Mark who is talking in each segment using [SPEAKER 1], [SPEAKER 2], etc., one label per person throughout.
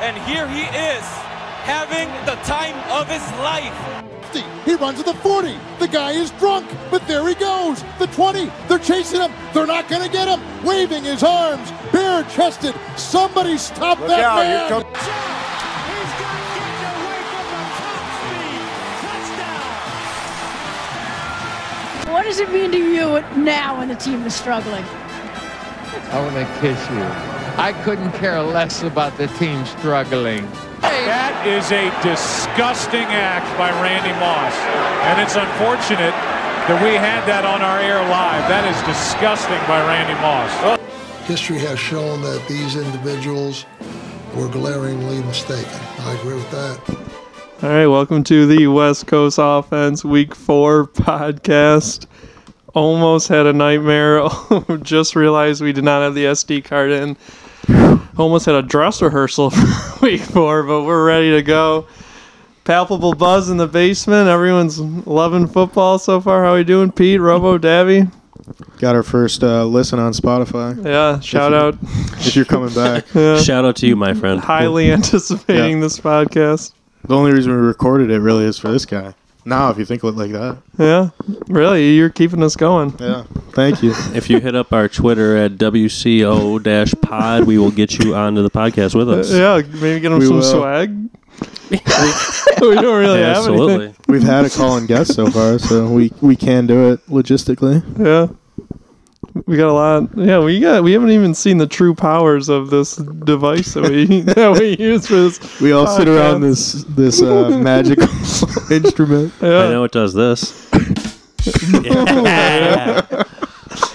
[SPEAKER 1] And here he is, having the time of his life.
[SPEAKER 2] He runs to the 40. The guy is drunk, but there he goes. The 20. They're chasing him. They're not going to get him. Waving his arms, bare chested. Somebody stop
[SPEAKER 3] Look
[SPEAKER 2] that
[SPEAKER 3] out,
[SPEAKER 2] man.
[SPEAKER 3] here comes.
[SPEAKER 4] He's got getting away from the top speed. Touchdown.
[SPEAKER 5] What does it mean to you now when the team is struggling?
[SPEAKER 6] I want to kiss you. I couldn't care less about the team struggling.
[SPEAKER 7] That is a disgusting act by Randy Moss. And it's unfortunate that we had that on our air live. That is disgusting by Randy Moss.
[SPEAKER 8] History has shown that these individuals were glaringly mistaken. I agree with that.
[SPEAKER 9] All right, welcome to the West Coast Offense Week 4 podcast. Almost had a nightmare. Just realized we did not have the SD card in. Almost had a dress rehearsal for Week 4, but we're ready to go. Palpable buzz in the basement. Everyone's loving football so far. How are we doing, Pete, Robo, Davy?
[SPEAKER 10] Got our first uh, listen on Spotify.
[SPEAKER 9] Yeah, shout out.
[SPEAKER 10] If you're coming back,
[SPEAKER 11] Shout out to you, my friend.
[SPEAKER 9] Highly anticipating
[SPEAKER 10] Yeah.
[SPEAKER 9] this podcast.
[SPEAKER 10] the only reason we recorded it really is for this guy. Now, if you think of it like that,
[SPEAKER 9] Yeah, really, you're keeping us going.
[SPEAKER 10] yeah. Thank you.
[SPEAKER 11] If you hit up our Twitter at WCO pod, we will get you onto the podcast with us.
[SPEAKER 9] Yeah, maybe get him
[SPEAKER 10] We
[SPEAKER 9] some
[SPEAKER 10] will.
[SPEAKER 9] swag. we don't really have
[SPEAKER 11] Absolutely.
[SPEAKER 10] We've had a call and guest so far, so we we can do it logistically.
[SPEAKER 9] anything. Yeah, we got a lot. Yeah, we got. We haven't even seen the true powers of this device that we that we use for this.
[SPEAKER 10] We all sit
[SPEAKER 9] podcast.
[SPEAKER 10] around this this uh, magical instrument.
[SPEAKER 11] I know it does this.
[SPEAKER 10] Oh,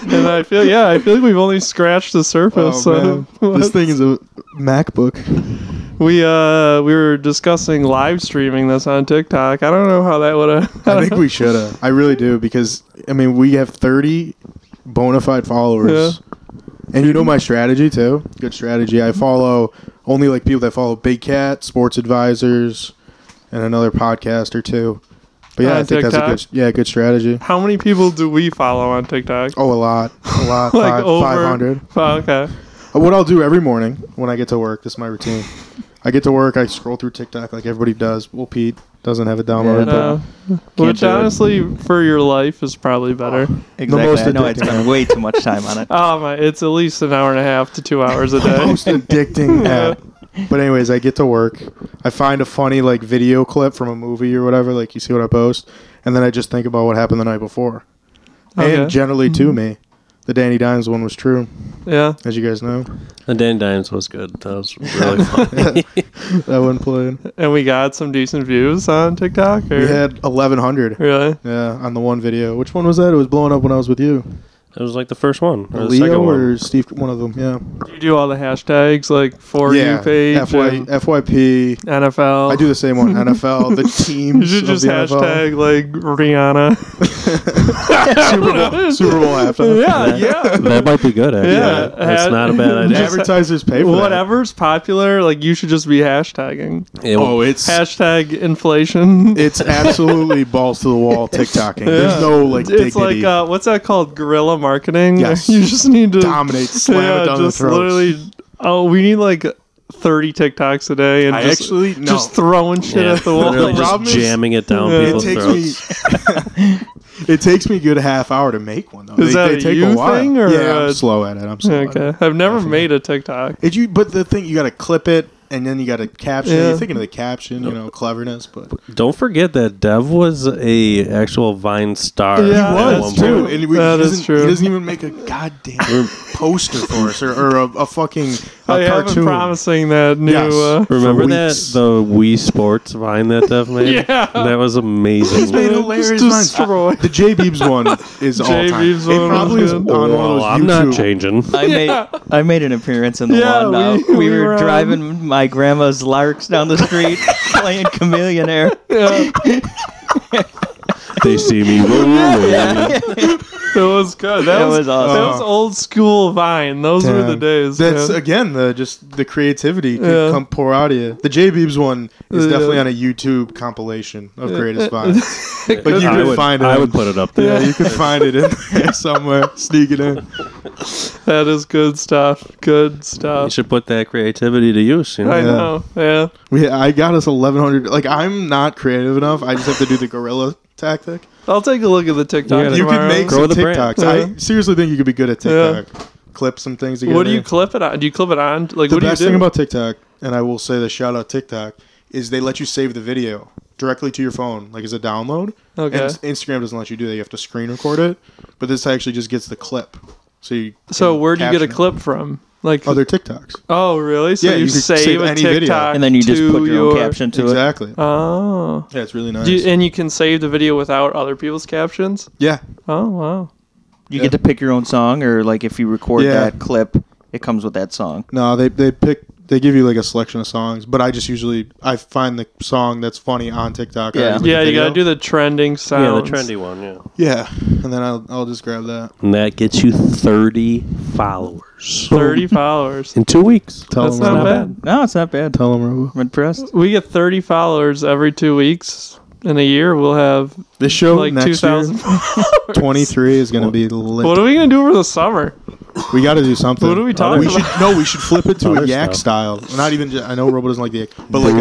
[SPEAKER 9] and I feel yeah, I feel like we've only scratched the surface.
[SPEAKER 10] Oh,
[SPEAKER 9] so
[SPEAKER 10] man. This thing is a MacBook.
[SPEAKER 9] we uh we were discussing live streaming this on TikTok. I don't know how that would have.
[SPEAKER 10] I think we should have. I really do because I mean we have 30 bona fide followers, and you know my strategy too. Good strategy. I follow only like people that follow Big Cat, Sports Advisors, and another podcast or two. But yeah,
[SPEAKER 9] On
[SPEAKER 10] I think
[SPEAKER 9] TikTok?
[SPEAKER 10] that's a good yeah good strategy.
[SPEAKER 9] How many people do we follow on TikTok?
[SPEAKER 10] Oh, a lot, a lot,
[SPEAKER 9] like
[SPEAKER 10] five
[SPEAKER 9] over
[SPEAKER 10] five hundred. Uh,
[SPEAKER 9] Oh, okay.
[SPEAKER 10] What I'll do every morning when I get to work, this is my routine. I get to work, I scroll through TikTok like everybody does. Well, Pete doesn't have it downloaded,
[SPEAKER 9] No. Which
[SPEAKER 11] do it.
[SPEAKER 9] honestly, for your life, is probably better.
[SPEAKER 10] The
[SPEAKER 3] Exactly.
[SPEAKER 10] most
[SPEAKER 3] I know I spent
[SPEAKER 10] addicting.
[SPEAKER 3] way too much time on it.
[SPEAKER 9] Oh my! It's at least an hour and a half to two hours a
[SPEAKER 10] the
[SPEAKER 9] day.
[SPEAKER 10] most addicting app. But anyways, I get to work. I find a funny like video clip from a movie or whatever, like you see what I post, and then I just think about what happened the night before.
[SPEAKER 9] Okay. Mm-hmm.
[SPEAKER 10] And generally to me, the Danny Dimes one was true,
[SPEAKER 9] yeah.
[SPEAKER 10] as you guys know.
[SPEAKER 11] And Dan Dimes was good. That was really fun.
[SPEAKER 10] That one played.
[SPEAKER 9] And we got some decent views on TikTok. Or?
[SPEAKER 10] We had eleven hundred.
[SPEAKER 9] Really?
[SPEAKER 10] Yeah, on the one video. Which one was that? It was blowing up when I was with you.
[SPEAKER 11] It was like the first one. Or the
[SPEAKER 10] Leo
[SPEAKER 11] second
[SPEAKER 10] or
[SPEAKER 11] one.
[SPEAKER 10] Steve? One of them. Yeah.
[SPEAKER 9] Do you do all the hashtags like for you page,
[SPEAKER 10] FY,
[SPEAKER 9] and
[SPEAKER 10] FYP.
[SPEAKER 9] NFL?
[SPEAKER 10] I do the same one. NFL. The teams.
[SPEAKER 9] You should
[SPEAKER 10] of
[SPEAKER 9] just
[SPEAKER 10] the NFL.
[SPEAKER 9] hashtag like Rihanna.
[SPEAKER 10] Super Bowl. Super Bowl halftime.
[SPEAKER 9] yeah, yeah.
[SPEAKER 11] That might be good, actually.
[SPEAKER 9] Yeah.
[SPEAKER 11] That's not a bad
[SPEAKER 10] The
[SPEAKER 11] idea.
[SPEAKER 10] advertisers pay for that.
[SPEAKER 9] Whatever's popular, like you should just be hashtagging.
[SPEAKER 11] It-
[SPEAKER 10] Oh, it's
[SPEAKER 9] Hashtag inflation.
[SPEAKER 10] it's absolutely balls to the wall TikToking. There's no like dignity.
[SPEAKER 9] it's like uh, what's that called? Guerrilla marketing.
[SPEAKER 10] Yes.
[SPEAKER 9] you just need to
[SPEAKER 10] Dominate, slam it down their
[SPEAKER 9] just
[SPEAKER 10] throats.
[SPEAKER 9] Literally, oh, we need like thirty TikToks a day, and
[SPEAKER 10] I
[SPEAKER 9] just,
[SPEAKER 10] actually- no.
[SPEAKER 9] just throwing shit
[SPEAKER 11] yeah,
[SPEAKER 9] at the wall.
[SPEAKER 11] literally just
[SPEAKER 10] problem is-
[SPEAKER 11] jamming it down
[SPEAKER 9] Yeah. It
[SPEAKER 10] it
[SPEAKER 11] people's
[SPEAKER 10] takes
[SPEAKER 11] throats.
[SPEAKER 10] me. it takes me a good half hour to make one though.
[SPEAKER 9] Is that a you thing or
[SPEAKER 10] yeah, I'm
[SPEAKER 9] a-
[SPEAKER 10] slow at it. I'm slow. At
[SPEAKER 9] okay,
[SPEAKER 10] it.
[SPEAKER 9] I've never made a TikTok.
[SPEAKER 10] It, you, but the thing you got to clip it and then you got to caption. it.
[SPEAKER 9] Yeah.
[SPEAKER 10] You're thinking of the caption, you know, cleverness. But
[SPEAKER 11] Don't forget that Dev was a actual Vine star.
[SPEAKER 9] Yeah,
[SPEAKER 11] at
[SPEAKER 9] that's
[SPEAKER 11] one
[SPEAKER 10] That's true.
[SPEAKER 11] point.
[SPEAKER 10] And we,
[SPEAKER 9] That
[SPEAKER 10] he
[SPEAKER 9] is
[SPEAKER 10] doesn't,
[SPEAKER 9] true.
[SPEAKER 10] He doesn't even make a goddamn poster for us or, or a, a fucking a
[SPEAKER 9] I have been
[SPEAKER 10] cartoon.
[SPEAKER 9] promising that new.
[SPEAKER 10] Yes.
[SPEAKER 9] Uh,
[SPEAKER 11] Remember
[SPEAKER 10] For
[SPEAKER 11] that
[SPEAKER 10] weeks.
[SPEAKER 11] the Wii Sports Vine that Dev made?
[SPEAKER 9] Yeah.
[SPEAKER 11] that was amazing.
[SPEAKER 10] He's made hilarious
[SPEAKER 9] Just
[SPEAKER 10] ones.
[SPEAKER 9] destroy.
[SPEAKER 10] The J Beebs one is all
[SPEAKER 9] J.
[SPEAKER 10] time.
[SPEAKER 9] Beebs
[SPEAKER 10] it
[SPEAKER 9] one
[SPEAKER 10] probably
[SPEAKER 9] was
[SPEAKER 10] is on
[SPEAKER 9] good.
[SPEAKER 10] one of
[SPEAKER 11] Well,
[SPEAKER 10] those
[SPEAKER 11] I'm
[SPEAKER 10] YouTube.
[SPEAKER 11] not changing.
[SPEAKER 3] I made I made an appearance in the
[SPEAKER 9] Yeah,
[SPEAKER 3] lawn. now.
[SPEAKER 9] we-
[SPEAKER 3] We,
[SPEAKER 9] we
[SPEAKER 3] were
[SPEAKER 9] were on-
[SPEAKER 3] driving my grandma's larks down the street playing chameleon air.
[SPEAKER 9] yeah,
[SPEAKER 11] they see me rolling.
[SPEAKER 9] it was good. That,
[SPEAKER 3] That
[SPEAKER 9] was,
[SPEAKER 3] was awesome.
[SPEAKER 9] That was old school Vine. Those were the
[SPEAKER 10] Damn.
[SPEAKER 9] days.
[SPEAKER 10] That's
[SPEAKER 9] yeah.
[SPEAKER 10] again the just the creativity could
[SPEAKER 9] Yeah.
[SPEAKER 10] come pour out of you. The J Beebs one is
[SPEAKER 9] Yeah.
[SPEAKER 10] definitely on a YouTube compilation of greatest vines. but you
[SPEAKER 11] I
[SPEAKER 10] can
[SPEAKER 11] would,
[SPEAKER 10] find it.
[SPEAKER 11] I
[SPEAKER 10] in-
[SPEAKER 11] would put it up there.
[SPEAKER 10] yeah, you can find it in there somewhere, sneaking in.
[SPEAKER 9] that is good stuff. Good
[SPEAKER 11] You
[SPEAKER 9] stuff.
[SPEAKER 11] should put that creativity to use. You know?
[SPEAKER 9] I know. Yeah.
[SPEAKER 10] We, I got us 1100. Like, I'm not creative enough. I just have to do the gorilla tactic.
[SPEAKER 9] I'll take a look at the TikTok.
[SPEAKER 10] You could
[SPEAKER 9] tomorrow.
[SPEAKER 10] make some TikToks. I seriously think you could be good at
[SPEAKER 9] Yeah.
[SPEAKER 10] TikTok. Clip some things together.
[SPEAKER 9] What do you clip it on? Do you clip it on? Like
[SPEAKER 10] the
[SPEAKER 9] what do you
[SPEAKER 10] best
[SPEAKER 9] do?
[SPEAKER 10] thing about TikTok, and I will say the shout out TikTok, is they let you save the video directly to your phone, like as a download.
[SPEAKER 9] Okay.
[SPEAKER 10] And Instagram doesn't let you do that. You have to screen record it. But this actually just gets the clip. So you
[SPEAKER 9] so where do you get a
[SPEAKER 10] caption it.
[SPEAKER 9] clip from? Like
[SPEAKER 10] Other TikToks.
[SPEAKER 9] Oh, really? So
[SPEAKER 10] Yeah,
[SPEAKER 9] you,
[SPEAKER 10] you could
[SPEAKER 9] save,
[SPEAKER 10] save
[SPEAKER 9] a
[SPEAKER 10] any
[SPEAKER 9] TikTok
[SPEAKER 10] video.
[SPEAKER 3] And then you just
[SPEAKER 9] to
[SPEAKER 3] put your own caption to it.
[SPEAKER 10] Exactly.
[SPEAKER 9] Oh.
[SPEAKER 10] Yeah, it's really
[SPEAKER 9] Do you-
[SPEAKER 10] nice.
[SPEAKER 9] and you can save the video without other people's captions.
[SPEAKER 10] Yeah.
[SPEAKER 9] Oh wow.
[SPEAKER 3] You get to pick your own song, or like if you record
[SPEAKER 10] Yeah.
[SPEAKER 3] that clip, it comes with that song.
[SPEAKER 10] No, they they pick they give you like a selection of songs, but I just usually I find the song that's funny on TikTok. or
[SPEAKER 11] Yeah.
[SPEAKER 10] I use the
[SPEAKER 9] Yeah, you
[SPEAKER 10] video.
[SPEAKER 9] gotta do the trending sounds.
[SPEAKER 11] trendy one, yeah.
[SPEAKER 10] Yeah, and then I'll I'll just grab that.
[SPEAKER 11] And that gets you 30 followers.
[SPEAKER 9] Thirty followers.
[SPEAKER 11] In two weeks.
[SPEAKER 10] Tell
[SPEAKER 9] That's
[SPEAKER 10] them
[SPEAKER 9] not
[SPEAKER 10] Robo.
[SPEAKER 9] bad.
[SPEAKER 3] No, it's not bad.
[SPEAKER 10] Tell them Robo.
[SPEAKER 3] I'm impressed.
[SPEAKER 9] We get thirty followers every two weeks. In a year, we'll have
[SPEAKER 10] This show
[SPEAKER 9] like
[SPEAKER 10] Oh, next
[SPEAKER 9] two thousand.
[SPEAKER 10] year, twenty three is gonna be lit.
[SPEAKER 9] What are we gonna do over the summer?
[SPEAKER 10] we got to do something.
[SPEAKER 9] What are we talking
[SPEAKER 10] we
[SPEAKER 9] about?
[SPEAKER 10] Should, no, we should flip it to a
[SPEAKER 11] Other
[SPEAKER 10] yak style. Not even. Just, I know Robo doesn't like the yak, but like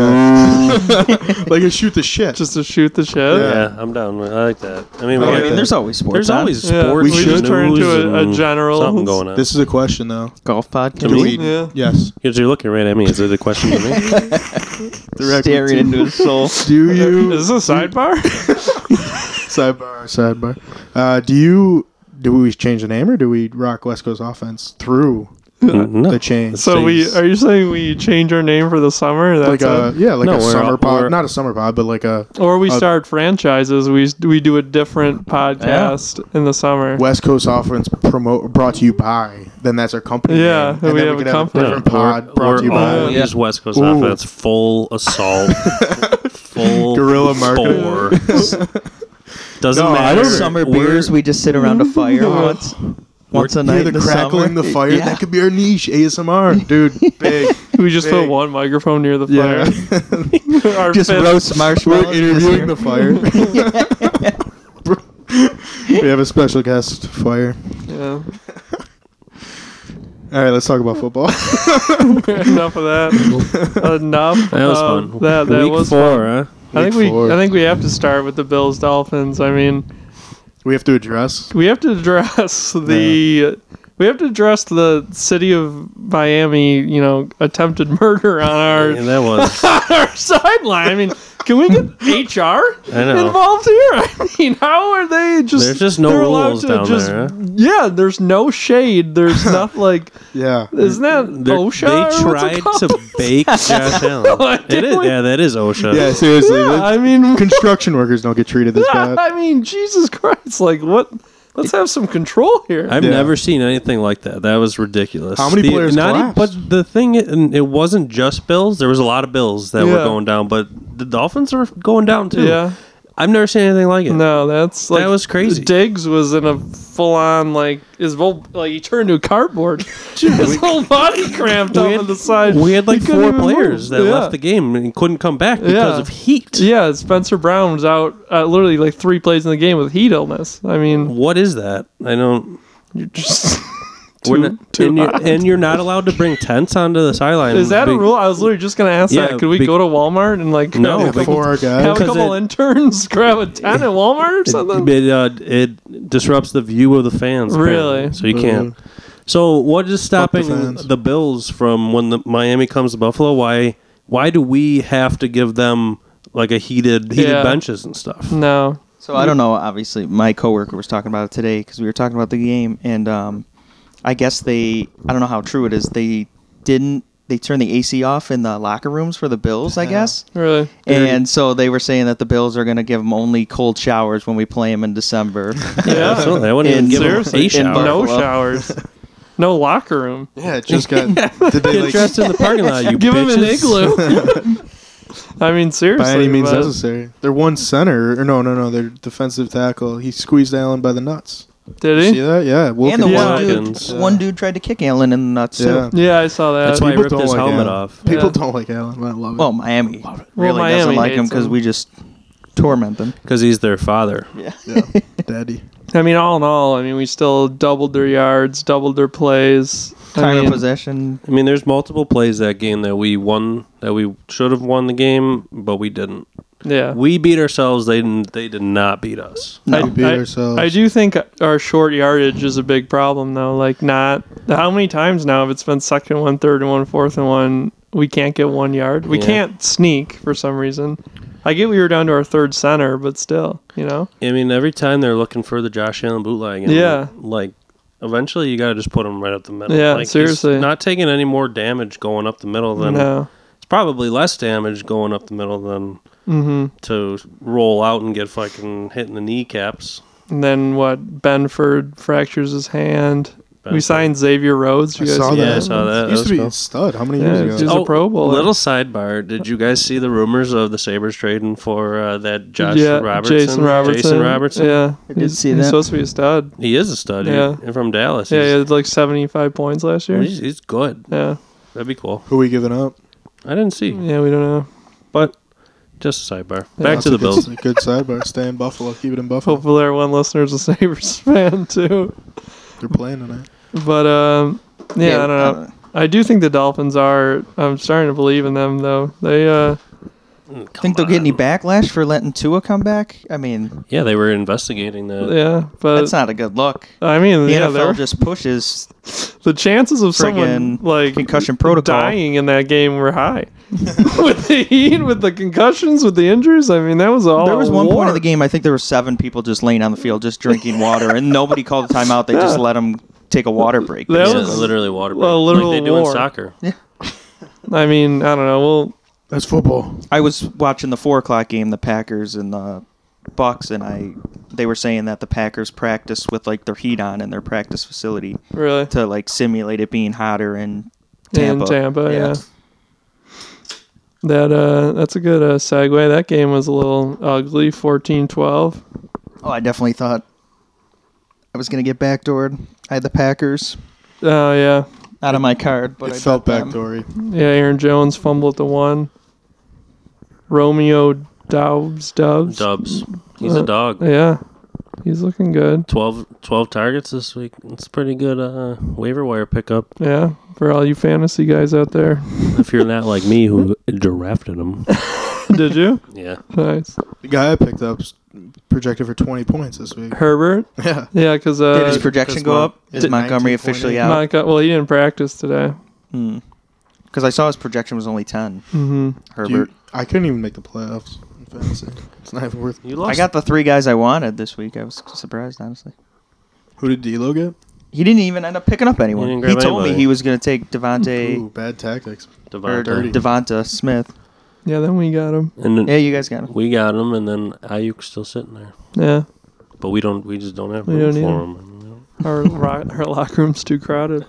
[SPEAKER 10] a like a shoot the shit.
[SPEAKER 9] Just to shoot the shit.
[SPEAKER 11] Yeah, I'm down. with I like that. I mean, we
[SPEAKER 10] I like
[SPEAKER 11] got-
[SPEAKER 3] I mean, there's always sports.
[SPEAKER 11] there's
[SPEAKER 3] on.
[SPEAKER 11] always
[SPEAKER 9] Yeah,
[SPEAKER 11] sports.
[SPEAKER 9] we
[SPEAKER 11] and
[SPEAKER 9] should turn
[SPEAKER 11] news
[SPEAKER 9] into a- a
[SPEAKER 11] and
[SPEAKER 9] general-
[SPEAKER 11] Something going on.
[SPEAKER 10] this is a question though.
[SPEAKER 3] golf podcast.
[SPEAKER 10] Do we-
[SPEAKER 9] Yeah.
[SPEAKER 10] Yes.
[SPEAKER 11] Because you're looking right at me. Is it a question to me?
[SPEAKER 10] Directly
[SPEAKER 3] Staring
[SPEAKER 10] to-
[SPEAKER 3] into his soul.
[SPEAKER 10] Do you
[SPEAKER 9] Is this a sidebar?
[SPEAKER 10] sidebar sidebar? Uh, do you do we change the name or do we rock West Coast offense through
[SPEAKER 11] no.
[SPEAKER 10] the change?
[SPEAKER 9] so we are you saying we change our name for the summer?
[SPEAKER 10] like
[SPEAKER 9] That's
[SPEAKER 10] a
[SPEAKER 9] it?
[SPEAKER 10] yeah, like
[SPEAKER 11] No,
[SPEAKER 10] a
[SPEAKER 11] we're-
[SPEAKER 10] summer
[SPEAKER 11] we're-
[SPEAKER 10] pod, not a summer pod, but like a
[SPEAKER 9] Or we
[SPEAKER 10] uh,
[SPEAKER 9] start franchises. We we do a different podcast in the summer.
[SPEAKER 10] West Coast offense promote brought to you by. Then that's our company.
[SPEAKER 9] Yeah,
[SPEAKER 10] name.
[SPEAKER 9] we
[SPEAKER 10] then
[SPEAKER 9] have a
[SPEAKER 10] could
[SPEAKER 9] company.
[SPEAKER 10] different pod
[SPEAKER 11] We're-
[SPEAKER 10] brought to you
[SPEAKER 11] we're
[SPEAKER 10] by.
[SPEAKER 11] always West Coast
[SPEAKER 10] Ooh.
[SPEAKER 11] offense, full assault, full
[SPEAKER 10] Guerrilla marketing.
[SPEAKER 11] force. Doesn't
[SPEAKER 10] No, I
[SPEAKER 11] matter.
[SPEAKER 10] don't-
[SPEAKER 3] Summer
[SPEAKER 11] We're-
[SPEAKER 3] beers. We just sit around a fire once, once a night.
[SPEAKER 10] Hear
[SPEAKER 3] in
[SPEAKER 10] the
[SPEAKER 3] the
[SPEAKER 10] crackling,
[SPEAKER 3] summer.
[SPEAKER 10] the fire.
[SPEAKER 3] Yeah.
[SPEAKER 10] That could be our niche ASMR, dude. Big.
[SPEAKER 9] we just put
[SPEAKER 10] big.
[SPEAKER 9] one microphone near the
[SPEAKER 10] Yeah.
[SPEAKER 9] fire. Our
[SPEAKER 3] just
[SPEAKER 9] fifth-
[SPEAKER 3] roast marshmallows.
[SPEAKER 10] We're
[SPEAKER 3] this year.
[SPEAKER 10] interviewing the fire. we have a special guest, fire.
[SPEAKER 9] Yeah.
[SPEAKER 10] All right, let's talk about football.
[SPEAKER 9] Enough of that. Enough.
[SPEAKER 11] That was
[SPEAKER 9] of
[SPEAKER 11] fun.
[SPEAKER 9] Oh, That that
[SPEAKER 11] Week
[SPEAKER 9] was.
[SPEAKER 11] four,
[SPEAKER 9] Fun.
[SPEAKER 11] huh?
[SPEAKER 9] I think
[SPEAKER 10] Week four.
[SPEAKER 9] we I think we have to start with the Bills Dolphins. I mean,
[SPEAKER 10] we have to address.
[SPEAKER 9] we have to address the we have to address the city of Miami. You know, attempted murder on our
[SPEAKER 11] And that was. I
[SPEAKER 9] our sideline. I mean, can we get HR
[SPEAKER 11] know.
[SPEAKER 9] involved here? I mean, how are they just?
[SPEAKER 11] There's just no
[SPEAKER 9] they're allowed
[SPEAKER 11] rules down there, huh?
[SPEAKER 9] Yeah, there's no shade. There's not like.
[SPEAKER 10] Yeah.
[SPEAKER 9] Isn't that
[SPEAKER 11] They're-
[SPEAKER 9] OSHA?
[SPEAKER 11] They tried to bake Josh Allen. it
[SPEAKER 9] did
[SPEAKER 11] is,
[SPEAKER 9] we?
[SPEAKER 11] yeah, that is OSHA.
[SPEAKER 10] Yeah, seriously.
[SPEAKER 9] Yeah,
[SPEAKER 10] the
[SPEAKER 9] I mean,
[SPEAKER 10] construction workers don't get treated this bad.
[SPEAKER 9] I mean, Jesus Christ! Like, what? Let's have some control here.
[SPEAKER 11] I've
[SPEAKER 10] Yeah.
[SPEAKER 11] never seen anything like that. That was ridiculous.
[SPEAKER 10] How many
[SPEAKER 11] The-
[SPEAKER 10] players
[SPEAKER 11] even-
[SPEAKER 10] collapsed?
[SPEAKER 11] but the thing, i- and it wasn't just Bills. There was a lot of Bills that were
[SPEAKER 9] Yeah.
[SPEAKER 11] going down, but the Dolphins are going down too.
[SPEAKER 9] yeah.
[SPEAKER 11] I've never seen anything like it.
[SPEAKER 9] No, that's like
[SPEAKER 11] was crazy.
[SPEAKER 9] Diggs was in a full on like his whole like he turned into cardboard. his whole body cramped up on the side.
[SPEAKER 11] We had
[SPEAKER 9] He
[SPEAKER 11] like
[SPEAKER 9] couldn't
[SPEAKER 11] four
[SPEAKER 9] even move.
[SPEAKER 11] players that
[SPEAKER 9] Yeah.
[SPEAKER 11] left the game and couldn't come back because
[SPEAKER 9] Yeah.
[SPEAKER 11] of heat.
[SPEAKER 9] Yeah, Spencer Brown was out uh, literally like three plays in the game with heat illness. I mean,
[SPEAKER 11] What is that? I don't.
[SPEAKER 9] you're just
[SPEAKER 11] we're
[SPEAKER 9] too-
[SPEAKER 11] not-
[SPEAKER 9] too
[SPEAKER 11] and,
[SPEAKER 9] hot.
[SPEAKER 11] you're, and you're not allowed to bring tents onto the sideline.
[SPEAKER 9] is that a
[SPEAKER 11] Be-
[SPEAKER 9] rule? I was literally just gonna ask
[SPEAKER 11] Yeah,
[SPEAKER 9] that. Could we
[SPEAKER 11] be-
[SPEAKER 9] go to Walmart and like
[SPEAKER 11] No,
[SPEAKER 9] have,
[SPEAKER 11] but-
[SPEAKER 9] a-
[SPEAKER 10] Before our guys.
[SPEAKER 9] have a
[SPEAKER 11] because
[SPEAKER 9] couple
[SPEAKER 11] it-
[SPEAKER 9] interns grab a tent at Walmart or something?
[SPEAKER 11] It, it, uh, it disrupts the view of the fans. apparently.
[SPEAKER 9] Really?
[SPEAKER 11] So you can't.
[SPEAKER 3] Mm-hmm.
[SPEAKER 11] So what is stopping
[SPEAKER 10] the
[SPEAKER 11] the,
[SPEAKER 10] fans.
[SPEAKER 11] Bills from when the Miami comes to Buffalo? Why? Why do we have to give them like a heated heated
[SPEAKER 9] Yeah.
[SPEAKER 11] benches and stuff?
[SPEAKER 9] no.
[SPEAKER 3] So I don't know. Obviously, my coworker was talking about it today because we were talking about the game, and um, I guess they I don't know how true it is. They didn't they turned the AC off in the locker rooms for the Bills, I guess.
[SPEAKER 9] Really?
[SPEAKER 3] And so they were saying that the Bills are going to give them only cold showers when we play them in December.
[SPEAKER 9] Yeah.
[SPEAKER 11] So they wouldn't even
[SPEAKER 3] And
[SPEAKER 11] give
[SPEAKER 3] seriously,
[SPEAKER 11] them a
[SPEAKER 3] in
[SPEAKER 11] shower.
[SPEAKER 9] no
[SPEAKER 3] Buffalo.
[SPEAKER 9] showers, no locker room.
[SPEAKER 10] Yeah, it just got. Did they
[SPEAKER 11] Get
[SPEAKER 10] like
[SPEAKER 11] dressed in the parking lot, you
[SPEAKER 9] Give him
[SPEAKER 11] bitches.
[SPEAKER 9] an igloo. I mean, seriously.
[SPEAKER 10] by any means
[SPEAKER 9] but-
[SPEAKER 10] necessary? Their one center, or no, no, no, their defensive tackle. He squeezed Allen by the nuts.
[SPEAKER 9] Did
[SPEAKER 10] See
[SPEAKER 9] he?
[SPEAKER 10] that? Yeah,
[SPEAKER 3] Eh? and the
[SPEAKER 10] Wilkins.
[SPEAKER 9] Yeah.
[SPEAKER 3] one dude,
[SPEAKER 11] Wilkins.
[SPEAKER 3] one dude tried to kick Allen in the nuts
[SPEAKER 10] Yeah.
[SPEAKER 3] too.
[SPEAKER 9] Yeah, I saw that.
[SPEAKER 11] That's why he
[SPEAKER 10] People
[SPEAKER 11] ripped
[SPEAKER 10] don't
[SPEAKER 11] his
[SPEAKER 10] like
[SPEAKER 11] helmet
[SPEAKER 10] Allen.
[SPEAKER 11] off.
[SPEAKER 10] People
[SPEAKER 9] Yeah.
[SPEAKER 10] don't like Allen, but I love it.
[SPEAKER 3] Well, Miami really
[SPEAKER 9] Miami
[SPEAKER 3] doesn't like him
[SPEAKER 9] hates
[SPEAKER 3] because
[SPEAKER 9] him.
[SPEAKER 3] we just torment them.
[SPEAKER 11] Because he's their father.
[SPEAKER 10] yeah, daddy.
[SPEAKER 9] I mean, all in all, I mean, we still doubled their yards, doubled their plays. I mean,
[SPEAKER 3] possession.
[SPEAKER 11] I mean, there's multiple plays that game that we won that we should have won the game, but we didn't.
[SPEAKER 9] Yeah.
[SPEAKER 11] we beat ourselves. They didn't, they did not beat us.
[SPEAKER 9] I, I- I do think our short yardage is a big problem, though. Like, not how many times now have it been second, one, third, and one, fourth, and one? We can't get one yard. We
[SPEAKER 11] Yeah.
[SPEAKER 9] can't sneak for some reason. I get we were down to our third center, but still, you know.
[SPEAKER 11] I mean, every time they're looking for the Josh Allen bootleg.
[SPEAKER 9] Yeah.
[SPEAKER 11] Like, eventually you got to just put him right up the middle.
[SPEAKER 9] Yeah,
[SPEAKER 11] Like, he's
[SPEAKER 9] seriously.
[SPEAKER 11] Not taking any more damage going up the middle than.
[SPEAKER 9] No.
[SPEAKER 11] It's probably less damage going up the middle than
[SPEAKER 9] Mhm.
[SPEAKER 11] to roll out and get fucking hit in the kneecaps.
[SPEAKER 9] And then what? Benford fractures his hand. We signed Xavier Rhodes. You guys see
[SPEAKER 11] Yeah, I saw that.
[SPEAKER 10] Used to
[SPEAKER 11] That was
[SPEAKER 10] be a
[SPEAKER 11] cool.
[SPEAKER 10] stud. How many
[SPEAKER 9] Yeah,
[SPEAKER 10] years
[SPEAKER 9] it's
[SPEAKER 10] ago?
[SPEAKER 9] just a
[SPEAKER 11] Oh,
[SPEAKER 9] Pro Bowler.
[SPEAKER 11] Little sidebar: Did you guys see the rumors of the Sabers trading for uh, that Josh
[SPEAKER 9] Yeah,
[SPEAKER 11] Robertson?
[SPEAKER 9] Jason Robertson.
[SPEAKER 11] Jason Robertson.
[SPEAKER 9] Yeah, I did He's- see he's that. supposed to be a stud.
[SPEAKER 11] He is a stud.
[SPEAKER 9] Yeah.
[SPEAKER 11] Yeah, from Dallas.
[SPEAKER 9] Yeah,
[SPEAKER 11] He's-
[SPEAKER 9] he had like 75 points last year.
[SPEAKER 11] He's, he's good.
[SPEAKER 9] Yeah.
[SPEAKER 11] That'd be cool.
[SPEAKER 10] Who we giving up?
[SPEAKER 11] I didn't see.
[SPEAKER 9] Yeah, we don't know.
[SPEAKER 11] But just a sidebar.
[SPEAKER 9] Yeah.
[SPEAKER 11] Back
[SPEAKER 10] That's
[SPEAKER 11] to
[SPEAKER 10] a
[SPEAKER 11] the
[SPEAKER 10] good-
[SPEAKER 11] Bills.
[SPEAKER 10] Good sidebar. Stay in Buffalo. Keep it in Buffalo.
[SPEAKER 9] Hopefully, our one listener is a Sabres fan, too.
[SPEAKER 10] They're playing tonight.
[SPEAKER 9] But, um, yeah,
[SPEAKER 10] Yeah,
[SPEAKER 9] I don't know. I do think the Dolphins are. I'm starting to believe in them, though. They, uh,
[SPEAKER 3] Think they'll get any backlash for letting Tua come back? I mean,
[SPEAKER 11] Yeah, they were investigating that.
[SPEAKER 9] yeah, but
[SPEAKER 3] that's not a good look.
[SPEAKER 9] I
[SPEAKER 3] the
[SPEAKER 9] mean, Uh, yeah, they were-
[SPEAKER 3] NFL just pushes
[SPEAKER 9] the chances of someone
[SPEAKER 3] Friggin'
[SPEAKER 9] like
[SPEAKER 3] concussion protocol.
[SPEAKER 9] dying in that game were high. with the heat, with the concussions, with the injuries. I mean, that was all.
[SPEAKER 3] There was
[SPEAKER 9] a
[SPEAKER 3] one
[SPEAKER 9] Oh, war.
[SPEAKER 3] point of the game, I think there were seven people just laying on the field, just drinking water, and nobody called a timeout. They just
[SPEAKER 9] Yeah.
[SPEAKER 3] let them take a water break.
[SPEAKER 9] That
[SPEAKER 3] basically.
[SPEAKER 9] was
[SPEAKER 11] literally water
[SPEAKER 9] a break, like literal
[SPEAKER 11] they do in
[SPEAKER 9] war.
[SPEAKER 11] soccer.
[SPEAKER 3] Yeah.
[SPEAKER 9] I mean, I don't know. Well,
[SPEAKER 10] that's football.
[SPEAKER 3] I was watching the four o'clock game, the Packers and the Bucks, and I they were saying that the Packers practice with like their heat on in their practice facility,
[SPEAKER 9] really,
[SPEAKER 3] to like simulate it being hotter in Tampa.
[SPEAKER 9] Tampa. in Tampa, yeah. That uh, that's a good uh, segue. That game was a little ugly, 14-12.
[SPEAKER 3] Oh, I definitely thought I was gonna get backdoored. I had the Packers
[SPEAKER 9] Oh yeah,
[SPEAKER 3] out of my card, but
[SPEAKER 10] It
[SPEAKER 3] I
[SPEAKER 10] felt
[SPEAKER 3] bet them.
[SPEAKER 10] backdoory.
[SPEAKER 9] yeah. Aaron Jones fumbled at the one. Romeo Dobbs Dubs.
[SPEAKER 11] Dubs. He's a
[SPEAKER 9] Uh,
[SPEAKER 11] dog.
[SPEAKER 9] Yeah, he's looking good.
[SPEAKER 11] 12, 12 targets this week. It's a pretty good uh, waiver wire pickup
[SPEAKER 9] Yeah, for all you fantasy guys out there,
[SPEAKER 11] if you're not like me who drafted him.
[SPEAKER 9] did you?
[SPEAKER 11] Yeah.
[SPEAKER 9] Nice.
[SPEAKER 10] The guy I picked up s- projected for 20 points this week.
[SPEAKER 9] Herbert.
[SPEAKER 10] Yeah.
[SPEAKER 9] Yeah, because uh,
[SPEAKER 3] Did his projection go up? Is
[SPEAKER 9] Did-
[SPEAKER 3] Montgomery officially out?
[SPEAKER 9] Monco- well, he didn't practice today.
[SPEAKER 3] Because Hmm. I saw his projection was only 10. Mm-hmm.
[SPEAKER 9] Mhm.
[SPEAKER 3] Herbert.
[SPEAKER 10] You- I couldn't even make the playoffs in fantasy. It's not even worth
[SPEAKER 11] You
[SPEAKER 3] I got the three guys I wanted this week. I was surprised, honestly.
[SPEAKER 10] Who did D'Lo get?
[SPEAKER 3] He didn't even end up picking up anyone.
[SPEAKER 11] He didn't
[SPEAKER 3] He,
[SPEAKER 11] grab
[SPEAKER 3] told me
[SPEAKER 11] anybody.
[SPEAKER 3] he was going to take Devontae
[SPEAKER 10] Ooh, bad tactics.
[SPEAKER 3] or
[SPEAKER 11] Devontae.
[SPEAKER 3] Devonta Smith.
[SPEAKER 9] Yeah, then we got him.
[SPEAKER 11] And then
[SPEAKER 3] Yeah, you guys got him.
[SPEAKER 11] we got him, and then Ayuk's still sitting there.
[SPEAKER 9] Yeah,
[SPEAKER 11] But we don't. We just don't have
[SPEAKER 9] We
[SPEAKER 11] room
[SPEAKER 9] don't
[SPEAKER 11] for
[SPEAKER 9] either.
[SPEAKER 11] him. And we don't-
[SPEAKER 9] our ro- our locker room's too crowded.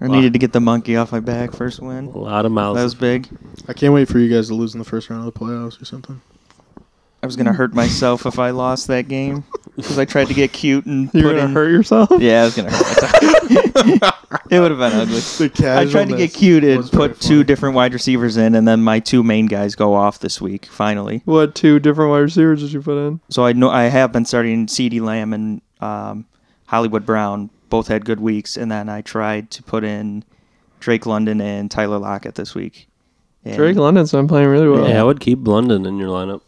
[SPEAKER 3] I needed to get the monkey off my back. First win.
[SPEAKER 11] A lot of
[SPEAKER 3] That
[SPEAKER 11] mouths.
[SPEAKER 3] was big.
[SPEAKER 10] I can't wait for you guys to lose in the first round of the playoffs or something.
[SPEAKER 3] I was going to hurt myself if I lost that game because I tried to get cute and
[SPEAKER 9] You're
[SPEAKER 3] put
[SPEAKER 9] gonna
[SPEAKER 3] in.
[SPEAKER 9] hurt yourself.
[SPEAKER 3] Yeah, I was going to hurt myself. it would have been ugly.
[SPEAKER 10] The
[SPEAKER 3] I tried to get
[SPEAKER 10] casualness
[SPEAKER 3] cute and
[SPEAKER 10] was very
[SPEAKER 3] put two
[SPEAKER 10] funny.
[SPEAKER 3] different wide receivers in, and then my two main guys go off this week, finally.
[SPEAKER 9] What two different wide receivers did you put in?
[SPEAKER 3] So I know I have been starting C.D. Lamb and um, Hollywood Brown. Both had good weeks, and then I tried to put in Drake London and Tyler Lockett this week. And
[SPEAKER 9] Drake London's been playing really well.
[SPEAKER 11] yeah, I
[SPEAKER 9] Yeah.
[SPEAKER 11] would keep London in your lineup.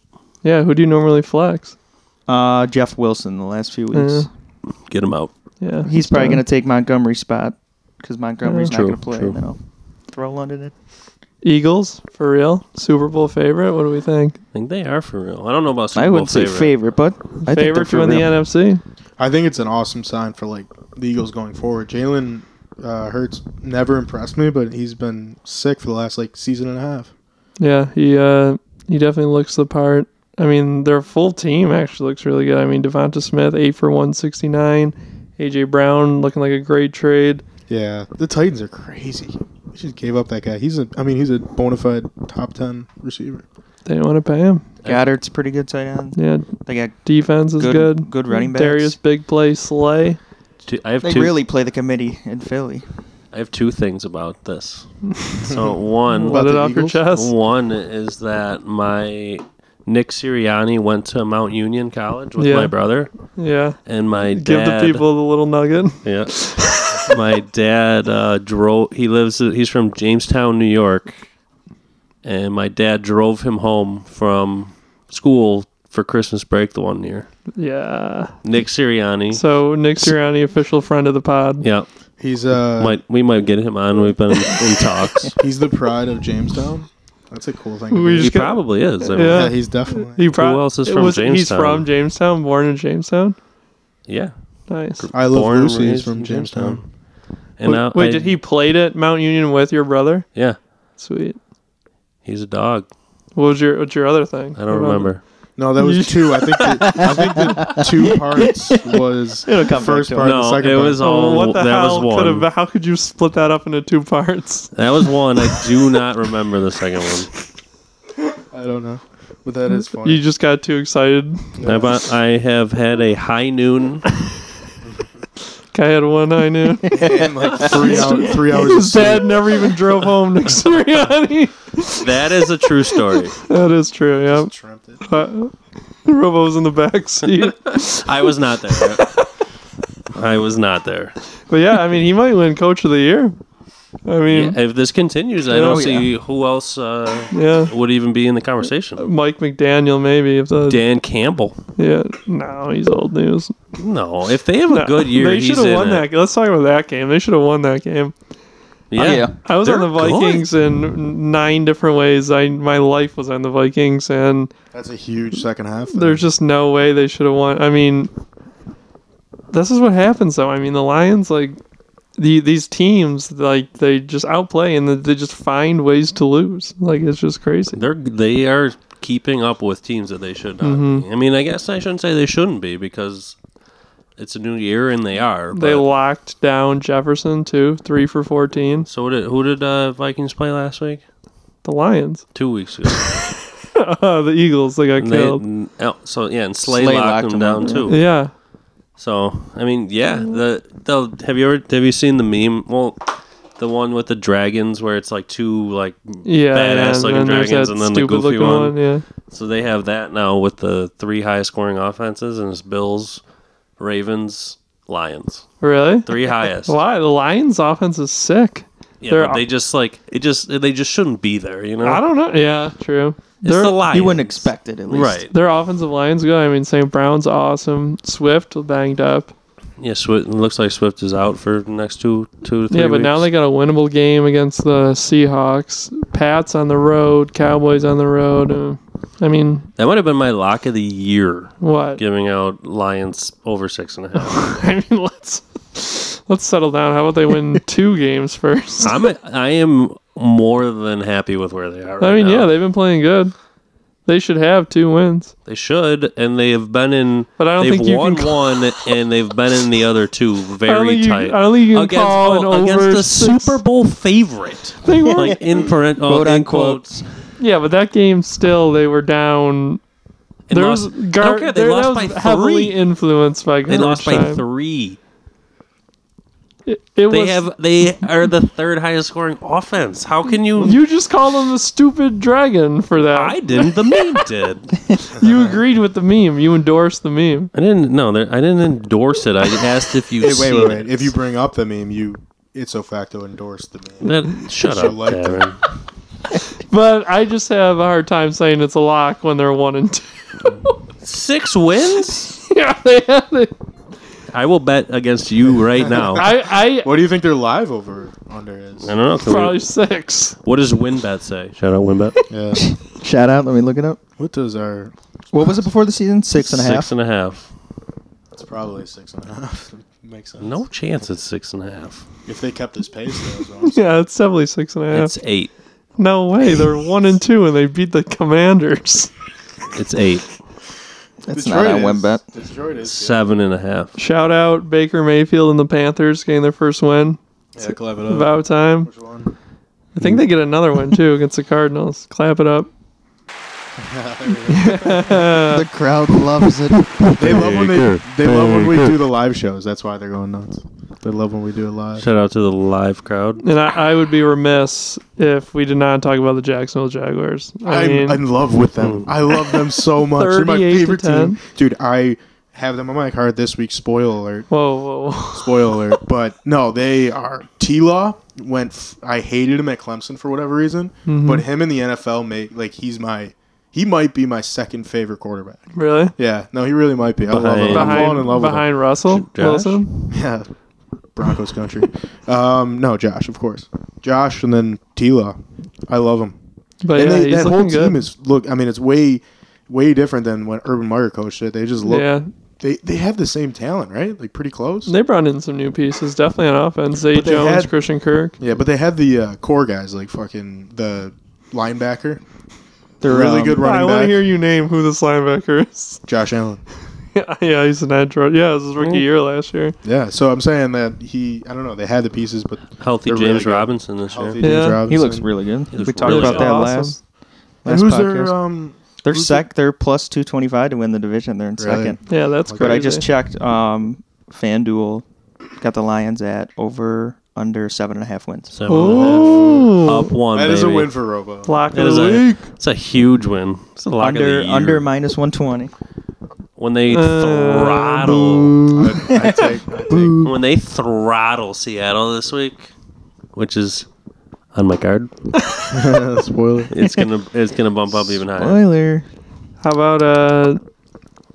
[SPEAKER 9] who do you normally flex?
[SPEAKER 3] uh, Jeff Wilson the last few weeks.
[SPEAKER 11] Get him out.
[SPEAKER 9] Yeah,
[SPEAKER 3] He's probably
[SPEAKER 9] been-
[SPEAKER 3] going to take Montgomery's spot because Montgomery's
[SPEAKER 11] True,
[SPEAKER 3] not going to play.
[SPEAKER 11] true.
[SPEAKER 3] and then I'll Throw London in.
[SPEAKER 9] Eagles for real Super Bowl favorite. What do we think?
[SPEAKER 11] I think they are for real. I don't know about Super
[SPEAKER 3] I
[SPEAKER 11] Bowl
[SPEAKER 3] wouldn't say favorite, but I think they're
[SPEAKER 9] favorite to
[SPEAKER 3] for
[SPEAKER 9] win the
[SPEAKER 3] real.
[SPEAKER 9] NFC.
[SPEAKER 10] I think it's an awesome sign for like the Eagles going forward. Jalen uh, Hurts never impressed me, but he's been sick for the last like season and a half.
[SPEAKER 9] Yeah, he uh he definitely looks the part. I mean, their full team actually looks really good. I mean, Devonta Smith eight for one sixty nine, AJ Brown looking like a great trade.
[SPEAKER 10] Yeah, the Titans are crazy. They just gave up that guy. He's a, I mean, he's a bona fide top ten receiver.
[SPEAKER 9] They didn't want to pay him.
[SPEAKER 3] Goddard's pretty good tight end.
[SPEAKER 9] Yeah,
[SPEAKER 3] They got
[SPEAKER 9] defense is
[SPEAKER 3] Good-
[SPEAKER 9] good.
[SPEAKER 3] good running backs.
[SPEAKER 9] Darius big play Slay.
[SPEAKER 11] Two, I have
[SPEAKER 3] they
[SPEAKER 11] two.
[SPEAKER 3] really play the committee in Philly.
[SPEAKER 11] I have two things about this. so one,
[SPEAKER 9] Let
[SPEAKER 10] About
[SPEAKER 9] it
[SPEAKER 10] the
[SPEAKER 9] off your
[SPEAKER 10] Eagles?
[SPEAKER 9] chest.
[SPEAKER 11] One is that my Nick Sirianni went to Mount Union College with
[SPEAKER 9] Yeah.
[SPEAKER 11] my brother.
[SPEAKER 9] Yeah.
[SPEAKER 11] and my
[SPEAKER 9] Give the
[SPEAKER 11] dad-
[SPEAKER 9] people the little nugget.
[SPEAKER 11] Yeah. My dad uh, drove. He lives. He's from Jamestown, New York, and my dad drove him home from school for Christmas break the one year.
[SPEAKER 9] Yeah.
[SPEAKER 11] Nick Sirianni.
[SPEAKER 9] So Nick Sirianni, official friend of the pod.
[SPEAKER 11] yeah,
[SPEAKER 10] he's uh
[SPEAKER 11] might we might get him on. We've been in talks.
[SPEAKER 10] He's the pride of Jamestown. That's a cool thing. to
[SPEAKER 9] We
[SPEAKER 10] be.
[SPEAKER 9] just
[SPEAKER 11] He got- probably is. I mean-
[SPEAKER 10] yeah. he's definitely.
[SPEAKER 9] He prob-
[SPEAKER 11] Who else is
[SPEAKER 9] it
[SPEAKER 11] from
[SPEAKER 9] He's
[SPEAKER 11] Jamestown?
[SPEAKER 9] from Jamestown, born in Jamestown.
[SPEAKER 11] Yeah.
[SPEAKER 9] Nice.
[SPEAKER 10] I love
[SPEAKER 11] Born and
[SPEAKER 10] Lucy. He's
[SPEAKER 11] raised
[SPEAKER 10] from
[SPEAKER 11] in
[SPEAKER 10] Jamestown.
[SPEAKER 11] And
[SPEAKER 9] wait,
[SPEAKER 11] now
[SPEAKER 9] wait
[SPEAKER 11] I-
[SPEAKER 9] did he played at Mount Union with your brother?
[SPEAKER 11] Yeah.
[SPEAKER 9] Sweet.
[SPEAKER 11] He's a dog.
[SPEAKER 9] What was your What's your other thing?
[SPEAKER 11] I don't remember.
[SPEAKER 10] No, that was two. I think. The, I think the two parts was
[SPEAKER 9] It'll
[SPEAKER 10] the
[SPEAKER 9] come back
[SPEAKER 10] first
[SPEAKER 9] to
[SPEAKER 10] part.
[SPEAKER 11] it.
[SPEAKER 10] and the
[SPEAKER 11] No,
[SPEAKER 10] second
[SPEAKER 11] it
[SPEAKER 10] part.
[SPEAKER 11] was all-
[SPEAKER 9] Oh, what the
[SPEAKER 11] that was
[SPEAKER 9] hell
[SPEAKER 11] one.
[SPEAKER 9] could have? How could you split that up into two parts?
[SPEAKER 11] That was one. I do not remember the second one.
[SPEAKER 10] I don't know, but that is funny.
[SPEAKER 9] You just got too excited.
[SPEAKER 11] I, bought, I have had a high noon.
[SPEAKER 9] I had one I knew.
[SPEAKER 10] And, like, three hour- three hours
[SPEAKER 9] His
[SPEAKER 10] of
[SPEAKER 9] dad never even drove home Nick Sirianni.
[SPEAKER 11] That is a true story.
[SPEAKER 9] that is true. Yeah. Uh, Robo was in the back seat.
[SPEAKER 11] I was not there. I was not there.
[SPEAKER 9] But yeah, I mean, he might win Coach of the Year. I mean,
[SPEAKER 11] If this continues, I
[SPEAKER 9] Yeah.
[SPEAKER 11] don't
[SPEAKER 9] Oh,
[SPEAKER 11] see who else uh,
[SPEAKER 9] Yeah.
[SPEAKER 11] would even be in the conversation.
[SPEAKER 9] Mike McDaniel maybe if the
[SPEAKER 11] Dan Campbell.
[SPEAKER 9] yeah no he's old news.
[SPEAKER 11] No, if they have a
[SPEAKER 9] No,
[SPEAKER 11] good year,
[SPEAKER 9] They
[SPEAKER 11] he's
[SPEAKER 9] should have
[SPEAKER 11] in
[SPEAKER 9] won
[SPEAKER 11] it.
[SPEAKER 9] that. Let's talk about that game. They should have won that game.
[SPEAKER 11] Yeah. Oh, yeah.
[SPEAKER 9] I was on
[SPEAKER 11] They're
[SPEAKER 9] the Vikings in nine different ways. I my life was on the Vikings, and
[SPEAKER 10] That's a huge second half.
[SPEAKER 9] there's just no way they should have won. I mean, this is what happens though. I mean, the Lions like the these teams like they just outplay and they just find ways to lose. Like it's just crazy.
[SPEAKER 11] They're they are keeping up with teams that they should not.
[SPEAKER 9] Mhm.
[SPEAKER 11] Be. I mean, I guess I shouldn't say they shouldn't be because it's a new year and they are.
[SPEAKER 9] They
[SPEAKER 11] but-
[SPEAKER 9] locked down Jefferson too, three for fourteen.
[SPEAKER 11] So what did, who did uh, Vikings play last week?
[SPEAKER 9] The Lions,
[SPEAKER 11] Two weeks ago.
[SPEAKER 9] the Eagles, they got
[SPEAKER 11] And they-
[SPEAKER 9] killed.
[SPEAKER 11] n- oh, so yeah, and Slay,
[SPEAKER 9] Slay
[SPEAKER 11] locked,
[SPEAKER 9] locked
[SPEAKER 11] them
[SPEAKER 9] him
[SPEAKER 11] down
[SPEAKER 9] up,
[SPEAKER 11] too.
[SPEAKER 9] yeah. Yeah.
[SPEAKER 11] So I mean, yeah. The the have you ever have you seen the meme? Well, the one with the dragons where it's like two like
[SPEAKER 9] Yeah, yeah,
[SPEAKER 11] badass
[SPEAKER 9] and
[SPEAKER 11] looking
[SPEAKER 9] then there's
[SPEAKER 11] dragons
[SPEAKER 9] that
[SPEAKER 11] and then the goofy
[SPEAKER 9] stupid looking
[SPEAKER 11] one.
[SPEAKER 9] one, yeah.
[SPEAKER 11] So they have that now with the three high scoring offenses and it's Bills, Ravens, Lions.
[SPEAKER 9] Really?
[SPEAKER 11] Three highest.
[SPEAKER 9] Why the Lions' offense is sick.
[SPEAKER 11] Yeah,
[SPEAKER 9] They're-
[SPEAKER 11] but they just like it. Just they just shouldn't be there. You know.
[SPEAKER 9] I don't know. Yeah, true.
[SPEAKER 11] It's the Lions. You wouldn't
[SPEAKER 3] expect it at
[SPEAKER 11] least. Right.
[SPEAKER 9] Their offensive line's good. I mean, St. Brown's awesome. Swift banged up.
[SPEAKER 11] Yeah, Swift, it looks like Swift is out for the next two, two to three.
[SPEAKER 9] Yeah, but now
[SPEAKER 11] weeks.
[SPEAKER 9] they got a winnable game against the Seahawks. Pats on the road. Cowboys on the road. Uh, I mean,
[SPEAKER 11] that might have been my lock of the year.
[SPEAKER 9] What?
[SPEAKER 11] giving out Lions over six and a half?
[SPEAKER 9] I mean, let's let's settle down. How about they win two games first?
[SPEAKER 11] I'm a, I am more than happy with where they are.
[SPEAKER 9] I
[SPEAKER 11] right
[SPEAKER 9] mean,
[SPEAKER 11] now.
[SPEAKER 9] yeah, they've been playing good. They should have two wins.
[SPEAKER 11] They should, and they have been in. But
[SPEAKER 9] I don't
[SPEAKER 11] they've
[SPEAKER 9] think you
[SPEAKER 11] won
[SPEAKER 9] can
[SPEAKER 11] one, and they've been in the other two
[SPEAKER 9] I don't
[SPEAKER 11] very
[SPEAKER 9] think you,
[SPEAKER 11] tight.
[SPEAKER 9] I don't think you can
[SPEAKER 11] against,
[SPEAKER 9] call
[SPEAKER 11] oh,
[SPEAKER 9] an
[SPEAKER 11] against
[SPEAKER 9] over
[SPEAKER 11] the
[SPEAKER 9] six.
[SPEAKER 11] Super Bowl favorite.
[SPEAKER 9] They were.
[SPEAKER 11] like in, parent, oh,
[SPEAKER 9] Quote
[SPEAKER 11] in
[SPEAKER 9] unquote.
[SPEAKER 11] quotes.
[SPEAKER 9] Yeah, but that game still they were down.
[SPEAKER 11] And
[SPEAKER 9] there
[SPEAKER 11] lost-
[SPEAKER 9] was gar-
[SPEAKER 11] I don't care, they
[SPEAKER 9] there-
[SPEAKER 11] lost
[SPEAKER 9] that was
[SPEAKER 11] by
[SPEAKER 9] heavily
[SPEAKER 11] three.
[SPEAKER 9] influenced by
[SPEAKER 11] They lost
[SPEAKER 9] garbage
[SPEAKER 11] by
[SPEAKER 9] time.
[SPEAKER 11] three.
[SPEAKER 9] It, it
[SPEAKER 11] they
[SPEAKER 9] was,
[SPEAKER 11] have they are the third highest scoring offense. How can you?
[SPEAKER 9] You just called them the stupid dragon for that.
[SPEAKER 11] I didn't. The meme did.
[SPEAKER 9] you agreed with the meme. You endorsed the meme.
[SPEAKER 11] I didn't. No, there- I didn't endorse it. I asked if you.
[SPEAKER 10] Hey, wait, wait, wait.
[SPEAKER 11] It.
[SPEAKER 10] If you bring up the meme, you ipso facto endorse the meme.
[SPEAKER 11] That- shut
[SPEAKER 10] So
[SPEAKER 11] up,
[SPEAKER 10] like that.
[SPEAKER 11] Darren.
[SPEAKER 9] But I just have a hard time saying it's a lock when they're one and two.
[SPEAKER 11] Six wins?
[SPEAKER 9] yeah, they had it.
[SPEAKER 11] I will bet against you right now. I,
[SPEAKER 9] I, I
[SPEAKER 10] What do you think their live over under is?
[SPEAKER 11] don't know. can we-
[SPEAKER 9] probably six.
[SPEAKER 11] what does WinBet say? Shout out WinBet.
[SPEAKER 10] Yeah.
[SPEAKER 3] Shout out. Let me look it up.
[SPEAKER 10] What does our?
[SPEAKER 3] What was it before the season? Six and a half.
[SPEAKER 11] Six and a half.
[SPEAKER 10] It's probably six and a half. Makes sense.
[SPEAKER 11] No chance. It's six and a half.
[SPEAKER 10] If they kept this pace, though, is what I'm
[SPEAKER 9] Yeah, it's definitely six and a half.
[SPEAKER 11] It's eight.
[SPEAKER 9] no way. They're one and two, and they beat the Commanders.
[SPEAKER 11] It's eight.
[SPEAKER 3] That's not
[SPEAKER 10] Detroit
[SPEAKER 3] on
[SPEAKER 10] is-
[SPEAKER 3] WinBet.
[SPEAKER 10] Detroit is.
[SPEAKER 11] Seven and a half.
[SPEAKER 9] Shout out Baker Mayfield and the Panthers getting their first win.
[SPEAKER 10] Yeah, clap it up.
[SPEAKER 9] About time. I
[SPEAKER 11] Hmm.
[SPEAKER 9] think they get another one too against the Cardinals. Clap it up.
[SPEAKER 3] The crowd loves it.
[SPEAKER 10] They love when they, they love when we do the live shows. That's why they're going nuts. They love when we do it live.
[SPEAKER 11] Shout out to the live crowd.
[SPEAKER 9] And I, I would be remiss if we did not talk about the Jacksonville Jaguars.
[SPEAKER 10] I'm in love with them. I love them so much. They're my
[SPEAKER 9] 38 to
[SPEAKER 10] favorite
[SPEAKER 9] 10.
[SPEAKER 10] team, dude. I have them on my card this week. Spoiler alert.
[SPEAKER 9] Whoa, whoa.
[SPEAKER 10] Spoiler alert. But no, they are. T Law went. F- I hated him at Clemson for whatever reason,
[SPEAKER 9] Mhm.
[SPEAKER 10] but him in the NFL made like he's my. He might be my second favorite quarterback.
[SPEAKER 9] Really?
[SPEAKER 10] Yeah. No, he really might be. I love him. I'm falling
[SPEAKER 9] Behind,
[SPEAKER 10] in love with him.
[SPEAKER 9] behind Russell Wilson?
[SPEAKER 10] Yeah. Broncos country. um, no, Josh, of course. Josh and then Tila. I love him.
[SPEAKER 9] But
[SPEAKER 10] and
[SPEAKER 9] yeah,
[SPEAKER 10] they,
[SPEAKER 9] he's
[SPEAKER 10] that whole
[SPEAKER 9] looking
[SPEAKER 10] team
[SPEAKER 9] good.
[SPEAKER 10] is look. I mean, it's way, way different than when Urban Meyer coached it. They just look.
[SPEAKER 9] Yeah.
[SPEAKER 10] They they have the same talent, right? Like pretty close.
[SPEAKER 9] They brought in some new pieces, definitely on offense. Zay
[SPEAKER 10] But they
[SPEAKER 9] Jones,
[SPEAKER 10] had-
[SPEAKER 9] Christian Kirk.
[SPEAKER 10] Yeah, but they had the uh, core guys like fucking the linebacker. They're
[SPEAKER 9] They're,
[SPEAKER 10] really
[SPEAKER 9] um,
[SPEAKER 10] good
[SPEAKER 9] I
[SPEAKER 10] running
[SPEAKER 9] wanna
[SPEAKER 10] back.
[SPEAKER 9] hear you name who this linebacker is.
[SPEAKER 10] Josh Allen.
[SPEAKER 9] yeah, yeah, he's an intro. Yeah, this is rookie
[SPEAKER 10] Mm.
[SPEAKER 9] year last year.
[SPEAKER 10] Yeah, so I'm saying that he. I don't know. They had the pieces, but
[SPEAKER 11] Healthy
[SPEAKER 10] they're
[SPEAKER 11] James
[SPEAKER 10] good.
[SPEAKER 11] Robinson this year.
[SPEAKER 10] Healthy James Robinson.
[SPEAKER 3] He looks really good.
[SPEAKER 11] He looks
[SPEAKER 3] we talked
[SPEAKER 11] really
[SPEAKER 3] about
[SPEAKER 11] good.
[SPEAKER 3] that
[SPEAKER 11] Awesome.
[SPEAKER 3] last.
[SPEAKER 10] And
[SPEAKER 3] last
[SPEAKER 10] who's their,
[SPEAKER 3] podcast.
[SPEAKER 10] um,
[SPEAKER 3] they're
[SPEAKER 10] who's
[SPEAKER 3] sec. They're plus two twenty five to win the division. They're in
[SPEAKER 10] Really?
[SPEAKER 3] second.
[SPEAKER 9] Yeah, that's
[SPEAKER 3] But I just
[SPEAKER 9] crazy.
[SPEAKER 3] checked. Um, FanDuel got the Lions at over under seven and a half wins.
[SPEAKER 11] Seven and a half.
[SPEAKER 9] Ooh.
[SPEAKER 11] Up one.
[SPEAKER 10] That
[SPEAKER 11] baby.
[SPEAKER 10] is a win for Robo.
[SPEAKER 9] Lock
[SPEAKER 11] That
[SPEAKER 9] of
[SPEAKER 11] is
[SPEAKER 9] the
[SPEAKER 11] a-
[SPEAKER 9] week.
[SPEAKER 11] It's a huge win. It's a lock
[SPEAKER 3] under
[SPEAKER 11] of the year.
[SPEAKER 3] under minus one twenty.
[SPEAKER 11] when they
[SPEAKER 9] Uh,
[SPEAKER 11] throttle
[SPEAKER 10] I, I take, I take
[SPEAKER 11] when they throttle Seattle this week, which is on my card.
[SPEAKER 10] Spoiler.
[SPEAKER 11] It's gonna it's gonna bump up even higher.
[SPEAKER 3] Spoiler.
[SPEAKER 9] How about uh,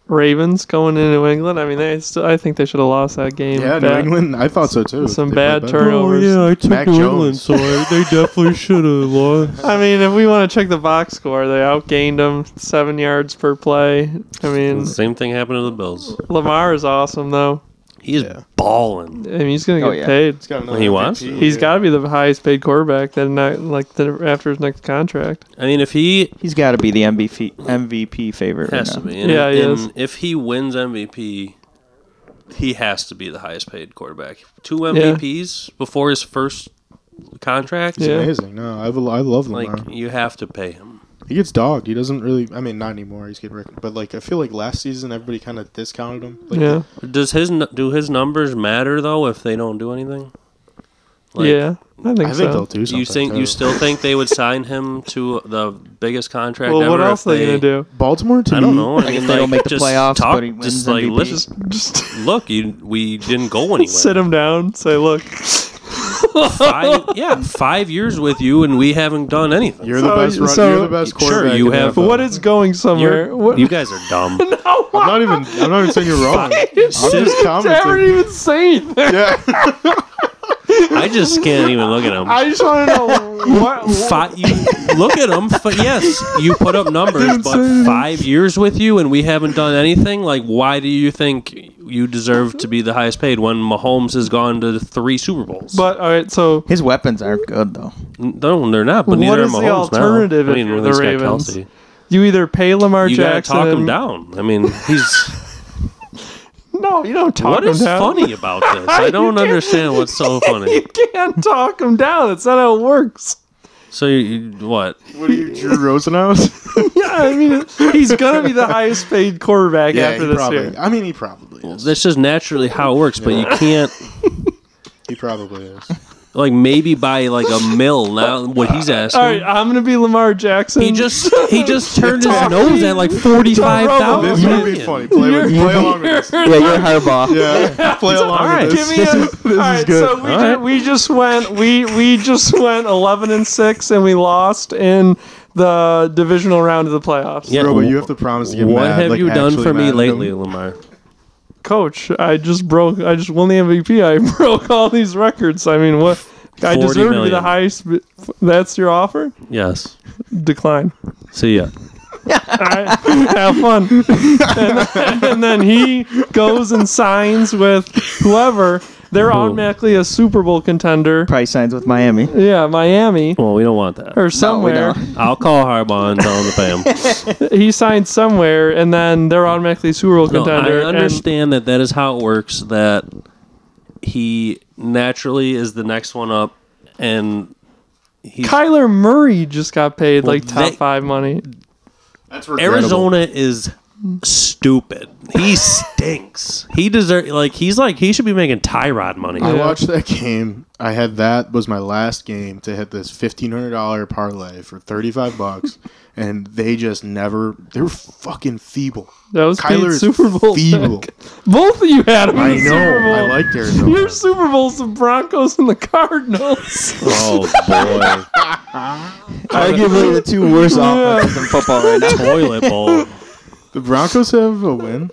[SPEAKER 9] Ravens going into New England? I mean, they still, I think they should have lost that game.
[SPEAKER 10] Yeah, New
[SPEAKER 9] Bad-
[SPEAKER 10] England. I thought so too.
[SPEAKER 9] Some
[SPEAKER 10] They
[SPEAKER 9] bad
[SPEAKER 10] played better.
[SPEAKER 9] turnovers.
[SPEAKER 10] I took Mac New England, Jones. so I-
[SPEAKER 11] they definitely should have lost.
[SPEAKER 9] I mean, if we want to check the box score, they outgained them seven yards per play. I mean,
[SPEAKER 11] Same thing happened to the Bills.
[SPEAKER 9] Lamar is awesome though.
[SPEAKER 11] He is balling.
[SPEAKER 9] I mean, he's gonna get
[SPEAKER 3] Oh, yeah.
[SPEAKER 9] paid.
[SPEAKER 10] He's got another
[SPEAKER 11] He wants
[SPEAKER 10] MVP.
[SPEAKER 11] to.
[SPEAKER 9] He's got to be the highest paid quarterback then not like the, after his next contract.
[SPEAKER 11] I mean, if he
[SPEAKER 3] He's got to be the MVP MVP favorite.
[SPEAKER 11] has
[SPEAKER 3] right
[SPEAKER 11] to
[SPEAKER 3] now.
[SPEAKER 11] be, and,
[SPEAKER 9] Yeah, he
[SPEAKER 11] and
[SPEAKER 9] is.
[SPEAKER 11] if he wins MVP, he has to be the highest paid quarterback. Two MVPs before his first contract.
[SPEAKER 9] Yeah.
[SPEAKER 10] Amazing. No, I, will- I love Lamar.
[SPEAKER 11] Like you have to pay him.
[SPEAKER 10] he gets dogged. He doesn't really. I mean, not anymore. He's getting wrecked. But like, I feel like last season everybody kind of discounted him. Like,
[SPEAKER 9] yeah,
[SPEAKER 11] Does his nu- do his numbers matter though if they don't do anything? Like,
[SPEAKER 9] yeah. I think
[SPEAKER 10] I think
[SPEAKER 9] so.
[SPEAKER 10] they'll do
[SPEAKER 11] Do
[SPEAKER 10] something.
[SPEAKER 11] you think
[SPEAKER 10] too.
[SPEAKER 11] you still think they would sign him to the biggest contract?
[SPEAKER 9] well,
[SPEAKER 11] ever
[SPEAKER 9] what
[SPEAKER 11] if
[SPEAKER 9] else are they
[SPEAKER 11] they
[SPEAKER 9] gonna do?
[SPEAKER 10] Baltimore? To
[SPEAKER 11] I don't
[SPEAKER 10] me-
[SPEAKER 11] know.
[SPEAKER 3] I guess
[SPEAKER 11] mean,
[SPEAKER 3] they don't
[SPEAKER 11] like,
[SPEAKER 3] make the
[SPEAKER 11] just
[SPEAKER 3] playoff,
[SPEAKER 11] talk-
[SPEAKER 3] but he wins
[SPEAKER 11] just like
[SPEAKER 3] MVP.
[SPEAKER 11] let's just
[SPEAKER 9] Just
[SPEAKER 11] look. You we didn't go anywhere.
[SPEAKER 9] sit him down. Say, look,
[SPEAKER 11] Five, yeah, five years with you, and we haven't done anything.
[SPEAKER 10] You're the
[SPEAKER 9] So-
[SPEAKER 10] best. Run,
[SPEAKER 9] so-
[SPEAKER 10] you're the best
[SPEAKER 11] Sure,
[SPEAKER 10] quarterback.
[SPEAKER 11] you
[SPEAKER 10] in the
[SPEAKER 11] have-
[SPEAKER 10] NFL.
[SPEAKER 9] what is going somewhere?
[SPEAKER 11] You're-
[SPEAKER 9] what? Oh,
[SPEAKER 11] you guys are dumb.
[SPEAKER 10] I'm not even. I'm not even saying you're wrong. I'm just
[SPEAKER 9] I haven't
[SPEAKER 10] commenting.
[SPEAKER 9] even seen.
[SPEAKER 10] Yeah.
[SPEAKER 11] I just can't even look at them.
[SPEAKER 9] I just want to know what.
[SPEAKER 11] Five, you look at them. F- yes, you put up numbers, but five years with you, and we haven't done anything. Like, why do you think you deserve to be the highest paid when Mahomes has gone to three Super Bowls?
[SPEAKER 9] But all right, so
[SPEAKER 3] His weapons aren't good though.
[SPEAKER 11] No, they're not. But
[SPEAKER 9] What
[SPEAKER 11] neither
[SPEAKER 9] is
[SPEAKER 11] are
[SPEAKER 9] the
[SPEAKER 11] Mahomes now.
[SPEAKER 9] alternative
[SPEAKER 11] I
[SPEAKER 9] if
[SPEAKER 11] mean,
[SPEAKER 9] you're
[SPEAKER 11] at
[SPEAKER 9] the
[SPEAKER 11] least got
[SPEAKER 9] Ravens?
[SPEAKER 11] Kelsey.
[SPEAKER 9] you either pay Lamar
[SPEAKER 11] You gotta
[SPEAKER 9] Jackson.
[SPEAKER 11] talk him down. I mean, he's
[SPEAKER 9] No, you don't talk
[SPEAKER 11] what
[SPEAKER 9] him
[SPEAKER 11] is
[SPEAKER 9] down.
[SPEAKER 11] funny about this? I
[SPEAKER 9] You
[SPEAKER 11] don't
[SPEAKER 9] can't-
[SPEAKER 11] understand what's so
[SPEAKER 9] you
[SPEAKER 11] funny.
[SPEAKER 9] can't talk him down. That's not how it works.
[SPEAKER 11] So you, you- what?
[SPEAKER 10] what are you, Drew Rosenhaus?
[SPEAKER 9] Yeah, I mean, he's gonna be the highest paid quarterback after
[SPEAKER 10] he
[SPEAKER 9] this
[SPEAKER 10] probably.
[SPEAKER 9] year.
[SPEAKER 10] I mean, he probably is.
[SPEAKER 11] That's just naturally how it works. But you can't
[SPEAKER 10] He probably is.
[SPEAKER 11] like maybe by like a mill now what he's asking.
[SPEAKER 9] All right, I'm gonna be Lamar Jackson.
[SPEAKER 11] He just he just turned his
[SPEAKER 9] Talk-
[SPEAKER 11] nose at like forty five
[SPEAKER 9] Talk-
[SPEAKER 10] This
[SPEAKER 11] thousand.
[SPEAKER 10] would be funny. Play, with, play along with this.
[SPEAKER 3] Yeah, you're Harbaugh.
[SPEAKER 10] Yeah. Play along
[SPEAKER 9] All right,
[SPEAKER 10] with
[SPEAKER 9] give
[SPEAKER 10] this.
[SPEAKER 9] me a. all right, so we, ju- we just went we we just went 11 and six, and we lost in the divisional round of the playoffs.
[SPEAKER 11] Yeah.
[SPEAKER 10] Bro, but you have to promise to get
[SPEAKER 11] What
[SPEAKER 10] mad,
[SPEAKER 11] have
[SPEAKER 10] like,
[SPEAKER 11] you done
[SPEAKER 10] actually
[SPEAKER 11] for me
[SPEAKER 10] mad at
[SPEAKER 11] lately,
[SPEAKER 10] him.
[SPEAKER 11] Lamar?
[SPEAKER 9] Coach, I just broke. I just won the MVP. I broke all these records. I mean, what? I
[SPEAKER 11] 40
[SPEAKER 9] deserve to be the
[SPEAKER 11] million.
[SPEAKER 9] highest. b- That's your offer?
[SPEAKER 11] Yes.
[SPEAKER 9] Decline.
[SPEAKER 11] See ya.
[SPEAKER 9] All right, have fun. And, and then he goes and signs with whoever. They're automatically a Super Bowl contender.
[SPEAKER 3] Price signs with Miami.
[SPEAKER 9] Yeah, Miami
[SPEAKER 11] Well, we don't want that.
[SPEAKER 9] or somewhere.
[SPEAKER 3] don't.
[SPEAKER 11] I'll call Harbaugh and tell him to pay him.
[SPEAKER 9] he signed somewhere, and then they're automatically Super Bowl
[SPEAKER 11] No,
[SPEAKER 9] contender.
[SPEAKER 11] I
[SPEAKER 9] and-
[SPEAKER 11] understand that that is how it works. That he naturally is the next one up, and he's
[SPEAKER 9] Kyler Murray just got paid
[SPEAKER 11] Well,
[SPEAKER 9] like top
[SPEAKER 11] they-
[SPEAKER 9] five money.
[SPEAKER 10] That's regrettable.
[SPEAKER 11] Arizona is stupid. He stinks. He deserve like he's like he should be making Tyrod money.
[SPEAKER 10] I watched that game. I had that was my last game to hit this fifteen hundred dollar parlay for thirty five bucks, and they just never. They were fucking feeble.
[SPEAKER 9] That was
[SPEAKER 10] Kyler
[SPEAKER 9] Pete's
[SPEAKER 10] is
[SPEAKER 9] Super Bowl.
[SPEAKER 10] feeble.
[SPEAKER 9] Both of you had him.
[SPEAKER 10] I
[SPEAKER 9] in the
[SPEAKER 10] know.
[SPEAKER 9] Super Bowl.
[SPEAKER 10] I liked Arizona.
[SPEAKER 9] Your Super Bowl's the Broncos and the Cardinals.
[SPEAKER 11] boy.
[SPEAKER 3] Arguably the two worst offenses in football right now.
[SPEAKER 11] Toilet bowl.
[SPEAKER 10] The Broncos have a win.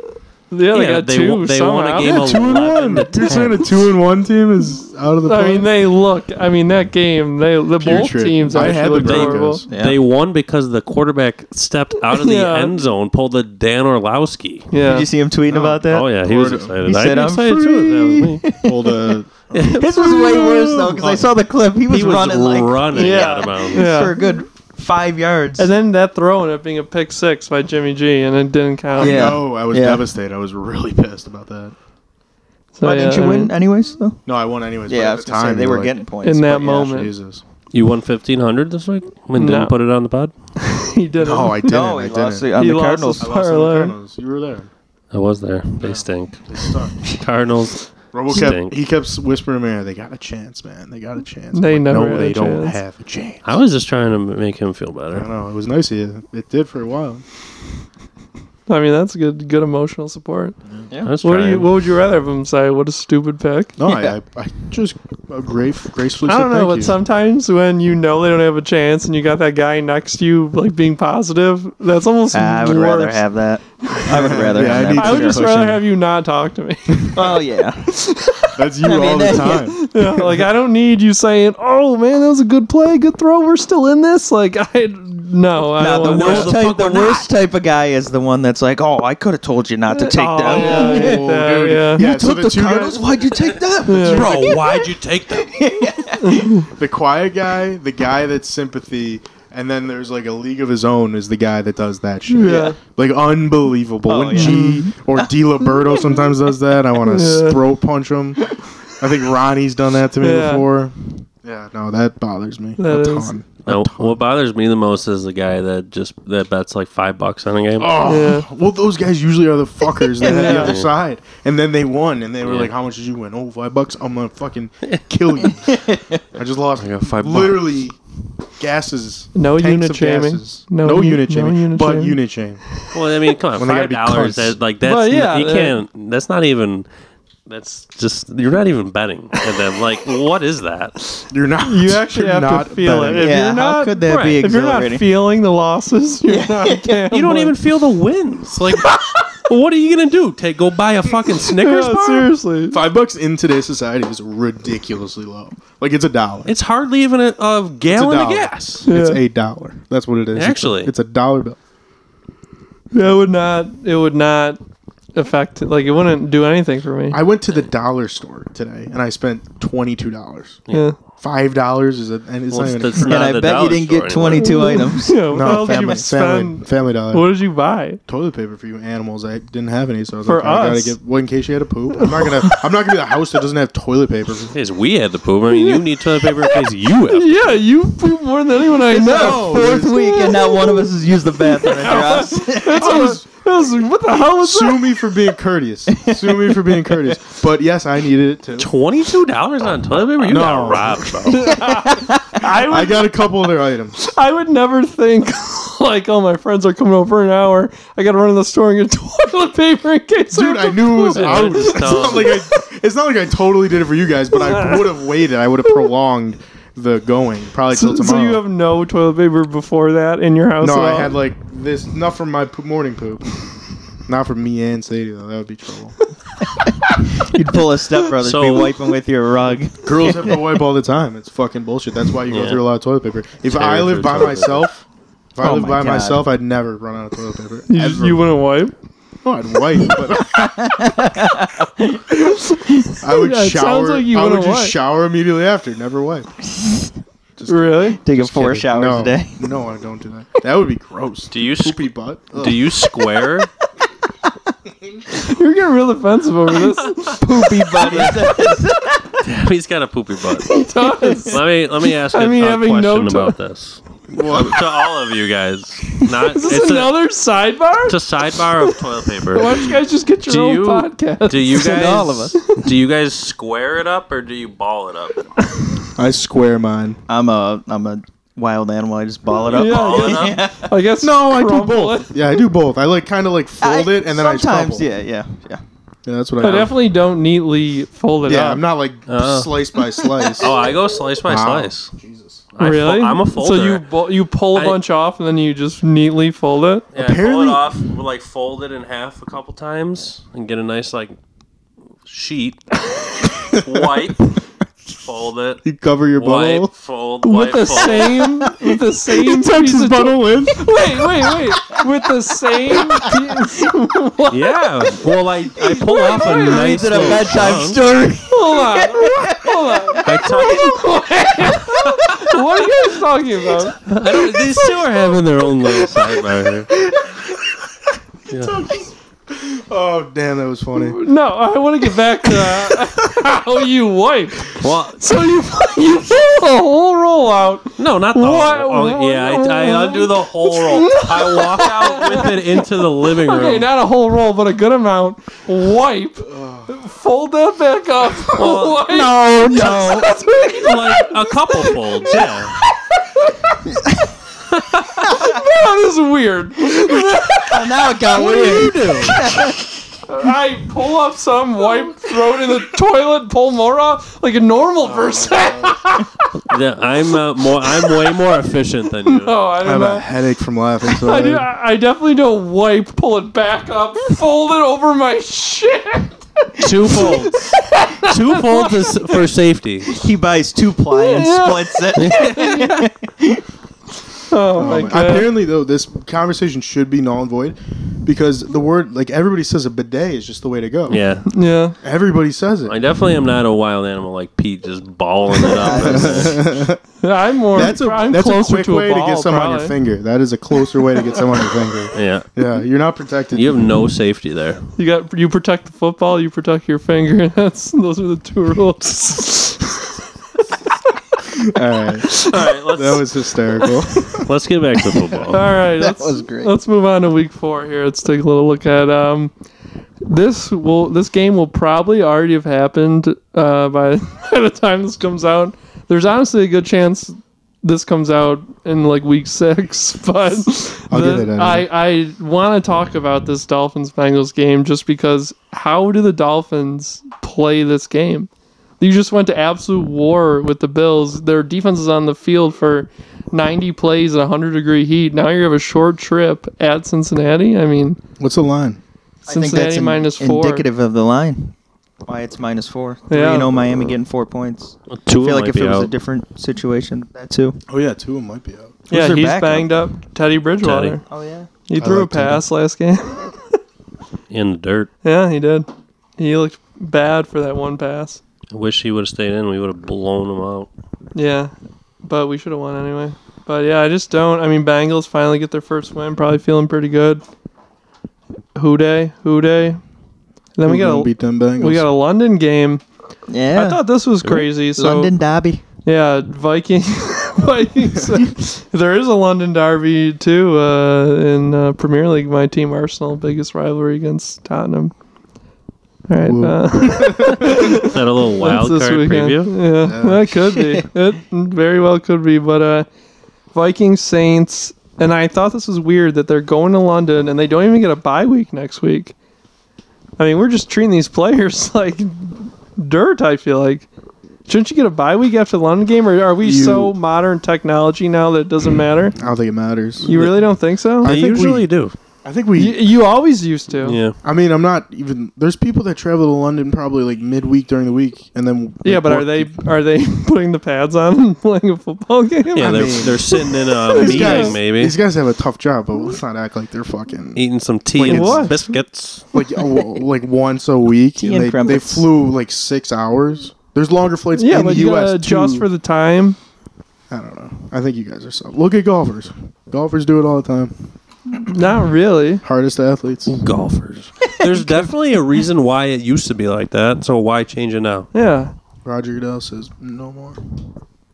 [SPEAKER 9] Yeah, they
[SPEAKER 11] Yeah,
[SPEAKER 9] got
[SPEAKER 11] they
[SPEAKER 9] two.
[SPEAKER 11] won- they won a
[SPEAKER 9] somehow.
[SPEAKER 11] game Yeah,
[SPEAKER 9] two and one.
[SPEAKER 10] You're saying a two and one team is out of the.
[SPEAKER 9] I
[SPEAKER 10] play?
[SPEAKER 9] mean, they look. I mean, that game. They the both
[SPEAKER 10] Putrid.
[SPEAKER 9] teams
[SPEAKER 10] I
[SPEAKER 9] actually
[SPEAKER 10] had the
[SPEAKER 9] looked
[SPEAKER 10] Broncos.
[SPEAKER 9] horrible.
[SPEAKER 10] Yeah.
[SPEAKER 11] They won because the quarterback stepped out of the
[SPEAKER 9] Yeah.
[SPEAKER 11] end zone, pulled the Dan Orlowski.
[SPEAKER 9] Yeah.
[SPEAKER 3] Did you see him tweeting about that?
[SPEAKER 11] Oh yeah, he was
[SPEAKER 3] Or-
[SPEAKER 11] excited.
[SPEAKER 3] He
[SPEAKER 11] I'd
[SPEAKER 3] said,
[SPEAKER 11] be
[SPEAKER 3] "I'm
[SPEAKER 11] excited
[SPEAKER 3] free."
[SPEAKER 11] too. if
[SPEAKER 10] Pulled a.
[SPEAKER 11] That was me.
[SPEAKER 3] His was way worse though
[SPEAKER 10] Oh.
[SPEAKER 3] because I saw the clip. He was,
[SPEAKER 11] was
[SPEAKER 3] running like
[SPEAKER 11] running
[SPEAKER 3] yeah,
[SPEAKER 11] out of bounds.
[SPEAKER 9] Yeah.
[SPEAKER 3] for a good five yards.
[SPEAKER 9] And then that throw ended up being a pick six by Jimmy G, and it didn't count.
[SPEAKER 3] Yeah.
[SPEAKER 10] No, I was
[SPEAKER 3] Yeah.
[SPEAKER 10] devastated. I was really pissed about that.
[SPEAKER 9] So,
[SPEAKER 3] Why didn't
[SPEAKER 9] yeah,
[SPEAKER 3] you
[SPEAKER 9] I
[SPEAKER 3] win
[SPEAKER 9] mean,
[SPEAKER 3] anyways though?
[SPEAKER 10] No, I won anyways.
[SPEAKER 3] Yeah,
[SPEAKER 10] but
[SPEAKER 3] I
[SPEAKER 10] at
[SPEAKER 3] was
[SPEAKER 10] the
[SPEAKER 3] gonna say,
[SPEAKER 10] time
[SPEAKER 3] they
[SPEAKER 10] you're
[SPEAKER 3] were
[SPEAKER 10] like,
[SPEAKER 3] getting points
[SPEAKER 9] in that
[SPEAKER 3] but yeah.
[SPEAKER 9] moment.
[SPEAKER 10] Jesus.
[SPEAKER 11] You won fifteen hundred this week and
[SPEAKER 9] No.
[SPEAKER 11] didn't put it on the pod.
[SPEAKER 9] he didn't.
[SPEAKER 10] No, I didn't.
[SPEAKER 3] No,
[SPEAKER 10] I
[SPEAKER 3] he
[SPEAKER 10] didn't.
[SPEAKER 3] lost the, on
[SPEAKER 9] He
[SPEAKER 3] the
[SPEAKER 9] lost
[SPEAKER 3] Cardinals.
[SPEAKER 9] his-
[SPEAKER 10] I lost to uh, the
[SPEAKER 9] Parlay.
[SPEAKER 10] Cardinals. You were there.
[SPEAKER 11] I was there. They stink.
[SPEAKER 10] They suck.
[SPEAKER 11] Cardinals.
[SPEAKER 10] Robo
[SPEAKER 11] Stink.
[SPEAKER 10] kept he kept whispering to me, "They got a chance, man. They got a chance."
[SPEAKER 9] They
[SPEAKER 10] I'm
[SPEAKER 9] never
[SPEAKER 10] no,
[SPEAKER 9] had a
[SPEAKER 10] they don't
[SPEAKER 9] chance."
[SPEAKER 10] have a chance.
[SPEAKER 11] I was just trying to make him feel
[SPEAKER 10] I
[SPEAKER 11] better.
[SPEAKER 10] don't know. It was nice of you. It did for a while.
[SPEAKER 9] I mean, that's good. Good emotional support.
[SPEAKER 11] I was
[SPEAKER 9] What do
[SPEAKER 11] trying.
[SPEAKER 9] you? What would you rather have him say? What a stupid pick.
[SPEAKER 10] No,
[SPEAKER 3] Yeah.
[SPEAKER 10] I, I, I just uh, grace, gracefully.
[SPEAKER 9] I
[SPEAKER 10] said
[SPEAKER 9] don't know,
[SPEAKER 10] thank
[SPEAKER 9] but
[SPEAKER 10] you.
[SPEAKER 9] sometimes when you know they don't have a chance and you got that guy next to you like being positive, that's almost
[SPEAKER 3] I would
[SPEAKER 9] worse.
[SPEAKER 3] rather have that. I would rather
[SPEAKER 10] Yeah, I
[SPEAKER 3] have
[SPEAKER 10] need
[SPEAKER 3] that.
[SPEAKER 9] I
[SPEAKER 3] for
[SPEAKER 9] would just
[SPEAKER 3] sure.
[SPEAKER 9] rather have you not talk to me.
[SPEAKER 3] Oh yeah.
[SPEAKER 10] that's you
[SPEAKER 3] I mean,
[SPEAKER 10] all the
[SPEAKER 3] that-
[SPEAKER 10] time.
[SPEAKER 9] Yeah, like I don't need you saying, "Oh man, that was a good play, good throw. We're still in this." Like I no, I
[SPEAKER 3] Now,
[SPEAKER 9] don't
[SPEAKER 3] the
[SPEAKER 9] want
[SPEAKER 3] worst
[SPEAKER 9] that.
[SPEAKER 3] type, the worst type of guy is the one that's like, "Oh, I could have told you not to take
[SPEAKER 9] Oh,
[SPEAKER 3] that."
[SPEAKER 9] yeah, I hate that, yeah.
[SPEAKER 10] Yeah,
[SPEAKER 3] You
[SPEAKER 10] so
[SPEAKER 3] took
[SPEAKER 10] the
[SPEAKER 3] the,
[SPEAKER 10] two
[SPEAKER 3] Cardinals.
[SPEAKER 10] guys-
[SPEAKER 3] Why'd you take that,
[SPEAKER 11] Bro, why'd you take that?
[SPEAKER 10] The quiet guy, the guy that's sympathy, and then there's like a league of his own is the guy that does that shit.
[SPEAKER 9] Yeah. Mm-hmm.
[SPEAKER 10] Like unbelievable.
[SPEAKER 3] Oh,
[SPEAKER 10] when
[SPEAKER 3] yeah.
[SPEAKER 10] G or D Liberto sometimes does that, I want to
[SPEAKER 9] Yeah.
[SPEAKER 10] throat punch him. I think Ronnie's done that to me
[SPEAKER 9] Yeah.
[SPEAKER 10] before. Yeah, no, that bothers me
[SPEAKER 9] That
[SPEAKER 10] a
[SPEAKER 9] is-
[SPEAKER 10] ton.
[SPEAKER 11] No, what bothers me the most is the guy that just that bets like five bucks on a game.
[SPEAKER 10] Oh, well, those guys usually are the fuckers that had the
[SPEAKER 9] Yeah.
[SPEAKER 10] other side, and then they won, and they were
[SPEAKER 11] Yeah.
[SPEAKER 10] like, "How much did you win? Oh, five bucks. I'm gonna fucking kill you." I just lost.
[SPEAKER 11] I got five bucks.
[SPEAKER 10] Literally, gases.
[SPEAKER 9] No
[SPEAKER 10] tanks
[SPEAKER 9] unit
[SPEAKER 10] of
[SPEAKER 9] shaming.
[SPEAKER 10] gases.
[SPEAKER 9] No
[SPEAKER 10] No,
[SPEAKER 9] uni-
[SPEAKER 10] unit
[SPEAKER 9] no
[SPEAKER 10] shaming,
[SPEAKER 9] unit
[SPEAKER 10] but
[SPEAKER 9] shaming.
[SPEAKER 10] unit shame.
[SPEAKER 11] Well, I mean, come on,
[SPEAKER 10] When they gotta
[SPEAKER 11] five
[SPEAKER 10] be
[SPEAKER 11] dollars.
[SPEAKER 10] cunts.
[SPEAKER 11] That, like that's
[SPEAKER 9] Well, yeah,
[SPEAKER 11] you
[SPEAKER 9] that-
[SPEAKER 11] can't. That's not even. That's just you're not even betting at them. Like, what is that?
[SPEAKER 10] You're not.
[SPEAKER 9] You actually
[SPEAKER 10] you're
[SPEAKER 9] have
[SPEAKER 10] not
[SPEAKER 9] to feel
[SPEAKER 10] betting.
[SPEAKER 9] it. If
[SPEAKER 3] Yeah,
[SPEAKER 9] you're
[SPEAKER 3] how
[SPEAKER 9] not,
[SPEAKER 3] could that be
[SPEAKER 11] right,
[SPEAKER 9] if you're not
[SPEAKER 3] exhilarating?
[SPEAKER 9] feeling the losses, you're not. Gambling.
[SPEAKER 11] You don't even feel the wins. Like, what are you gonna do? Take go buy a fucking Snickers
[SPEAKER 9] Yeah,
[SPEAKER 11] bar?
[SPEAKER 9] seriously.
[SPEAKER 10] Five bucks in today's society is ridiculously low. Like it's a dollar.
[SPEAKER 11] It's hardly even a, a
[SPEAKER 10] It's a
[SPEAKER 11] gallon of
[SPEAKER 10] dollar.
[SPEAKER 11] gas.
[SPEAKER 10] It's
[SPEAKER 9] Yeah.
[SPEAKER 10] a dollar. That's what it is. It's a-
[SPEAKER 11] Actually.
[SPEAKER 10] it's a dollar bill.
[SPEAKER 9] That would not. It would not affect. Like it wouldn't do anything for me.
[SPEAKER 10] I went to the dollar store today, and I spent twenty two dollars.
[SPEAKER 9] yeah.
[SPEAKER 10] Five dollars is a, and it's
[SPEAKER 11] Well,
[SPEAKER 10] not
[SPEAKER 11] it's
[SPEAKER 10] even.
[SPEAKER 11] the-
[SPEAKER 10] a
[SPEAKER 11] Not
[SPEAKER 3] and I
[SPEAKER 11] the
[SPEAKER 3] bet
[SPEAKER 11] dollar
[SPEAKER 3] you didn't
[SPEAKER 11] store
[SPEAKER 3] get
[SPEAKER 11] anymore.
[SPEAKER 3] 22 items.
[SPEAKER 9] Yeah. what
[SPEAKER 10] No,
[SPEAKER 9] else did you
[SPEAKER 10] family, family,
[SPEAKER 9] spend?
[SPEAKER 10] family dollar.
[SPEAKER 9] What did you buy?
[SPEAKER 10] Toilet paper for you animals. I didn't have any, so I was
[SPEAKER 9] For
[SPEAKER 10] like, I gotta
[SPEAKER 9] us.
[SPEAKER 10] get well in case you had a poop. I'm not gonna. I'm not gonna be the house that doesn't have toilet paper.
[SPEAKER 11] Because we had the poop. I mean, you need toilet paper because you have.
[SPEAKER 9] Yeah, you poop more than anyone I
[SPEAKER 3] No,
[SPEAKER 9] know.
[SPEAKER 3] fourth week and not one of us has used the bathroom at your house.
[SPEAKER 9] That's what, I was, I was like, what the hell was that?
[SPEAKER 10] Sue me for being courteous. Sue me for being courteous. But yes, I needed it too.
[SPEAKER 11] Twenty-two dollars on toilet paper. You
[SPEAKER 10] No.
[SPEAKER 11] got robbed, bro.
[SPEAKER 9] I would
[SPEAKER 10] I got a couple other items.
[SPEAKER 9] I would never think like, oh, my friends are coming over in an hour. I gotta run to the store and get toilet paper in case. I
[SPEAKER 10] Dude,
[SPEAKER 9] have to
[SPEAKER 10] I knew it was
[SPEAKER 9] poop."
[SPEAKER 10] out. It's not like I. It's not like I totally did it for you guys, but I would have waited. I would have prolonged the going probably till
[SPEAKER 9] So,
[SPEAKER 10] tomorrow.
[SPEAKER 9] so you have no toilet paper before that in your house?
[SPEAKER 10] No,
[SPEAKER 9] at all?
[SPEAKER 10] I had like this. Not for my po- morning poop. Not for me and Sadie though. That would be trouble.
[SPEAKER 3] You'd pull a stepbrother,
[SPEAKER 11] So-
[SPEAKER 3] be wiping with your rug.
[SPEAKER 10] Girls have to wipe all the time. It's fucking bullshit. That's why you go
[SPEAKER 11] Yeah.
[SPEAKER 10] through a lot of toilet paper. If
[SPEAKER 11] Tear
[SPEAKER 10] I lived
[SPEAKER 11] through
[SPEAKER 10] by
[SPEAKER 11] toilet paper.
[SPEAKER 10] myself, if I
[SPEAKER 3] Oh
[SPEAKER 10] lived
[SPEAKER 3] my
[SPEAKER 10] by
[SPEAKER 3] God.
[SPEAKER 10] myself, I'd never run out of toilet paper.
[SPEAKER 9] You, just-
[SPEAKER 10] ever.
[SPEAKER 9] you wouldn't wipe.
[SPEAKER 10] No, I'd wipe, but I would
[SPEAKER 9] Yeah, it sounds
[SPEAKER 10] shower.
[SPEAKER 9] like you
[SPEAKER 10] I would
[SPEAKER 9] wouldn't
[SPEAKER 10] just
[SPEAKER 9] wipe.
[SPEAKER 10] shower immediately after. Never wipe.
[SPEAKER 9] Really?
[SPEAKER 3] Taking
[SPEAKER 10] Just
[SPEAKER 3] four
[SPEAKER 10] kidding.
[SPEAKER 3] showers
[SPEAKER 10] no,
[SPEAKER 3] a day.
[SPEAKER 10] No, I don't do that. That would be gross.
[SPEAKER 11] Do you squ-
[SPEAKER 10] poopy butt? Ugh.
[SPEAKER 11] Do you square?
[SPEAKER 9] You're getting real offensive over this.
[SPEAKER 3] Poopy buddy.
[SPEAKER 11] He's got a poopy butt.
[SPEAKER 9] Does.
[SPEAKER 11] Let me let me ask you
[SPEAKER 9] I mean,
[SPEAKER 11] a
[SPEAKER 9] having
[SPEAKER 11] question
[SPEAKER 9] no to-
[SPEAKER 11] about this. Um, to all of you guys. Not
[SPEAKER 9] Is this
[SPEAKER 11] it's a,
[SPEAKER 9] another sidebar?
[SPEAKER 11] it's a sidebar of toilet paper.
[SPEAKER 9] Why don't you guys just get your
[SPEAKER 11] Do
[SPEAKER 9] own
[SPEAKER 11] you-
[SPEAKER 9] podcast?
[SPEAKER 11] Do you guys do you guys square it up or do you ball it up?
[SPEAKER 10] I square mine.
[SPEAKER 3] I'm a I'm a wild animal. I just ball it up.
[SPEAKER 10] Yeah, Ball it
[SPEAKER 9] I guess
[SPEAKER 10] no, I do both. Yeah, I do both. I like kind of like fold
[SPEAKER 3] I-
[SPEAKER 10] it and then I
[SPEAKER 3] sometimes,
[SPEAKER 10] crumple.
[SPEAKER 3] yeah, yeah, yeah.
[SPEAKER 10] Yeah, that's what
[SPEAKER 9] I
[SPEAKER 10] I. do.
[SPEAKER 9] definitely don't neatly fold it
[SPEAKER 10] Yeah,
[SPEAKER 9] up.
[SPEAKER 10] I'm not like
[SPEAKER 11] Oh.
[SPEAKER 10] slice by slice.
[SPEAKER 11] Oh, I go slice by
[SPEAKER 10] Wow.
[SPEAKER 11] slice. Jesus.
[SPEAKER 9] really?
[SPEAKER 11] I am a folder.
[SPEAKER 9] So you bu- you pull a
[SPEAKER 11] I-
[SPEAKER 9] bunch off and then you just neatly fold it.
[SPEAKER 11] yeah, I pull it off, like fold it in half a couple times, and get a nice like sheet. wipe, fold it.
[SPEAKER 10] You cover your
[SPEAKER 11] wipe,
[SPEAKER 10] butthole?
[SPEAKER 11] fold,
[SPEAKER 9] with
[SPEAKER 11] wipe,
[SPEAKER 9] the
[SPEAKER 11] fold.
[SPEAKER 9] same with the same
[SPEAKER 10] He tucks
[SPEAKER 9] piece
[SPEAKER 10] his
[SPEAKER 9] of
[SPEAKER 11] Oh,
[SPEAKER 9] to-
[SPEAKER 10] butthole
[SPEAKER 9] Wait, wait, wait! With the same piece. What?
[SPEAKER 11] Yeah. Well, I, I pull
[SPEAKER 9] Wait,
[SPEAKER 11] off a
[SPEAKER 9] wait,
[SPEAKER 11] nice
[SPEAKER 9] wait.
[SPEAKER 11] little chunk.
[SPEAKER 9] Hold on, hold on.
[SPEAKER 11] I tuck-
[SPEAKER 9] What are you guys talking about?
[SPEAKER 11] I don't, these two are having their own little sidebar here.
[SPEAKER 10] Oh damn, that was funny.
[SPEAKER 9] No, I want to get back to uh, how you wipe.
[SPEAKER 11] Well,
[SPEAKER 9] So you you pull the whole roll out.
[SPEAKER 11] no, not the
[SPEAKER 9] What-
[SPEAKER 11] whole. oh, yeah, I, I undo the whole roll. I walk out with it into the living room.
[SPEAKER 9] Okay, not a whole roll, but a good amount. Wipe, fold that back up.
[SPEAKER 11] Well,
[SPEAKER 9] wipe.
[SPEAKER 3] Oh, No, no.
[SPEAKER 9] That's what he-
[SPEAKER 11] like a couple folds, yeah.
[SPEAKER 9] that is weird.
[SPEAKER 3] now it got weird.
[SPEAKER 9] I pull up some, wipe, throw it in the toilet, pull more off like a normal
[SPEAKER 10] Oh,
[SPEAKER 9] person.
[SPEAKER 11] Yeah, I'm uh, more. I'm way more efficient than you.
[SPEAKER 9] oh, I
[SPEAKER 10] I
[SPEAKER 9] don't
[SPEAKER 10] have a
[SPEAKER 9] know.
[SPEAKER 10] headache from laughing. So
[SPEAKER 9] I, do, I I definitely don't wipe, pull it back up, fold it over my shit.
[SPEAKER 11] Two folds. Two folds is for safety.
[SPEAKER 3] He buys two ply and splits it.
[SPEAKER 9] Oh, my god.
[SPEAKER 10] um, Apparently, though, this conversation should be null and void because the word, like everybody says, a bidet is just the way to go.
[SPEAKER 11] Yeah,
[SPEAKER 9] yeah.
[SPEAKER 10] everybody says
[SPEAKER 11] I
[SPEAKER 10] it.
[SPEAKER 11] definitely am not a wild animal like Pete, just balling it up.
[SPEAKER 9] I'm more.
[SPEAKER 10] That's a
[SPEAKER 9] I'm
[SPEAKER 10] that's a
[SPEAKER 9] closer
[SPEAKER 10] quick
[SPEAKER 9] to a
[SPEAKER 10] way to
[SPEAKER 9] ball,
[SPEAKER 10] get some on your
[SPEAKER 9] probably.
[SPEAKER 10] finger. That is a closer way to get some on your finger.
[SPEAKER 11] yeah,
[SPEAKER 10] Yeah, you're not protected.
[SPEAKER 11] you have no safety there.
[SPEAKER 9] You got you protect the football, you protect your finger. That's those are the two rules.
[SPEAKER 10] All right,
[SPEAKER 11] All right, let's
[SPEAKER 10] that was hysterical.
[SPEAKER 11] let's get back to
[SPEAKER 9] All
[SPEAKER 11] football.
[SPEAKER 9] right, let's,
[SPEAKER 3] was great.
[SPEAKER 9] Let's move on to week four here. Let's take a little look at um this will this game will probably already have happened uh, by by the time this comes out. There's honestly a good chance this comes out in like week six, but
[SPEAKER 10] I'll get
[SPEAKER 9] the-
[SPEAKER 10] it out.
[SPEAKER 9] I I want to talk about this Dolphins Bengals game just because how do the Dolphins play this game? You just went to absolute war with the Bills. Their defense is on the field for 90 plays at 100 degree heat. Now you have a short trip at Cincinnati. I mean,
[SPEAKER 10] What's the line?
[SPEAKER 9] Cincinnati
[SPEAKER 3] in-
[SPEAKER 9] minus four.
[SPEAKER 3] indicative of the line. Why it's minus four. Three
[SPEAKER 9] Yeah.
[SPEAKER 3] and oh, Miami getting four points.
[SPEAKER 11] Two
[SPEAKER 3] I feel like if it was a different situation, that too.
[SPEAKER 10] Oh yeah, two of them might be out.
[SPEAKER 3] Who's
[SPEAKER 9] yeah,
[SPEAKER 3] their
[SPEAKER 9] he's
[SPEAKER 3] backup?
[SPEAKER 9] banged up. Teddy Bridgewater.
[SPEAKER 11] Teddy.
[SPEAKER 3] Oh yeah.
[SPEAKER 9] He
[SPEAKER 10] I
[SPEAKER 9] threw
[SPEAKER 10] like
[SPEAKER 9] a pass last game.
[SPEAKER 11] in the dirt.
[SPEAKER 9] yeah, he did. He looked bad for that one pass.
[SPEAKER 11] I wish he would have stayed in. We would have blown him out.
[SPEAKER 9] Yeah, but we should have won anyway. But yeah, I just don't. I mean, Bengals finally get their first win. Probably feeling pretty good. Who day? Who day? Then we
[SPEAKER 10] We're
[SPEAKER 9] got
[SPEAKER 10] gonna
[SPEAKER 9] a
[SPEAKER 10] beat them Bengals.
[SPEAKER 9] we got a London game.
[SPEAKER 3] Yeah.
[SPEAKER 9] I thought this was crazy. So
[SPEAKER 3] London Derby.
[SPEAKER 9] yeah, Viking Vikings. there is a London derby too uh, in uh, Premier League. My team Arsenal biggest rivalry against Tottenham. All right. Uh,
[SPEAKER 10] Whoa.
[SPEAKER 11] Is that a little wild
[SPEAKER 9] That's
[SPEAKER 11] card preview? Oh,
[SPEAKER 9] Yeah, that could be. It very well could be. But uh, Vikings, Saints, and I thought this was weird that they're going to London and they don't even get a bye week next week. I mean, we're just treating these players like dirt. I feel like shouldn't you get a bye week after the London game, or are we
[SPEAKER 10] You-
[SPEAKER 9] so modern technology now that it doesn't matter?
[SPEAKER 10] I don't think it matters.
[SPEAKER 9] You really don't think so?
[SPEAKER 10] I
[SPEAKER 11] They
[SPEAKER 10] think we-
[SPEAKER 11] usually do.
[SPEAKER 10] I think
[SPEAKER 9] you,
[SPEAKER 10] we.
[SPEAKER 9] you always used to.
[SPEAKER 11] Yeah.
[SPEAKER 10] I mean, I'm not even. There's people that travel to London probably like midweek during the week, and then
[SPEAKER 9] Yeah, but are they are they putting the pads on and playing a football game?
[SPEAKER 11] Yeah,
[SPEAKER 10] I
[SPEAKER 11] they're,
[SPEAKER 10] mean-
[SPEAKER 11] they're sitting in a meeting,
[SPEAKER 10] guys,
[SPEAKER 11] maybe, E-
[SPEAKER 10] These guys have a tough job, but let's not act like they're fucking
[SPEAKER 11] eating some tea
[SPEAKER 10] Like
[SPEAKER 11] and
[SPEAKER 9] what?
[SPEAKER 11] biscuits.
[SPEAKER 10] like oh, like once a week.
[SPEAKER 3] Tea
[SPEAKER 10] and
[SPEAKER 3] and
[SPEAKER 10] they, they
[SPEAKER 3] crumpets.
[SPEAKER 10] flew like six hours. There's longer flights
[SPEAKER 9] yeah,
[SPEAKER 10] in
[SPEAKER 9] but
[SPEAKER 10] the
[SPEAKER 9] you
[SPEAKER 10] U.S.
[SPEAKER 9] gotta adjust
[SPEAKER 10] too.
[SPEAKER 9] for the time.
[SPEAKER 10] I don't know. I think you guys are so. Look at golfers. Golfers do it all the time.
[SPEAKER 9] Not really.
[SPEAKER 10] Hardest athletes.
[SPEAKER 11] Golfers. There's definitely a reason why it used to be like that. So why change it now?
[SPEAKER 9] Yeah.
[SPEAKER 10] Roger Goodell says no more.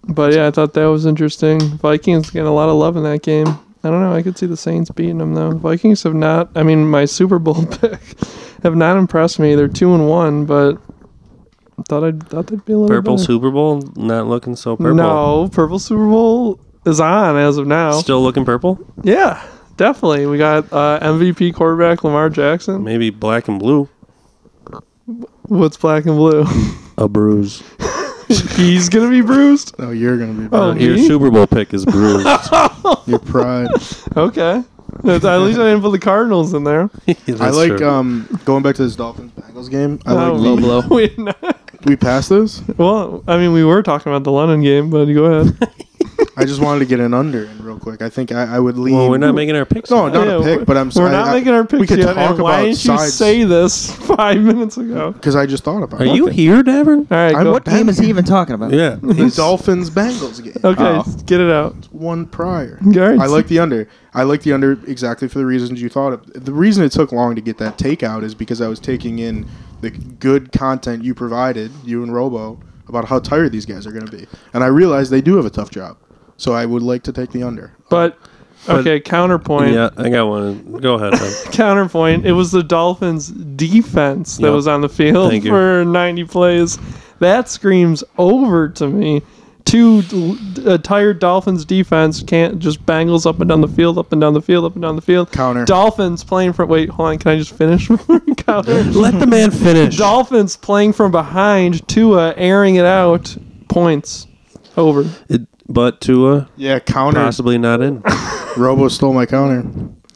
[SPEAKER 9] But yeah, I thought that was interesting. Vikings getting a lot of love in that game. I don't know. I could see the Saints beating them though. Vikings have not. I mean, my Super Bowl pick have not impressed me. They're two and one, but I thought I thought they'd be a little
[SPEAKER 11] Purple
[SPEAKER 9] better.
[SPEAKER 11] Super Bowl, not looking so purple.
[SPEAKER 9] Mm-hmm. No, purple Super Bowl is on as of now.
[SPEAKER 11] Still looking purple?
[SPEAKER 9] Yeah, definitely. We got uh, MVP quarterback Lamar Jackson.
[SPEAKER 11] Maybe black and blue.
[SPEAKER 9] What's black and blue?
[SPEAKER 11] A bruise.
[SPEAKER 9] He's gonna be bruised.
[SPEAKER 10] No, you're gonna be.
[SPEAKER 9] Oh,
[SPEAKER 11] your
[SPEAKER 9] me?
[SPEAKER 11] Super Bowl pick is bruised.
[SPEAKER 10] Your pride.
[SPEAKER 9] Okay. That's- At least I didn't put the Cardinals in there.
[SPEAKER 10] I like um going back to this Dolphins Bengals game. I
[SPEAKER 9] Oh,
[SPEAKER 10] like
[SPEAKER 9] we-
[SPEAKER 10] we-
[SPEAKER 9] we had not-
[SPEAKER 10] We passed those.
[SPEAKER 9] Well, I mean, we were talking about the London game, but go ahead.
[SPEAKER 10] I just wanted to get an under in real quick. I think I, I would lean.
[SPEAKER 11] Well, we're not making our picks
[SPEAKER 10] mm-hmm. No,
[SPEAKER 11] yet.
[SPEAKER 10] not
[SPEAKER 11] Yeah,
[SPEAKER 10] a pick, but I'm.
[SPEAKER 9] we're
[SPEAKER 10] I-
[SPEAKER 9] not
[SPEAKER 10] I-
[SPEAKER 9] making our picks
[SPEAKER 10] We could
[SPEAKER 9] yet.
[SPEAKER 10] talk
[SPEAKER 9] and why
[SPEAKER 10] about
[SPEAKER 9] didn't you
[SPEAKER 10] sides
[SPEAKER 9] say this five minutes ago?
[SPEAKER 10] because I just thought about.
[SPEAKER 11] Are
[SPEAKER 10] it.
[SPEAKER 11] you here, Davern?
[SPEAKER 9] All right,
[SPEAKER 10] I'm
[SPEAKER 9] go.
[SPEAKER 10] what game is he
[SPEAKER 3] even talking about?
[SPEAKER 11] Yeah.
[SPEAKER 10] The Dolphins Bengals game.
[SPEAKER 9] Okay, get it out.
[SPEAKER 10] One prior.
[SPEAKER 9] Garrett.
[SPEAKER 10] I like the under. I like the under exactly for the reasons you thought of. The reason it took long to get that takeout is because I was taking in the good content you provided, you and Robo, about how tired these guys are going to be. And I realized they do have a tough job. So I would like to take the under.
[SPEAKER 9] But
[SPEAKER 10] But-
[SPEAKER 9] okay, counterpoint.
[SPEAKER 11] Yeah, I got one. Go ahead. Doug.
[SPEAKER 9] Counterpoint. It was the Dolphins' defense that
[SPEAKER 11] Yep.
[SPEAKER 9] was on the field
[SPEAKER 11] Thank you.
[SPEAKER 9] for 90 plays. That screams over to me. Two d- a tired Dolphins defense can't just bangles up and down the field, up and down the field, up and down the field.
[SPEAKER 10] Counter.
[SPEAKER 9] Dolphins playing from wait, hold on, can I just finish? Counter.
[SPEAKER 11] Let the man finish.
[SPEAKER 9] Dolphins playing from behind, Tua airing it out, points over.
[SPEAKER 11] It, but Tua,
[SPEAKER 10] Yeah, counter.
[SPEAKER 11] possibly not in.
[SPEAKER 10] Robo stole my counter.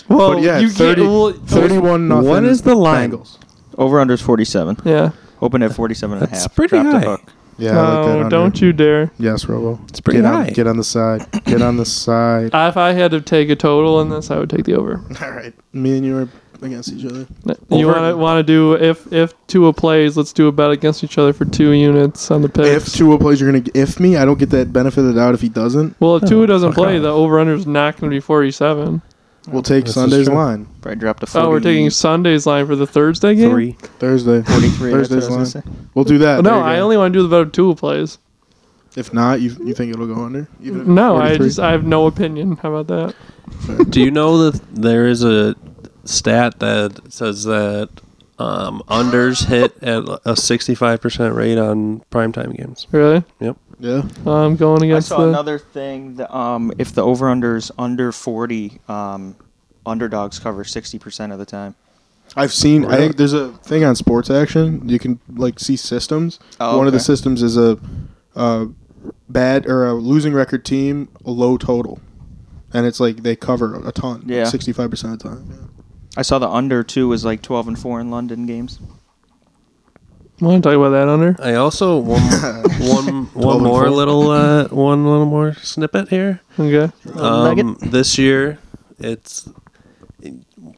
[SPEAKER 9] Well,
[SPEAKER 10] but yeah,
[SPEAKER 9] you
[SPEAKER 10] 30,
[SPEAKER 9] can't. Well,
[SPEAKER 10] 31 nothing.
[SPEAKER 11] What is the line?
[SPEAKER 10] Bengals.
[SPEAKER 3] Over under is 47.
[SPEAKER 9] yeah.
[SPEAKER 3] Open at 47 and a half.
[SPEAKER 11] That's pretty
[SPEAKER 3] Dropped the
[SPEAKER 11] high.
[SPEAKER 3] hook.
[SPEAKER 10] Yeah, I like that
[SPEAKER 9] no,
[SPEAKER 10] under.
[SPEAKER 9] don't you dare.
[SPEAKER 10] Yes, Robo. It's
[SPEAKER 11] pretty
[SPEAKER 10] get
[SPEAKER 11] high. Uh,
[SPEAKER 10] On, get on the side. Get on the side.
[SPEAKER 9] If I had to take a total in this, I would take the over.
[SPEAKER 10] All right. Me and you are against each other.
[SPEAKER 9] You want to want to do if if Tua plays, let's do a bet against each other for two units on the
[SPEAKER 10] If
[SPEAKER 9] picks.
[SPEAKER 10] Tua plays, you're going to if me. I don't get that benefit of the doubt if he doesn't.
[SPEAKER 9] well, if Tua doesn't
[SPEAKER 11] fuck
[SPEAKER 9] play,
[SPEAKER 11] off.
[SPEAKER 9] the over under is not going to be forty seven.
[SPEAKER 3] Oh,
[SPEAKER 10] We'll take
[SPEAKER 11] This is
[SPEAKER 10] Sunday's
[SPEAKER 11] true.
[SPEAKER 10] line.
[SPEAKER 3] Probably dropped to 40,
[SPEAKER 9] Oh, we're taking Sunday's line for the Thursday game.
[SPEAKER 11] Three.
[SPEAKER 10] Thursday.
[SPEAKER 3] 43. that's what
[SPEAKER 10] Thursday's
[SPEAKER 3] I
[SPEAKER 10] line.
[SPEAKER 3] was gonna say.
[SPEAKER 10] We'll do that.
[SPEAKER 9] Oh,
[SPEAKER 10] There
[SPEAKER 9] no,
[SPEAKER 10] you go.
[SPEAKER 9] I only want to do the bet if Tua plays.
[SPEAKER 10] If not, you you think it'll go under? Even if
[SPEAKER 9] No, I
[SPEAKER 10] 43?
[SPEAKER 9] just I have no opinion. How about that?
[SPEAKER 11] Do you know that there is a stat that says that um, unders hit at a 65% rate on primetime games?
[SPEAKER 9] Really,
[SPEAKER 11] Yep.
[SPEAKER 10] yeah.
[SPEAKER 9] I'm going
[SPEAKER 3] I
[SPEAKER 9] against
[SPEAKER 3] saw
[SPEAKER 9] the.
[SPEAKER 3] another thing that um, if the over under is under 40, um, underdogs cover 60% of the time.
[SPEAKER 10] I've seen. I think there's a thing on Sports Action. You can like see systems. One
[SPEAKER 3] Oh,
[SPEAKER 10] of
[SPEAKER 3] okay.
[SPEAKER 10] the systems is a, uh bad or a losing record team, a low total, and it's like they cover a ton.
[SPEAKER 3] Yeah.
[SPEAKER 10] sixty five percent of the time.
[SPEAKER 3] I saw the under too was like 12 and 4 in London games.
[SPEAKER 9] Want to talk about that under?
[SPEAKER 11] I also one one
[SPEAKER 10] Twelve
[SPEAKER 11] one
[SPEAKER 10] and
[SPEAKER 11] more
[SPEAKER 10] four.
[SPEAKER 11] little uh, one little more snippet here.
[SPEAKER 9] Okay.
[SPEAKER 11] Um, this year, it's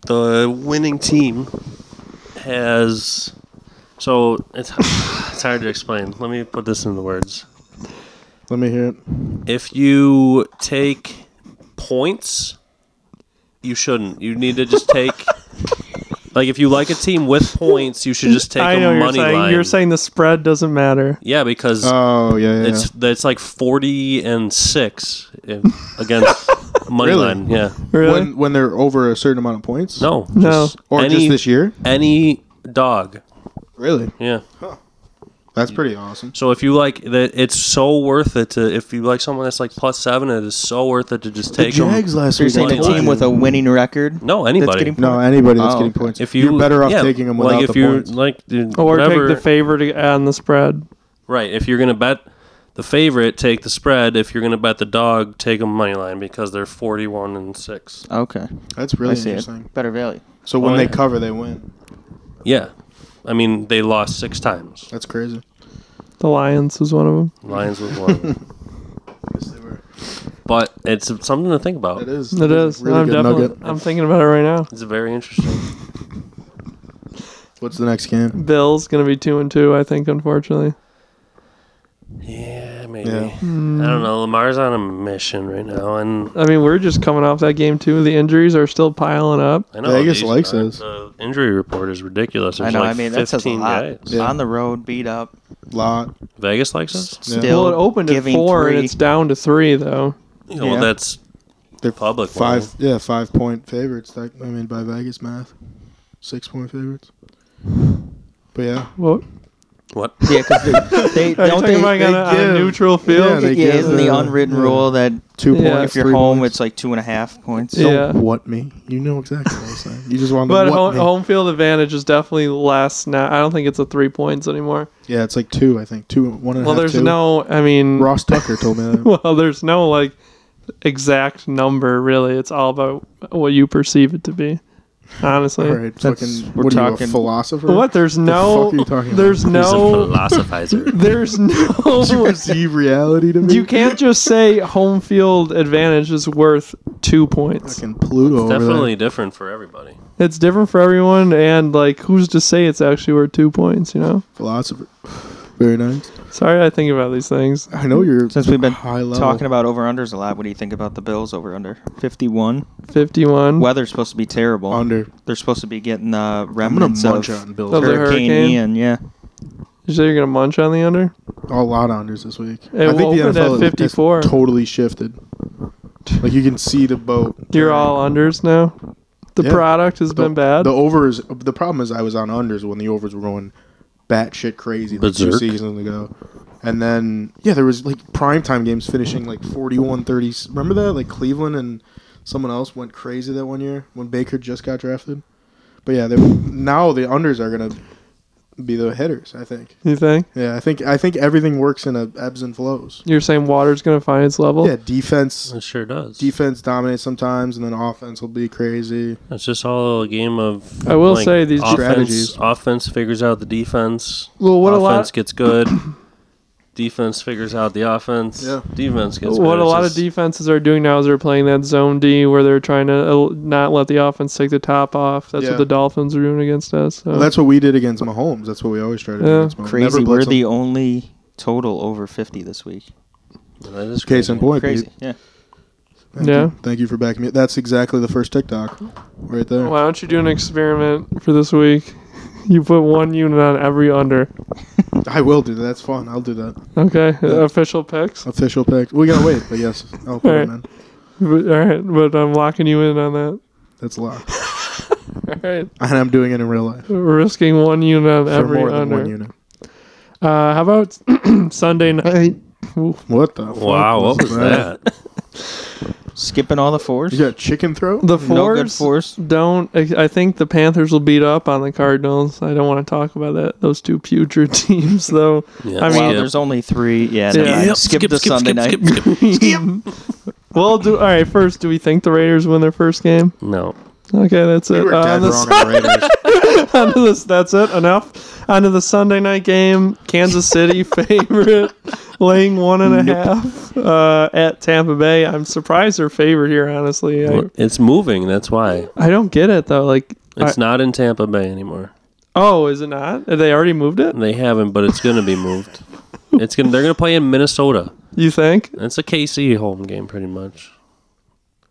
[SPEAKER 11] the winning team has. So it's it's hard to explain. Let me put this into words.
[SPEAKER 10] Let me hear it.
[SPEAKER 11] If you take points, you shouldn't. You need to just take. like if you like a team with points, you should just take
[SPEAKER 9] I
[SPEAKER 11] a
[SPEAKER 9] know what you're
[SPEAKER 11] money
[SPEAKER 9] saying
[SPEAKER 11] line.
[SPEAKER 9] you're saying the spread doesn't matter.
[SPEAKER 11] yeah, because
[SPEAKER 10] Oh yeah, yeah.
[SPEAKER 11] It's that's like forty and six if, against money
[SPEAKER 10] Really?
[SPEAKER 11] line. Yeah,
[SPEAKER 9] Really?
[SPEAKER 10] When when they're over a certain amount of points.
[SPEAKER 11] no,
[SPEAKER 9] No.
[SPEAKER 11] just
[SPEAKER 10] Or
[SPEAKER 11] any,
[SPEAKER 10] just this year?
[SPEAKER 11] Any dog.
[SPEAKER 10] Really?
[SPEAKER 11] Yeah.
[SPEAKER 10] That's pretty awesome.
[SPEAKER 11] So if you like that, it's so worth it to if you like someone that's like plus seven, it is so worth it to just take 'em.
[SPEAKER 10] last
[SPEAKER 3] So you're saying a
[SPEAKER 11] money line.
[SPEAKER 3] team with a winning record?
[SPEAKER 11] No,
[SPEAKER 3] That's
[SPEAKER 11] anybody.
[SPEAKER 3] getting
[SPEAKER 10] No, anybody that's
[SPEAKER 3] Oh,
[SPEAKER 10] getting
[SPEAKER 3] okay.
[SPEAKER 10] points.
[SPEAKER 11] If you,
[SPEAKER 10] are better off
[SPEAKER 11] yeah,
[SPEAKER 10] taking them without
[SPEAKER 11] like if
[SPEAKER 10] the
[SPEAKER 11] you're
[SPEAKER 10] points.
[SPEAKER 11] like dude,
[SPEAKER 9] Or
[SPEAKER 11] whatever,
[SPEAKER 9] take the favor to on the spread.
[SPEAKER 11] right. If you're gonna bet the favorite, take the spread. If you're gonna bet the dog, take them money line because they're forty-one and six.
[SPEAKER 3] Okay.
[SPEAKER 10] that's really
[SPEAKER 3] I see it.
[SPEAKER 10] interesting.
[SPEAKER 3] Better value.
[SPEAKER 10] So when
[SPEAKER 11] Oh,
[SPEAKER 10] they
[SPEAKER 11] yeah.
[SPEAKER 10] cover, they win.
[SPEAKER 11] Yeah, I mean they lost six times.
[SPEAKER 10] That's crazy.
[SPEAKER 9] The Lions was one of them.
[SPEAKER 11] Lions was one. of them. but it's something to think about.
[SPEAKER 10] That is.
[SPEAKER 9] It is.
[SPEAKER 10] Really
[SPEAKER 9] I'm
[SPEAKER 10] good
[SPEAKER 9] definitely.
[SPEAKER 10] nugget.
[SPEAKER 9] I'm thinking about it right now.
[SPEAKER 11] It's very interesting.
[SPEAKER 10] What's the next game?
[SPEAKER 9] Bills gonna be two and two, I think. Unfortunately,
[SPEAKER 11] Yeah, maybe.
[SPEAKER 9] Yeah.
[SPEAKER 11] I
[SPEAKER 10] Hmm.
[SPEAKER 11] don't know. Lamar's on a mission right now, and
[SPEAKER 9] I mean, we're just coming off that game too. The injuries are still piling up.
[SPEAKER 11] I know these- uh, The injury report is ridiculous. There's
[SPEAKER 3] I know.
[SPEAKER 11] Like
[SPEAKER 3] I mean, that says a
[SPEAKER 11] 15
[SPEAKER 3] lot.
[SPEAKER 11] guys.
[SPEAKER 3] On the road, beat up.
[SPEAKER 10] Lot.
[SPEAKER 11] Vegas likes us.
[SPEAKER 3] Still
[SPEAKER 9] well, it opened at
[SPEAKER 3] giving
[SPEAKER 9] four
[SPEAKER 3] three.
[SPEAKER 9] and it's down to three though.
[SPEAKER 11] Yeah, well, that's
[SPEAKER 10] They're
[SPEAKER 11] public.
[SPEAKER 10] Five,
[SPEAKER 11] money.
[SPEAKER 10] yeah, five point favorites. That, I mean, by Vegas math, six point favorites. But yeah,
[SPEAKER 9] what?
[SPEAKER 11] What?
[SPEAKER 3] Yeah, because they,
[SPEAKER 10] Are
[SPEAKER 3] they
[SPEAKER 10] you
[SPEAKER 3] don't
[SPEAKER 10] talking
[SPEAKER 3] they,
[SPEAKER 10] about
[SPEAKER 3] they
[SPEAKER 10] on a- on a
[SPEAKER 3] give-
[SPEAKER 10] neutral field?
[SPEAKER 3] Yeah,
[SPEAKER 10] Yeah, they give,
[SPEAKER 3] isn't the
[SPEAKER 10] uh,
[SPEAKER 3] unwritten
[SPEAKER 10] yeah.
[SPEAKER 3] rule that
[SPEAKER 10] Two points,
[SPEAKER 3] if you're
[SPEAKER 10] three
[SPEAKER 3] home, it's like two and a half points?
[SPEAKER 10] Don't what me. You know exactly what I'm saying. You just want
[SPEAKER 9] But
[SPEAKER 10] to what
[SPEAKER 9] home,
[SPEAKER 10] me.
[SPEAKER 9] home field advantage is definitely less now. I don't think it's a three points anymore.
[SPEAKER 10] Yeah, it's like two. I think two, one and a half.
[SPEAKER 9] Well, there's
[SPEAKER 10] two.
[SPEAKER 9] no. I mean,
[SPEAKER 10] Ross Tucker told me that.
[SPEAKER 9] well, there's no like exact number really. It's all about what you perceive it to be. Honestly,
[SPEAKER 10] All right,
[SPEAKER 9] That's-
[SPEAKER 10] fucking- we're what are you, a talking- philosopher?
[SPEAKER 9] What? There's
[SPEAKER 10] The
[SPEAKER 9] no.
[SPEAKER 10] fuck are you talking about?
[SPEAKER 9] There's
[SPEAKER 10] He's a
[SPEAKER 9] no
[SPEAKER 10] philosophizer.
[SPEAKER 9] There's no.
[SPEAKER 10] Did you perceive reality to me?
[SPEAKER 9] You can't just say home field advantage is worth two points.
[SPEAKER 10] Fucking Pluto.
[SPEAKER 11] It's definitely different for everybody.
[SPEAKER 9] It's different for everyone, and like, who's to say it's actually worth two points? You know.
[SPEAKER 10] Philosopher. Very nice.
[SPEAKER 9] Sorry, I think about these things.
[SPEAKER 10] I know you're.
[SPEAKER 3] Since we've been
[SPEAKER 10] high level.
[SPEAKER 3] talking about over unders a lot, what do you think about the Bills over under? 51?
[SPEAKER 9] 51.
[SPEAKER 3] Weather's supposed to be terrible.
[SPEAKER 10] Under.
[SPEAKER 3] They're supposed to be getting the remnants of
[SPEAKER 10] munch on Bills.
[SPEAKER 9] Of the
[SPEAKER 3] Hurricane,
[SPEAKER 9] hurricane?
[SPEAKER 3] Ian, yeah.
[SPEAKER 9] You say you're gonna munch on the under?
[SPEAKER 10] A lot of unders this week.
[SPEAKER 9] It opened at
[SPEAKER 10] has
[SPEAKER 9] 54.
[SPEAKER 10] totally shifted. Like you can see the boat.
[SPEAKER 9] You're all unders now. The
[SPEAKER 10] Yeah.
[SPEAKER 9] product has
[SPEAKER 10] The-
[SPEAKER 9] been bad.
[SPEAKER 10] The overs. The problem is I was on unders when the overs were going batshit crazy like two
[SPEAKER 11] Berserk.
[SPEAKER 10] seasons ago, and then yeah, there was like primetime games finishing like 41-30. Remember that like Cleveland and someone else went crazy that one year when Baker just got drafted. But yeah, they- now the unders are gonna be the hitters. I think.
[SPEAKER 9] you think?
[SPEAKER 10] Yeah, I think I think everything works in a ebbs and flows.
[SPEAKER 9] You're saying water's gonna find its level?
[SPEAKER 10] Yeah, defense.
[SPEAKER 11] It sure does.
[SPEAKER 10] Defense dominates sometimes, and then offense will be crazy.
[SPEAKER 11] It's just all a game of.
[SPEAKER 9] I will say these
[SPEAKER 11] offense,
[SPEAKER 10] strategies-
[SPEAKER 11] Offense figures out the defense.
[SPEAKER 9] Well, what a
[SPEAKER 11] offense
[SPEAKER 9] lot-
[SPEAKER 11] gets good. defense figures out the offense.
[SPEAKER 10] Yeah.
[SPEAKER 11] Defense gets good.
[SPEAKER 9] What a
[SPEAKER 11] It's
[SPEAKER 9] lot
[SPEAKER 11] just-
[SPEAKER 9] of defenses are doing now is they're playing that zone D where they're trying to el- not let the offense take the top off. That's
[SPEAKER 10] Yeah.
[SPEAKER 9] what the Dolphins are doing against us. So.
[SPEAKER 10] Well, that's what we did against Mahomes. That's what we always try to do.
[SPEAKER 9] Yeah.
[SPEAKER 10] Against Mahomes. Never
[SPEAKER 3] Crazy.
[SPEAKER 10] blitz
[SPEAKER 3] We're
[SPEAKER 10] him.
[SPEAKER 3] the only total over 50 this week.
[SPEAKER 11] That is
[SPEAKER 10] case in point.
[SPEAKER 3] Crazy.
[SPEAKER 10] Pete.
[SPEAKER 3] Yeah.
[SPEAKER 10] Thank
[SPEAKER 9] Yeah.
[SPEAKER 10] You. Thank you for backing me. up. That's exactly the first TikTok, right there.
[SPEAKER 9] Why don't you do an experiment for this week? You put one unit on every under.
[SPEAKER 10] I will do that. That's fun. I'll do that.
[SPEAKER 9] Okay,
[SPEAKER 10] Yeah.
[SPEAKER 9] official picks.
[SPEAKER 10] Official pick. We gotta wait, but yes, I'll put
[SPEAKER 9] All right.
[SPEAKER 10] him in.
[SPEAKER 9] But, all right, but I'm locking you in on that.
[SPEAKER 10] That's locked,
[SPEAKER 9] All right,
[SPEAKER 10] and I'm doing it in real life
[SPEAKER 9] We're risking one unit on
[SPEAKER 10] for
[SPEAKER 9] every
[SPEAKER 10] more than
[SPEAKER 9] under.
[SPEAKER 10] one unit.
[SPEAKER 9] Uh, how about Sunday night? Ooh,
[SPEAKER 10] What the?
[SPEAKER 11] Wow, what was that?
[SPEAKER 3] Skipping all the fours.
[SPEAKER 10] You got chicken throat?
[SPEAKER 9] The
[SPEAKER 3] No good
[SPEAKER 9] fours
[SPEAKER 3] fours.
[SPEAKER 9] don't. I I think the Panthers will beat up on the Cardinals. I don't want to talk about that. Those two putrid teams, though.
[SPEAKER 11] Yeah,
[SPEAKER 9] I mean,
[SPEAKER 3] wow,
[SPEAKER 11] skip.
[SPEAKER 3] there's only three. Yeah. never
[SPEAKER 9] Yeah.
[SPEAKER 3] mind.
[SPEAKER 11] Yep,
[SPEAKER 3] Skip,
[SPEAKER 11] skip,
[SPEAKER 3] the
[SPEAKER 11] skip,
[SPEAKER 3] Sunday
[SPEAKER 11] skip,
[SPEAKER 3] night.
[SPEAKER 11] skip, skip, skip.
[SPEAKER 9] well, do all right. First, do we think the Raiders win their first game?
[SPEAKER 11] no.
[SPEAKER 9] Okay, that's
[SPEAKER 10] You
[SPEAKER 9] it.
[SPEAKER 10] were
[SPEAKER 9] Uh,
[SPEAKER 10] dead
[SPEAKER 9] on the
[SPEAKER 10] wrong on the Raiders.
[SPEAKER 9] onto this, that's it. Enough. Onto the Sunday night game. Kansas City favorite, laying one and a half uh, at Tampa Bay. I'm surprised they're favored here. Honestly, I,
[SPEAKER 11] It's moving. That's why.
[SPEAKER 9] I don't get it though. Like, I-
[SPEAKER 11] It's not in Tampa Bay anymore.
[SPEAKER 9] oh, is it not? They already moved it.
[SPEAKER 11] They haven't, but it's going to be moved. It's gonna. They're gonna play in Minnesota.
[SPEAKER 9] You think?
[SPEAKER 11] It's a KC home game, pretty much.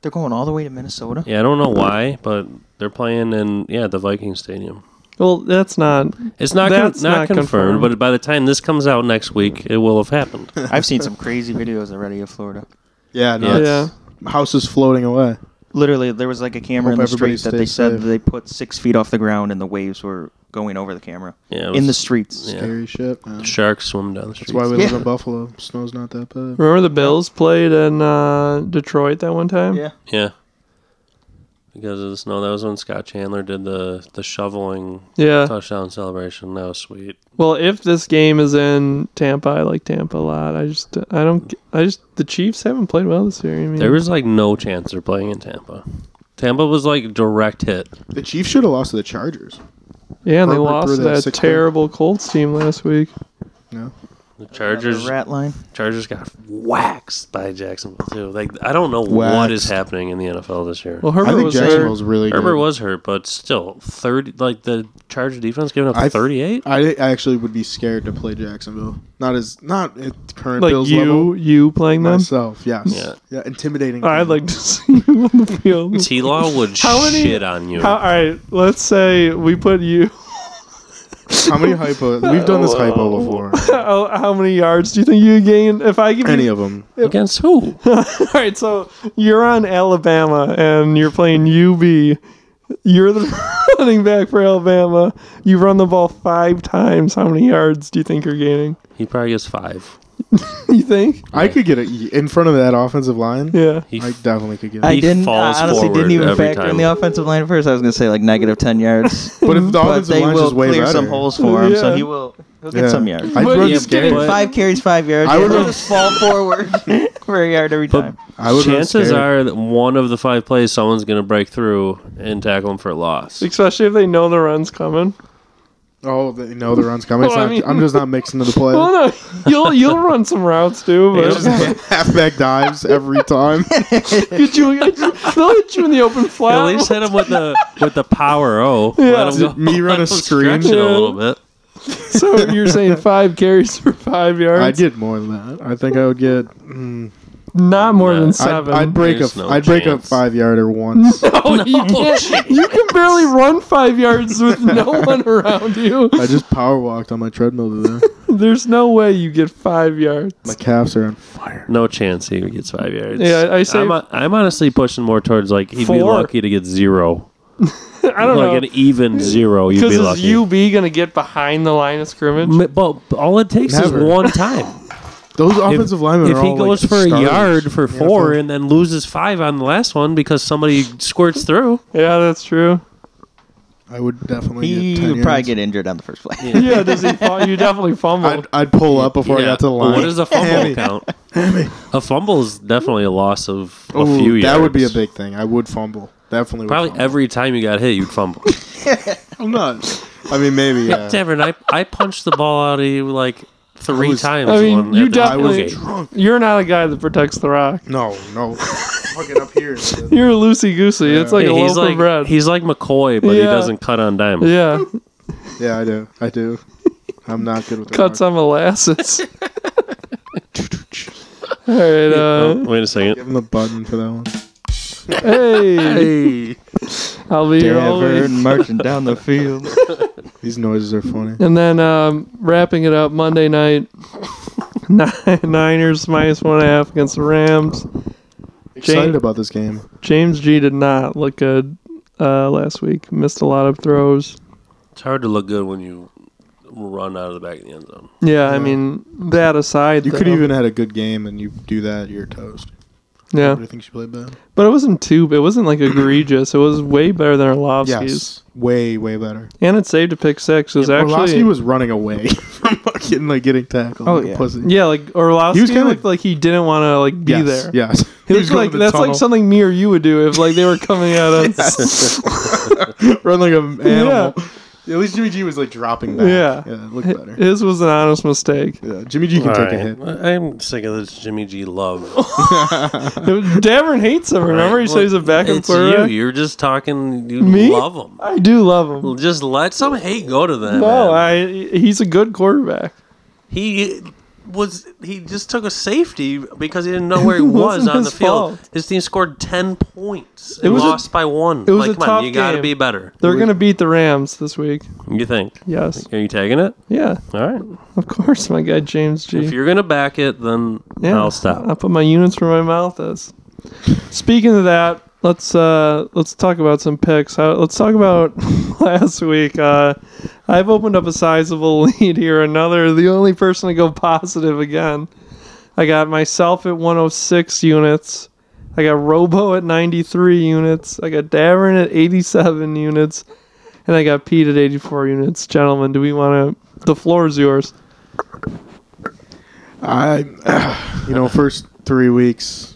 [SPEAKER 3] They're going all the way to Minnesota.
[SPEAKER 11] Yeah, I don't know why, but they're playing in yeah the Viking Stadium.
[SPEAKER 9] Well, that's not.
[SPEAKER 11] It's not con-
[SPEAKER 9] That's
[SPEAKER 11] not,
[SPEAKER 9] not
[SPEAKER 11] confirmed,
[SPEAKER 9] confirmed.
[SPEAKER 11] but by the time this comes out next week, it will have happened.
[SPEAKER 3] I've seen some crazy videos already of Florida.
[SPEAKER 10] Yeah,
[SPEAKER 11] Yeah.
[SPEAKER 10] no, it's- House is floating away.
[SPEAKER 3] Literally, there was like a camera
[SPEAKER 10] Hope
[SPEAKER 3] in the
[SPEAKER 10] everybody
[SPEAKER 3] street that they
[SPEAKER 10] stays
[SPEAKER 3] said
[SPEAKER 10] safe.
[SPEAKER 3] they put six feet off the ground and the waves were going over the camera
[SPEAKER 11] Yeah, it
[SPEAKER 3] in
[SPEAKER 11] was-
[SPEAKER 3] the streets.
[SPEAKER 11] Yeah.
[SPEAKER 10] Scary shit. Man.
[SPEAKER 11] Sharks swim down the street.
[SPEAKER 10] That's why we live
[SPEAKER 3] Yeah.
[SPEAKER 10] in Buffalo. Snow's not that bad.
[SPEAKER 9] Remember the Bills played in uh, Detroit that one time?
[SPEAKER 3] Yeah.
[SPEAKER 11] yeah, because of the snow. That was when Scott Chandler did the the shoveling
[SPEAKER 9] Yeah.
[SPEAKER 11] touchdown celebration. That was sweet.
[SPEAKER 9] Well, if this game is in Tampa, I like Tampa a lot. I just, I don't, I just, the Chiefs haven't played well this year. I mean,
[SPEAKER 11] There was like no chance they're playing in Tampa. Tampa was like direct hit.
[SPEAKER 10] The Chiefs should have lost to the Chargers.
[SPEAKER 9] yeah, and they
[SPEAKER 10] Herbert
[SPEAKER 9] lost
[SPEAKER 10] threw
[SPEAKER 9] to
[SPEAKER 10] that
[SPEAKER 9] that
[SPEAKER 10] six-
[SPEAKER 9] terrible Colts team last week.
[SPEAKER 10] No,
[SPEAKER 11] The Chargers
[SPEAKER 3] rat line.
[SPEAKER 11] Chargers got waxed by Jacksonville too. Like I don't know what is happening in the NFL this year.
[SPEAKER 9] Well, Herbert I think was Jacksonville's hurt. really
[SPEAKER 11] Herbert
[SPEAKER 9] good.
[SPEAKER 11] was hurt, but still thirty. Like the Chargers defense giving
[SPEAKER 10] I
[SPEAKER 11] up thirty eight.
[SPEAKER 10] I, I actually would be scared to play Jacksonville. Not as not at current
[SPEAKER 9] Like
[SPEAKER 10] Bills
[SPEAKER 9] you,
[SPEAKER 10] level.
[SPEAKER 9] you playing them?
[SPEAKER 10] myself. Yes.
[SPEAKER 11] Yeah.
[SPEAKER 10] Yeah. Intimidating.
[SPEAKER 9] I'd like to see you on the field.
[SPEAKER 11] T Law would
[SPEAKER 9] How many-
[SPEAKER 11] shit on you.
[SPEAKER 9] How, all right, let's say we put you.
[SPEAKER 10] How many hypo? We've done this hypo before.
[SPEAKER 9] how, how many yards do you think you gain if I give
[SPEAKER 10] Any
[SPEAKER 9] you,
[SPEAKER 10] of them.
[SPEAKER 11] Against who?
[SPEAKER 9] all right, so you're on Alabama and you're playing UB. You're the running back for Alabama. You run the ball five times. How many yards do you think you're gaining?
[SPEAKER 11] He probably gets five.
[SPEAKER 9] You think?
[SPEAKER 10] I could get a, in front of that offensive line.
[SPEAKER 9] Yeah.
[SPEAKER 11] He
[SPEAKER 10] I definitely could get.
[SPEAKER 3] I
[SPEAKER 10] it.
[SPEAKER 3] didn't. I honestly didn't
[SPEAKER 11] forward
[SPEAKER 3] even
[SPEAKER 11] every
[SPEAKER 3] factor in
[SPEAKER 11] time.
[SPEAKER 3] the offensive line at first. I was going to say like negative ten yards.
[SPEAKER 10] But if the offensive
[SPEAKER 3] they
[SPEAKER 10] line's
[SPEAKER 3] will
[SPEAKER 10] just way
[SPEAKER 3] clear
[SPEAKER 10] better.
[SPEAKER 3] some holes for him, so
[SPEAKER 9] Yeah.
[SPEAKER 3] he will he'll get
[SPEAKER 10] Yeah.
[SPEAKER 3] some yards.
[SPEAKER 10] I'd
[SPEAKER 9] But
[SPEAKER 10] run
[SPEAKER 9] you
[SPEAKER 10] this
[SPEAKER 9] get
[SPEAKER 10] game.
[SPEAKER 11] But-
[SPEAKER 3] five carries, five yards.
[SPEAKER 10] I
[SPEAKER 3] I
[SPEAKER 10] would
[SPEAKER 3] would
[SPEAKER 10] have-
[SPEAKER 3] just fall forward for a yard every time.
[SPEAKER 10] I would run
[SPEAKER 11] Chances
[SPEAKER 10] scared.
[SPEAKER 11] are that one of the five plays, someone's going to break through and tackle him for a loss.
[SPEAKER 9] Especially if they know the run's coming.
[SPEAKER 10] Oh, they know the run's coming. It's
[SPEAKER 9] Well, I
[SPEAKER 10] not-
[SPEAKER 9] mean-
[SPEAKER 10] I'm just not mixing to the play.
[SPEAKER 9] Well, no, you'll you'll run some routes too,
[SPEAKER 10] Just
[SPEAKER 9] but
[SPEAKER 10] halfback dives every time.
[SPEAKER 9] get you, get you- they'll hit you in the open flat.
[SPEAKER 11] At least hit him with the with the power O. Let him go-
[SPEAKER 10] Me run a
[SPEAKER 11] let him
[SPEAKER 10] screen?
[SPEAKER 11] stretch it a little bit.
[SPEAKER 9] So you're saying five carries for five yards?
[SPEAKER 10] I'd get more than that. I think I would get. Mm,
[SPEAKER 9] not more
[SPEAKER 11] Nah.
[SPEAKER 9] than
[SPEAKER 10] I'd,
[SPEAKER 9] 7
[SPEAKER 10] I'd break a.
[SPEAKER 11] There's no
[SPEAKER 10] would break a
[SPEAKER 11] chance.
[SPEAKER 10] five yarder once.
[SPEAKER 9] Oh, you, can't, you can barely run five yards with no one around you.
[SPEAKER 10] I just power walked on my treadmill today.
[SPEAKER 9] There's no way you get five yards.
[SPEAKER 10] my calves are on fire.
[SPEAKER 11] No chance he gets five yards.
[SPEAKER 9] Yeah, I- I say-
[SPEAKER 11] I'm, I'm honestly pushing more towards like he'd be
[SPEAKER 9] Four.
[SPEAKER 11] lucky to get zero.
[SPEAKER 9] I don't
[SPEAKER 11] like
[SPEAKER 9] know.
[SPEAKER 11] an even zero, you'd be
[SPEAKER 9] Because
[SPEAKER 11] lucky.
[SPEAKER 9] is UB gonna get behind the line of scrimmage?
[SPEAKER 11] M- But all it takes
[SPEAKER 10] Never.
[SPEAKER 11] is one time.
[SPEAKER 10] Those offensive linemen.
[SPEAKER 11] if
[SPEAKER 10] are
[SPEAKER 11] he
[SPEAKER 10] all,
[SPEAKER 11] goes
[SPEAKER 10] like,
[SPEAKER 11] for a
[SPEAKER 10] stars.
[SPEAKER 11] yard for four
[SPEAKER 10] NFL.
[SPEAKER 11] and then loses five on the last one because somebody squirts through,
[SPEAKER 9] Yeah, that's true.
[SPEAKER 10] I would definitely.
[SPEAKER 3] He
[SPEAKER 10] get 10
[SPEAKER 3] would probably
[SPEAKER 10] yards.
[SPEAKER 3] get injured on the first play.
[SPEAKER 9] Yeah, does he? Fall? You definitely fumble.
[SPEAKER 10] I'd, I'd pull up before I got to the line.
[SPEAKER 11] What is a fumble count? A fumble is definitely a loss of a
[SPEAKER 10] Ooh,
[SPEAKER 11] few yards.
[SPEAKER 10] That would be a big thing. I would fumble. Definitely. Would
[SPEAKER 11] Probably
[SPEAKER 10] fumble.
[SPEAKER 11] every time you got hit, you'd fumble.
[SPEAKER 10] I'm not. I mean, maybe. Yeah.
[SPEAKER 11] Devin, I, I punched the ball out of you like three
[SPEAKER 10] was-
[SPEAKER 11] times.
[SPEAKER 9] I mean,
[SPEAKER 11] one
[SPEAKER 9] you
[SPEAKER 11] at the-
[SPEAKER 10] I was
[SPEAKER 9] Okay.
[SPEAKER 10] drunk.
[SPEAKER 9] You're not a guy that protects the rock.
[SPEAKER 10] No, no. Fucking up here.
[SPEAKER 9] You're loosey goosey. It's like
[SPEAKER 11] Yeah,
[SPEAKER 9] a
[SPEAKER 11] he's
[SPEAKER 9] loaf
[SPEAKER 11] like
[SPEAKER 9] of bread.
[SPEAKER 11] he's like McCoy, but he
[SPEAKER 9] Yeah.
[SPEAKER 11] doesn't cut on dime.
[SPEAKER 9] yeah,
[SPEAKER 10] Yeah, I do. I do. I'm not good with the
[SPEAKER 9] cut some molasses. All right.
[SPEAKER 11] Oh,
[SPEAKER 9] Uh,
[SPEAKER 11] wait a second.
[SPEAKER 10] Give him the button for that one.
[SPEAKER 9] hey, I'll be here all week.
[SPEAKER 3] Ever marching down the field.
[SPEAKER 10] These noises are funny.
[SPEAKER 9] And then um, wrapping it up Monday night, Ni- Niners minus one and a half against the Rams.
[SPEAKER 10] Excited
[SPEAKER 9] James,
[SPEAKER 10] about this game.
[SPEAKER 9] James G did not look good uh, last week. Missed a lot of throws.
[SPEAKER 11] It's hard to look good when you run out of the back of the end zone.
[SPEAKER 9] Yeah, I mean that aside,
[SPEAKER 10] You could
[SPEAKER 9] though-
[SPEAKER 10] even had a good game and you do that, you're toast.
[SPEAKER 9] yeah,
[SPEAKER 10] Everybody thinks you played bad.
[SPEAKER 9] but it wasn't too. It wasn't like egregious. It was way better than Orlovsky's,
[SPEAKER 10] Yes. Way, way better.
[SPEAKER 9] and it saved a pick six. It was
[SPEAKER 10] Actually,
[SPEAKER 9] actually
[SPEAKER 10] was running away from fucking like getting tackled.
[SPEAKER 3] Oh,
[SPEAKER 10] like a
[SPEAKER 3] yeah.
[SPEAKER 10] pussy.
[SPEAKER 9] yeah, like Orlovsky
[SPEAKER 10] He was kinda
[SPEAKER 9] looked like he didn't want to like be
[SPEAKER 10] Yes,
[SPEAKER 9] there.
[SPEAKER 10] Yes.
[SPEAKER 9] He looked like that's like something me or you would do if like they were coming at us.
[SPEAKER 10] something run like an
[SPEAKER 9] Yeah.
[SPEAKER 10] animal. At least Jimmy G was like dropping back.
[SPEAKER 9] Yeah.
[SPEAKER 10] Yeah, it looked better.
[SPEAKER 9] His was an honest mistake.
[SPEAKER 10] Yeah, Jimmy G can
[SPEAKER 11] All
[SPEAKER 10] take
[SPEAKER 11] right.
[SPEAKER 10] a hit.
[SPEAKER 11] I'm sick of this Jimmy G love.
[SPEAKER 9] Davern hates him. Remember, he said he's a back and
[SPEAKER 11] It's you.
[SPEAKER 9] quarterback.
[SPEAKER 11] You're just talking. You
[SPEAKER 9] Me?
[SPEAKER 11] love him.
[SPEAKER 9] I do love him.
[SPEAKER 11] Just let some hate go to them.
[SPEAKER 9] No,
[SPEAKER 11] man.
[SPEAKER 9] I. He's a good quarterback.
[SPEAKER 11] he was he just took a safety because he didn't know where he was
[SPEAKER 9] wasn't
[SPEAKER 11] on the
[SPEAKER 9] his
[SPEAKER 11] field.
[SPEAKER 9] fault.
[SPEAKER 11] His team scored ten points. It
[SPEAKER 9] was a-
[SPEAKER 11] lost by one.
[SPEAKER 9] it was
[SPEAKER 11] like,
[SPEAKER 9] a
[SPEAKER 11] come
[SPEAKER 9] tough
[SPEAKER 11] on, you gotta
[SPEAKER 9] game.
[SPEAKER 11] be better.
[SPEAKER 9] They're gonna beat the Rams this week.
[SPEAKER 11] You think?
[SPEAKER 9] Yes.
[SPEAKER 11] Are you tagging it?
[SPEAKER 9] Yeah.
[SPEAKER 11] All right.
[SPEAKER 9] Of course, my guy James G.
[SPEAKER 11] If you're gonna back it, then
[SPEAKER 9] yeah. Uh,
[SPEAKER 11] I'll stop.
[SPEAKER 9] I put my units where my mouth is. Speaking of that, let's uh let's talk about some picks. Uh, let's talk about last week. Uh, I've opened up a sizable lead here. Another, the only person to go positive again. I got myself at 106 units. I got Robo at 93 units. I got Davern at 87 units, and I got Pete at 84 units. Gentlemen, do we want to? The floor is yours.
[SPEAKER 10] I, you know, first three weeks.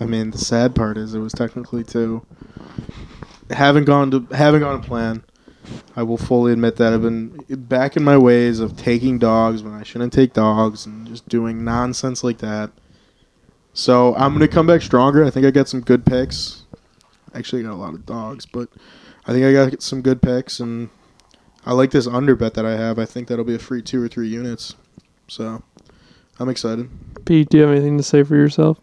[SPEAKER 10] I mean, the sad part is it was technically two. Haven't gone to haven't gone to plan. I will fully admit that I've been back in my ways of taking dogs when I shouldn't take dogs and just doing nonsense like that. So I'm gonna come back stronger. I think I got some good picks. Actually, I got a lot of dogs, but I think I got some good picks, and I like this under bet that I have. I think that'll be a free two or three units. So I'm excited.
[SPEAKER 9] Pete, do you have anything to say for yourself?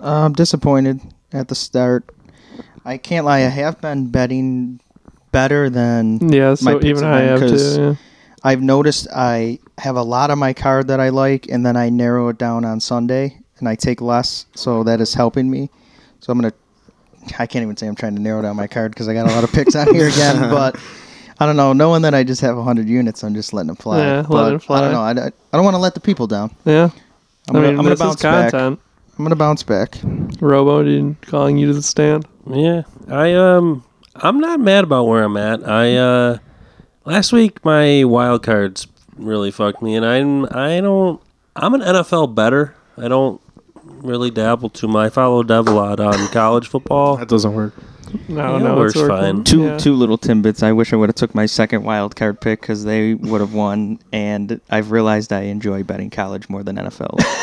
[SPEAKER 3] I'm disappointed at the start. I can't lie. I have been betting better than
[SPEAKER 9] Yeah, so
[SPEAKER 3] picks
[SPEAKER 9] even
[SPEAKER 3] have
[SPEAKER 9] I
[SPEAKER 3] been
[SPEAKER 9] have too,
[SPEAKER 3] 'cause
[SPEAKER 9] yeah.
[SPEAKER 3] I've noticed I have a lot on my card that I like, and then I narrow it down on Sunday, and I take less. So that is helping me. So I'm gonna. I can't even say I'm trying to narrow down my card because I got a lot of picks on here again. But I don't know. Knowing that I just have 100 units, I'm just letting it fly.
[SPEAKER 9] Yeah, let
[SPEAKER 3] But
[SPEAKER 9] it fly.
[SPEAKER 3] I don't know. I, don't- I don't want to let the people down.
[SPEAKER 9] Yeah.
[SPEAKER 3] I'm
[SPEAKER 9] I
[SPEAKER 3] gonna,
[SPEAKER 9] mean,
[SPEAKER 3] I'm gonna
[SPEAKER 9] this is
[SPEAKER 3] bounce back.
[SPEAKER 9] content.
[SPEAKER 3] I'm gonna bounce back.
[SPEAKER 9] Robo, dude, calling you to the stand.
[SPEAKER 11] Yeah, I um, I'm not mad about where I'm at. I uh, last week my wild cards really fucked me, and I'm I don't I'm an NFL better. I don't really dabble too much. I follow Dev a lot on college football. That
[SPEAKER 10] doesn't work.
[SPEAKER 9] No,
[SPEAKER 11] Yeah,
[SPEAKER 9] no, it's
[SPEAKER 11] works
[SPEAKER 9] working.
[SPEAKER 11] fine.
[SPEAKER 3] Two
[SPEAKER 9] Yeah.
[SPEAKER 3] two little timbits. I wish I would have took my second wild card pick because they would have won. And I've realized I enjoy betting college more than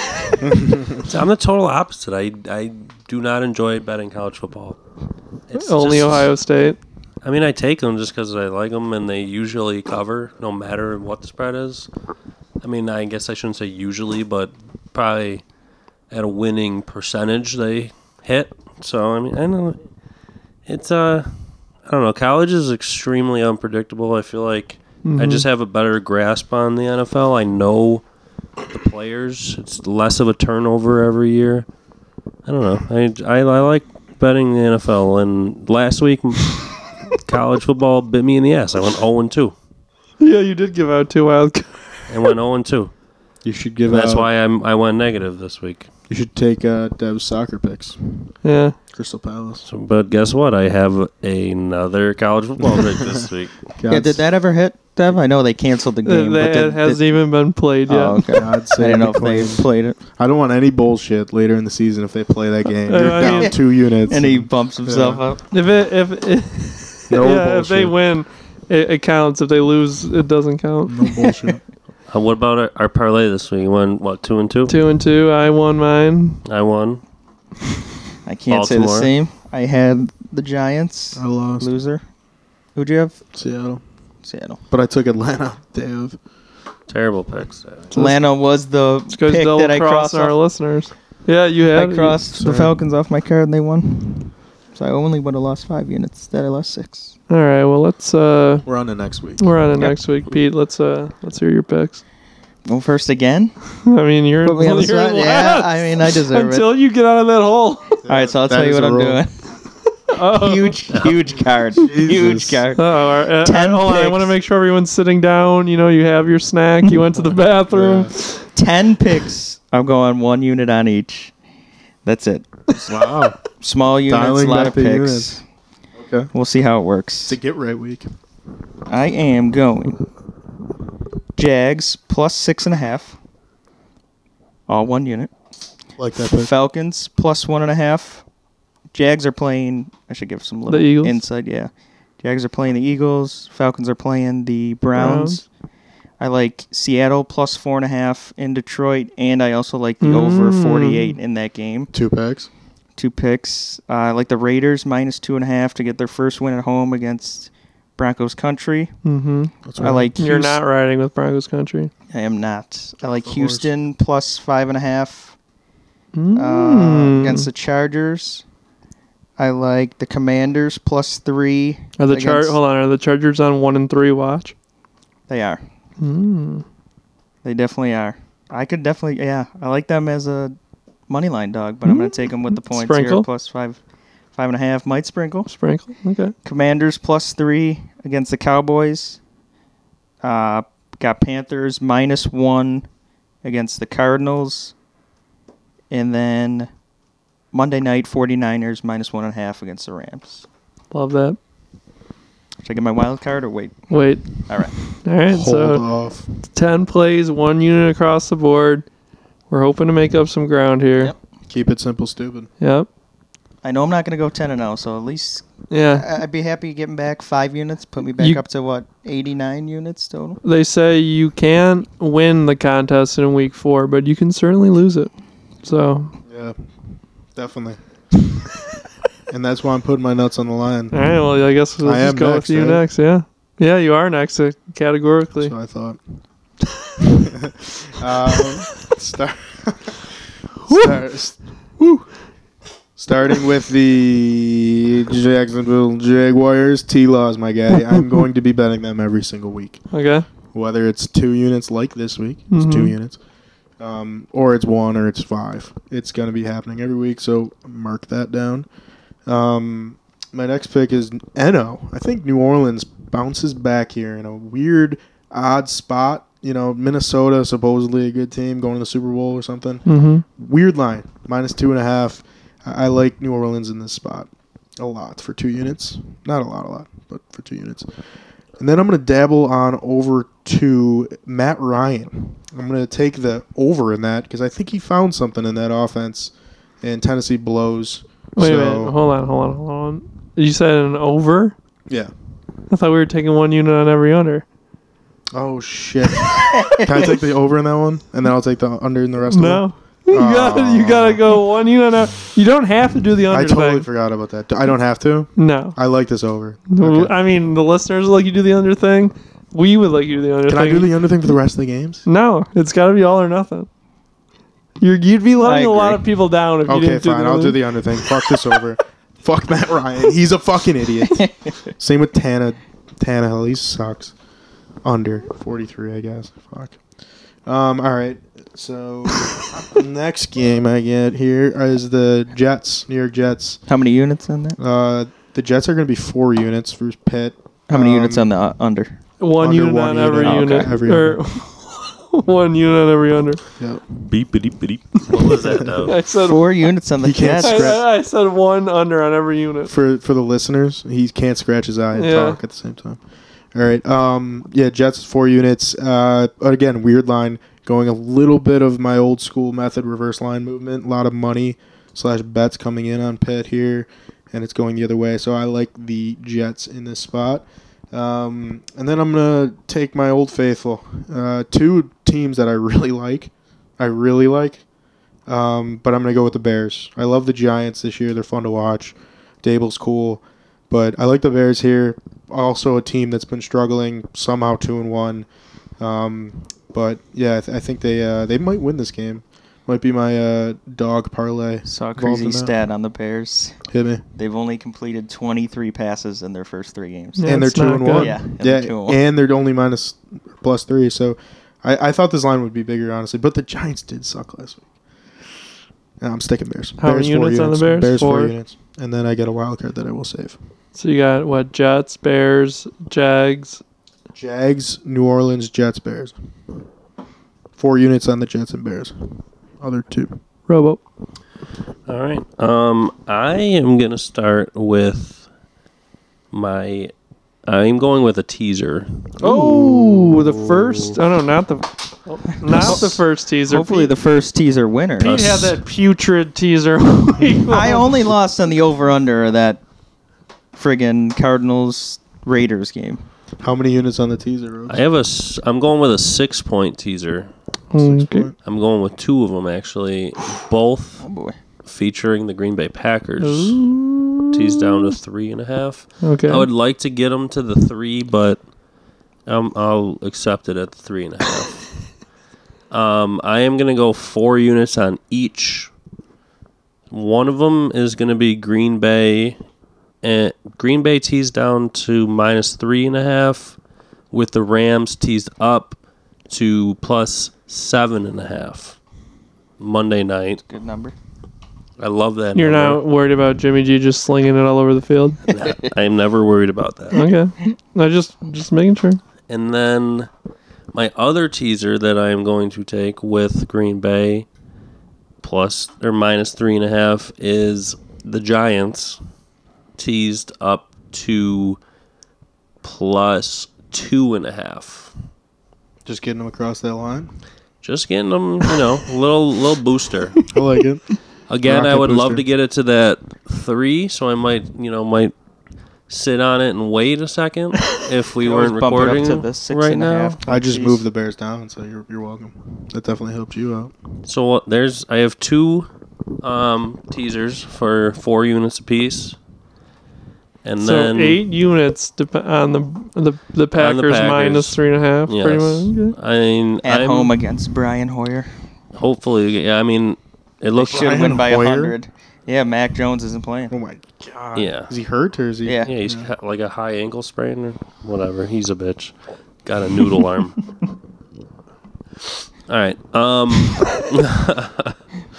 [SPEAKER 3] NFL.
[SPEAKER 11] So I'm the total opposite. I I do not enjoy betting college football.
[SPEAKER 9] Only
[SPEAKER 11] just-
[SPEAKER 9] Ohio State.
[SPEAKER 11] I mean, I take them just because I like them, and they usually cover no matter what the spread is. I mean, I guess I shouldn't say usually, but probably at a winning percentage they hit. So I mean, I know it's uh, I don't know. College is extremely unpredictable. I feel like I
[SPEAKER 9] Mhm.
[SPEAKER 11] just have a better grasp on the NFL. I know the players. It's less of a turnover every year. I don't know. I, I, I like betting the NFL, and last week college football bit me in the ass. I went 0 and 2.
[SPEAKER 9] Yeah, you did give out two wild cards.
[SPEAKER 11] I went 0 and 2.
[SPEAKER 10] You should give
[SPEAKER 11] That's
[SPEAKER 10] out-
[SPEAKER 11] why I'm I went negative this week.
[SPEAKER 10] You should take uh, Dev's soccer picks.
[SPEAKER 9] Yeah.
[SPEAKER 10] Crystal Palace.
[SPEAKER 11] So, but guess what? I have another college football pick this week.
[SPEAKER 3] yeah, did that ever hit, Dev? I know they canceled the game.
[SPEAKER 9] They-
[SPEAKER 3] but
[SPEAKER 9] Uh, it
[SPEAKER 3] did-
[SPEAKER 9] hasn't
[SPEAKER 3] did-
[SPEAKER 9] even been played yet.
[SPEAKER 3] Oh, okay. I didn't know if they played it.
[SPEAKER 10] I don't want any bullshit later in the season if they play that game.
[SPEAKER 9] Uh,
[SPEAKER 10] You're
[SPEAKER 9] I
[SPEAKER 10] down
[SPEAKER 9] mean-
[SPEAKER 10] two units.
[SPEAKER 3] And he bumps himself
[SPEAKER 10] Yeah.
[SPEAKER 3] up.
[SPEAKER 9] If it, if it,
[SPEAKER 10] No
[SPEAKER 9] yeah, if they
[SPEAKER 10] bullshit.
[SPEAKER 9] win, it, it counts. If they lose, it doesn't count. No
[SPEAKER 10] bullshit.
[SPEAKER 11] Uh, what about our, our parlay this week? You won what two and two?
[SPEAKER 9] two and two. I won mine.
[SPEAKER 11] I won.
[SPEAKER 3] I can't say the same. I had the Giants. I
[SPEAKER 10] lost.
[SPEAKER 3] Loser. Who'd you have?
[SPEAKER 10] Seattle.
[SPEAKER 3] Seattle.
[SPEAKER 10] But I took Atlanta. Dev.
[SPEAKER 11] Terrible picks. uh,
[SPEAKER 3] Atlanta was the
[SPEAKER 9] Goes
[SPEAKER 3] pick
[SPEAKER 9] double
[SPEAKER 3] that I crossed
[SPEAKER 9] crossing our
[SPEAKER 3] off.
[SPEAKER 9] listeners. Yeah, you had
[SPEAKER 3] I
[SPEAKER 9] it.
[SPEAKER 3] crossed the
[SPEAKER 9] Sorry.
[SPEAKER 3] Falcons off my card and they won. So I only would have lost five units. Instead, I lost six.
[SPEAKER 9] All right. Well, let's. uh
[SPEAKER 10] We're on to next week.
[SPEAKER 9] We're on to
[SPEAKER 3] Yep.
[SPEAKER 9] next week, Pete. Let's uh let's hear your picks.
[SPEAKER 3] Well, first again.
[SPEAKER 9] I mean, you're,
[SPEAKER 3] Put me on the
[SPEAKER 9] you're
[SPEAKER 3] spot? Yeah,
[SPEAKER 9] last
[SPEAKER 3] I mean, I deserve it.
[SPEAKER 9] until you get out of that hole.
[SPEAKER 3] All right, so I'll
[SPEAKER 9] That
[SPEAKER 3] tell you
[SPEAKER 9] is
[SPEAKER 3] what
[SPEAKER 9] a
[SPEAKER 3] I'm
[SPEAKER 9] rule.
[SPEAKER 3] doing. Huge, huge card. Huge card.
[SPEAKER 9] Oh, all right. Uh,
[SPEAKER 3] Ten
[SPEAKER 9] hold on. I
[SPEAKER 3] picks.
[SPEAKER 9] want to make sure everyone's sitting down. You know, you have your snack. You went to the bathroom.
[SPEAKER 3] Ten picks. I'm going one unit on each. That's it.
[SPEAKER 10] Wow.
[SPEAKER 3] Small units,
[SPEAKER 10] Dialing
[SPEAKER 3] a lot
[SPEAKER 10] back
[SPEAKER 3] of
[SPEAKER 10] the
[SPEAKER 3] picks.
[SPEAKER 10] units. Okay.
[SPEAKER 3] We'll see how it works.
[SPEAKER 10] To get right week.
[SPEAKER 3] I am going Jags plus six and a half. All one unit.
[SPEAKER 10] Like that pick.
[SPEAKER 3] Falcons plus one and a half. Jags are playing. I should give some little
[SPEAKER 9] Eagles?
[SPEAKER 3] insight. Yeah, Jags are playing the Eagles. Falcons are playing the Browns. I like Seattle plus four and a half in Detroit, and I also like the over
[SPEAKER 9] Mm.
[SPEAKER 3] forty-eight in that game.
[SPEAKER 10] Two picks.
[SPEAKER 3] Two picks. Uh, I like the Raiders minus two and a half to get their first win at home against Broncos country.
[SPEAKER 9] Mm-hmm.
[SPEAKER 3] I like
[SPEAKER 9] You're
[SPEAKER 3] Houston-
[SPEAKER 9] not riding with Broncos country.
[SPEAKER 3] I am not. I like
[SPEAKER 9] the horse.
[SPEAKER 3] Houston plus five and a half uh,
[SPEAKER 9] Mm.
[SPEAKER 3] against the Chargers. I like the Commanders plus three.
[SPEAKER 9] Are the char-
[SPEAKER 3] against-
[SPEAKER 9] Hold on. Are the Chargers on one and three watch?
[SPEAKER 3] They are.
[SPEAKER 9] Mm.
[SPEAKER 3] They definitely are. I could definitely. Yeah, I like them as a money line dog, but I'm going to take them with the points
[SPEAKER 9] Hmm. Sprinkle.
[SPEAKER 3] here. Plus five, five and a half. Might sprinkle.
[SPEAKER 9] Sprinkle. Okay.
[SPEAKER 3] Commanders plus three against the Cowboys. Uh, got Panthers minus one against the Cardinals. And then Monday night, 49ers minus one and a half against the Rams.
[SPEAKER 9] Love that.
[SPEAKER 3] Should I get my wild card or wait?
[SPEAKER 9] Wait.
[SPEAKER 3] All right.
[SPEAKER 9] All right. so
[SPEAKER 10] Hold off.
[SPEAKER 9] 10 plays, one unit across the board. We're hoping to make up some ground here. Yep.
[SPEAKER 10] Keep it simple, stupid.
[SPEAKER 3] I know I'm not going to go 10 and 0, so at least
[SPEAKER 9] Yeah.
[SPEAKER 3] I- I'd be happy getting back five units. Put me back
[SPEAKER 9] You-
[SPEAKER 3] up to what 89 units total.
[SPEAKER 9] They say you can't win the contest in week four, but you can certainly lose it. So
[SPEAKER 10] Yeah, definitely. and that's why I'm putting my nuts on the line.
[SPEAKER 9] All right. Well, I guess we'll
[SPEAKER 10] I
[SPEAKER 9] just
[SPEAKER 10] am
[SPEAKER 9] go
[SPEAKER 10] next,
[SPEAKER 9] with you
[SPEAKER 10] right?
[SPEAKER 9] next. Yeah. Yeah, you are next, uh, categorically.
[SPEAKER 10] That's what I thought. um, start. start s- Starting with the Jacksonville Jaguars, T Laws, my guy. I'm going to be betting them every single week.
[SPEAKER 9] Okay.
[SPEAKER 10] Whether it's two units like this week, it's two
[SPEAKER 9] Mhm.
[SPEAKER 10] units, um, or it's one or it's five. It's going to be happening every week, so mark that down. Um, my next pick is Eno. I think New Orleans bounces back here in a weird, odd spot. You know, Minnesota, supposedly a good team, going to the Super Bowl or something.
[SPEAKER 9] Mhm.
[SPEAKER 10] Weird line, minus two and a half. I, I like New Orleans in this spot a lot for two units. Not a lot, a lot, but for two units. And then I'm going to dabble on over to Matt Ryan. I'm going to take the over in that because I think he found something in that offense, and Tennessee blows.
[SPEAKER 9] Wait
[SPEAKER 10] so,
[SPEAKER 9] a minute. Hold on. Hold on. Hold on. You said an over.
[SPEAKER 10] Yeah.
[SPEAKER 9] I thought we were taking one unit on every under.
[SPEAKER 10] Oh shit! Can I take the over in that one, and then I'll take the under in the rest of
[SPEAKER 9] No.
[SPEAKER 10] it? Ah.
[SPEAKER 9] You gotta, you gotta go one unit. On, you don't have to do the under
[SPEAKER 10] Uh, I totally
[SPEAKER 9] thing.
[SPEAKER 10] forgot about that. I don't have to.
[SPEAKER 9] No.
[SPEAKER 10] I like this over.
[SPEAKER 9] No, I mean, the listeners like you do the under thing. We would like you to do the under
[SPEAKER 10] Can I
[SPEAKER 9] thing.
[SPEAKER 10] do the under thing for the rest of the games?
[SPEAKER 9] No, it's got to be all or nothing. You're, you'd be letting a lot
[SPEAKER 10] agree.
[SPEAKER 9] of people down if you
[SPEAKER 10] Okay,
[SPEAKER 9] didn't do
[SPEAKER 10] fine.
[SPEAKER 9] the
[SPEAKER 10] I'll
[SPEAKER 9] under.
[SPEAKER 10] do the under thing. Fuck this over. Fuck Matt Ryan. He's a fucking idiot. Same with Tana. Tannehill. He sucks. Under 43, I guess. Fuck. Um, all right. So next game I get here is the Jets, New York Jets.
[SPEAKER 3] How many units on that?
[SPEAKER 10] Uh, the Jets are going to be four units for Pitt.
[SPEAKER 3] How many
[SPEAKER 10] Um,
[SPEAKER 3] units on the uh, under?
[SPEAKER 9] One
[SPEAKER 10] under
[SPEAKER 9] unit
[SPEAKER 10] one
[SPEAKER 9] on every
[SPEAKER 10] unit.
[SPEAKER 9] unit.
[SPEAKER 10] Okay. Every
[SPEAKER 9] or one unit on every under.
[SPEAKER 10] Yep.
[SPEAKER 11] Beep, beep, beep. What was that, though?
[SPEAKER 9] I said
[SPEAKER 3] Four units on the
[SPEAKER 10] He can't
[SPEAKER 3] Jets.
[SPEAKER 9] I,
[SPEAKER 10] scratch
[SPEAKER 9] I, I said one under on every unit.
[SPEAKER 10] for for the listeners. He can't scratch his eye and
[SPEAKER 9] Yeah.
[SPEAKER 10] talk at the same time. All right. Um. Yeah. Jets four units. Uh. Again, weird line going a little bit of my old school method reverse line movement. A lot of money slash bets coming in on Pitt here, and it's going the other way. So I like the Jets in this spot. Um, and then I'm gonna take my old faithful, uh, two teams that I really like. I really like. Um, but I'm gonna go with the Bears. I love the Giants this year. They're fun to watch. Dable's cool, but I like the Bears here. Also, a team that's been struggling somehow two and one. Um, but yeah, I, th- I think they uh, they might win this game. Might be my uh, dog parlay.
[SPEAKER 3] Saw a
[SPEAKER 10] involved
[SPEAKER 3] crazy
[SPEAKER 10] in that.
[SPEAKER 3] stat on the Bears.
[SPEAKER 10] Hit me.
[SPEAKER 3] They've only completed 23 passes in their first three games.
[SPEAKER 10] and they're
[SPEAKER 9] it's
[SPEAKER 10] two
[SPEAKER 9] not
[SPEAKER 10] and
[SPEAKER 9] good.
[SPEAKER 10] one.
[SPEAKER 3] Yeah, and
[SPEAKER 10] yeah,
[SPEAKER 3] they're two and one.
[SPEAKER 10] and they're only minus plus three. So I, I thought this line would be bigger, honestly. But the Giants did suck last week. And I'm sticking Bears.
[SPEAKER 9] How
[SPEAKER 10] Bears
[SPEAKER 9] many units on the Bears?
[SPEAKER 10] four.
[SPEAKER 9] Four.
[SPEAKER 10] units, and then I get a wild card that I will save.
[SPEAKER 9] So you got what? Jets, Bears, Jags.
[SPEAKER 10] Jags, New Orleans, Jets, Bears. Four units on the Jets and Bears. Other two.
[SPEAKER 9] Robo.
[SPEAKER 11] All right. Um, I am gonna start with my. I'm going with a teaser.
[SPEAKER 9] Oh, the first. Oh no, not the, not the first teaser.
[SPEAKER 3] Hopefully, the first teaser winner.
[SPEAKER 9] Pete had that putrid teaser. I
[SPEAKER 3] I only lost on the over under of that friggin' Cardinals Raiders game.
[SPEAKER 10] How many units on the teaser? Rhodes?
[SPEAKER 11] I have a. s- I'm going with a six point teaser.
[SPEAKER 9] Okay.
[SPEAKER 11] I'm going with two of them actually, both
[SPEAKER 3] Oh boy.
[SPEAKER 11] featuring the Green Bay Packers. Teased down to three and a half.
[SPEAKER 9] Okay.
[SPEAKER 11] I would like to get them to the three, but um, I'll accept it at the three and a half. um, I am going to go four units on each. One of them is going to be Green Bay. And Green Bay teased down to minus three and a half, with the Rams teased up to plus seven and a half. Monday night.
[SPEAKER 3] Good number.
[SPEAKER 11] I love that.
[SPEAKER 9] You're
[SPEAKER 11] number.
[SPEAKER 9] not worried about Jimmy G just slinging it all over the field.
[SPEAKER 11] I am never worried about that.
[SPEAKER 10] Mm-hmm.
[SPEAKER 9] Okay. I just just making sure.
[SPEAKER 11] And then my other teaser that I am going to take with Green Bay plus or minus three and a half is the Giants teased up to plus two and a half.
[SPEAKER 10] Just getting them across that line.
[SPEAKER 11] Just getting them, you know, a little little booster.
[SPEAKER 10] I like it.
[SPEAKER 11] Again, I
[SPEAKER 10] Rocket
[SPEAKER 11] would love
[SPEAKER 10] booster.
[SPEAKER 11] to get it to that three, so I might you know might sit on it and wait a second if we
[SPEAKER 10] You
[SPEAKER 11] weren't
[SPEAKER 10] always bump it up
[SPEAKER 11] recording
[SPEAKER 10] to the six
[SPEAKER 11] right
[SPEAKER 10] and a
[SPEAKER 11] now.
[SPEAKER 10] half. I just moved the Bears down, so you're, you're welcome. That definitely helped you out.
[SPEAKER 11] So uh, there's I have two um, teasers for four units apiece, and
[SPEAKER 9] so
[SPEAKER 11] then
[SPEAKER 9] eight units dep- on the the the Packers,
[SPEAKER 11] on the Packers. Uh,
[SPEAKER 9] minus three and a half. Pretty much. Okay.
[SPEAKER 11] I mean,
[SPEAKER 3] At
[SPEAKER 11] I'm-
[SPEAKER 3] home against Brian Hoyer.
[SPEAKER 11] Hopefully, yeah. I mean, it looks
[SPEAKER 3] Should win by a hundred. Yeah, Mac Jones isn't playing. Oh
[SPEAKER 10] my god.
[SPEAKER 11] Yeah.
[SPEAKER 10] Is he hurt or is he?
[SPEAKER 11] Yeah, he's got like a high ankle sprain or whatever. He's a bitch. Got a noodle arm. All right. Um,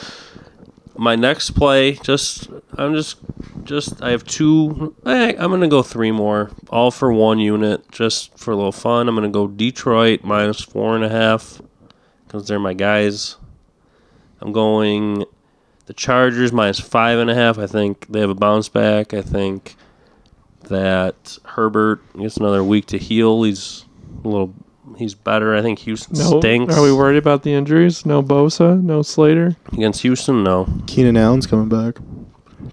[SPEAKER 11] my next play, just I'm just just I have two. eh, I'm gonna go three more, all for one unit, just for a little fun. I'm gonna go Detroit minus four and a half because they're my guys. I'm going the Chargers minus five and a half. I think they have a bounce back. I think that Herbert gets another week to heal. He's a little. He's better. I think Houston
[SPEAKER 9] No.
[SPEAKER 11] stinks
[SPEAKER 9] Are we worried about the injuries? No Bosa. No Slater.
[SPEAKER 11] against Houston. No,
[SPEAKER 10] Keenan Allen's coming back.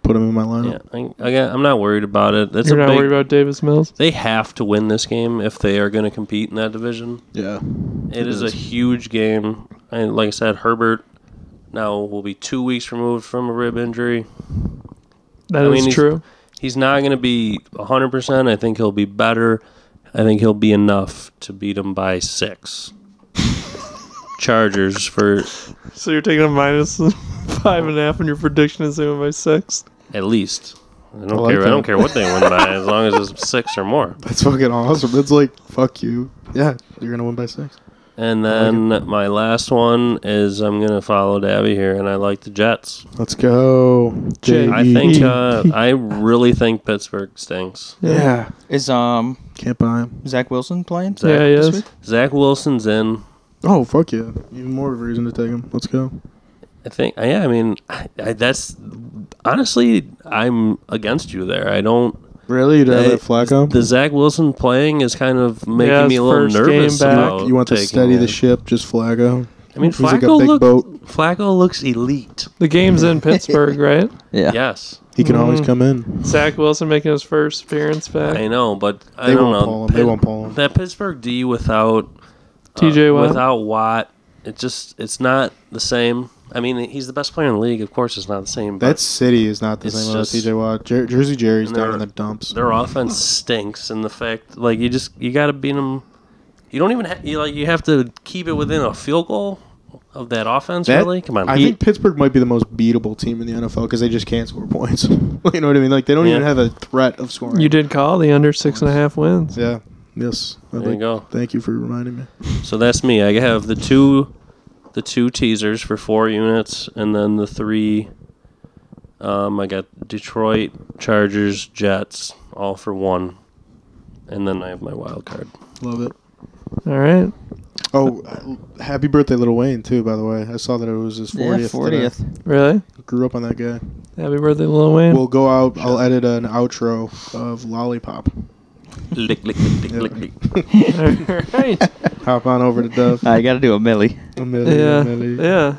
[SPEAKER 10] Put him in my lineup.
[SPEAKER 11] yeah, I, I, got- I'm not worried about it. That's
[SPEAKER 9] You're
[SPEAKER 11] a
[SPEAKER 9] not
[SPEAKER 11] big,
[SPEAKER 9] worried about Davis Mills.
[SPEAKER 11] They have to win this game if they are going to compete in that division.
[SPEAKER 10] Yeah,
[SPEAKER 11] it
[SPEAKER 10] it
[SPEAKER 11] is,
[SPEAKER 10] is.
[SPEAKER 11] a huge game, and like I said, Herbert now will be two weeks removed from a rib injury.
[SPEAKER 9] That
[SPEAKER 11] That is
[SPEAKER 9] is true.
[SPEAKER 11] He's not going to be 100. percent I think he'll be better. I think he'll be enough to beat him by six. Chargers for
[SPEAKER 9] So you're taking a minus five and a half, and your prediction is they win by six.
[SPEAKER 11] at least. I don't
[SPEAKER 10] I like
[SPEAKER 11] care. I don't
[SPEAKER 10] that.
[SPEAKER 11] care what they win by, as long as it's six or more.
[SPEAKER 10] That's fucking awesome. That's like fuck you. Yeah, you're gonna win by six.
[SPEAKER 11] And then my last one is I'm gonna follow Dabby here, and I like the Jets.
[SPEAKER 10] Let's go. J
[SPEAKER 11] I
[SPEAKER 10] E
[SPEAKER 11] think
[SPEAKER 10] T.
[SPEAKER 11] uh, I really think Pittsburgh stinks.
[SPEAKER 10] Yeah.
[SPEAKER 3] Is um
[SPEAKER 10] can't buy him.
[SPEAKER 3] Zach Wilson playing?
[SPEAKER 11] Zach,
[SPEAKER 3] this week?
[SPEAKER 11] Zach Wilson's in.
[SPEAKER 10] Oh fuck yeah! Even more of a reason to take him. Let's go.
[SPEAKER 11] I think. Yeah, I mean, I, I, that's honestly I'm against you there. I don't.
[SPEAKER 10] Really, you don't
[SPEAKER 11] I-
[SPEAKER 10] have that Flacco?
[SPEAKER 11] The Zach Wilson playing is kind of making
[SPEAKER 9] Yeah,
[SPEAKER 11] me
[SPEAKER 9] his
[SPEAKER 11] a little
[SPEAKER 9] first
[SPEAKER 11] nervous
[SPEAKER 9] game back.
[SPEAKER 11] about.
[SPEAKER 10] You want to
[SPEAKER 11] taking
[SPEAKER 10] steady the
[SPEAKER 11] him.
[SPEAKER 10] ship, just Flacco.
[SPEAKER 11] I mean,
[SPEAKER 10] He's like
[SPEAKER 11] Flacco
[SPEAKER 10] a big
[SPEAKER 11] looked-
[SPEAKER 10] boat.
[SPEAKER 11] Flacco looks elite.
[SPEAKER 9] The game's in Pittsburgh, right?
[SPEAKER 3] Yeah.
[SPEAKER 11] Yes.
[SPEAKER 10] He can always
[SPEAKER 9] Mm.
[SPEAKER 10] come in.
[SPEAKER 9] Zach Wilson making his first appearance back.
[SPEAKER 11] I know, but I
[SPEAKER 10] They
[SPEAKER 11] don't
[SPEAKER 10] won't
[SPEAKER 11] know.
[SPEAKER 10] pull him. They won't pull him.
[SPEAKER 11] That Pittsburgh D without uh,
[SPEAKER 9] T.J. Watt?
[SPEAKER 11] without Watt, it just it's not the same. I mean, he's the best player in the league. Of course, it's not the same. but
[SPEAKER 10] That city is not the
[SPEAKER 11] It's
[SPEAKER 10] same as
[SPEAKER 11] just-
[SPEAKER 10] TJ Watt. Jer- Jersey Jerry's
[SPEAKER 11] and
[SPEAKER 10] down
[SPEAKER 11] their-
[SPEAKER 10] in the dumps.
[SPEAKER 11] Their offense stinks, and the fact like you just you got to beat them. You don't even ha- you like you have to keep it within a field goal of that offense.
[SPEAKER 10] That-
[SPEAKER 11] really, come on.
[SPEAKER 10] I
[SPEAKER 11] He-
[SPEAKER 10] think Pittsburgh might be the most beatable team in the NFL because they just can't score points. you know what I mean? Like they don't
[SPEAKER 11] Yeah.
[SPEAKER 10] even have a threat of scoring.
[SPEAKER 9] You did call the under six and a half wins.
[SPEAKER 10] Yeah. Yes. I
[SPEAKER 11] There you
[SPEAKER 10] think-
[SPEAKER 11] go.
[SPEAKER 10] Thank you for reminding me.
[SPEAKER 11] So that's me. I have the two, the two teasers for four units, and then the three. Um, I got Detroit, Chargers, Jets, all for one, and then I have my wild card.
[SPEAKER 10] Love it.
[SPEAKER 9] All right.
[SPEAKER 10] Oh, uh, happy birthday, Little Wayne! Too, by the way. I saw that it was his
[SPEAKER 3] Yeah,
[SPEAKER 10] fortieth.
[SPEAKER 3] 40th.
[SPEAKER 9] Really?
[SPEAKER 10] Grew up on that guy.
[SPEAKER 9] Happy birthday, Lil Wayne.
[SPEAKER 10] We'll go out. I'll edit an outro of Lollipop.
[SPEAKER 11] Lick, lick, lick, lick,
[SPEAKER 10] Yeah.
[SPEAKER 11] lick, lick.
[SPEAKER 9] All right.
[SPEAKER 10] Hop on over to Dove.
[SPEAKER 3] I got to do a Millie.
[SPEAKER 10] A Millie,
[SPEAKER 9] yeah.
[SPEAKER 10] a Millie.
[SPEAKER 9] Yeah.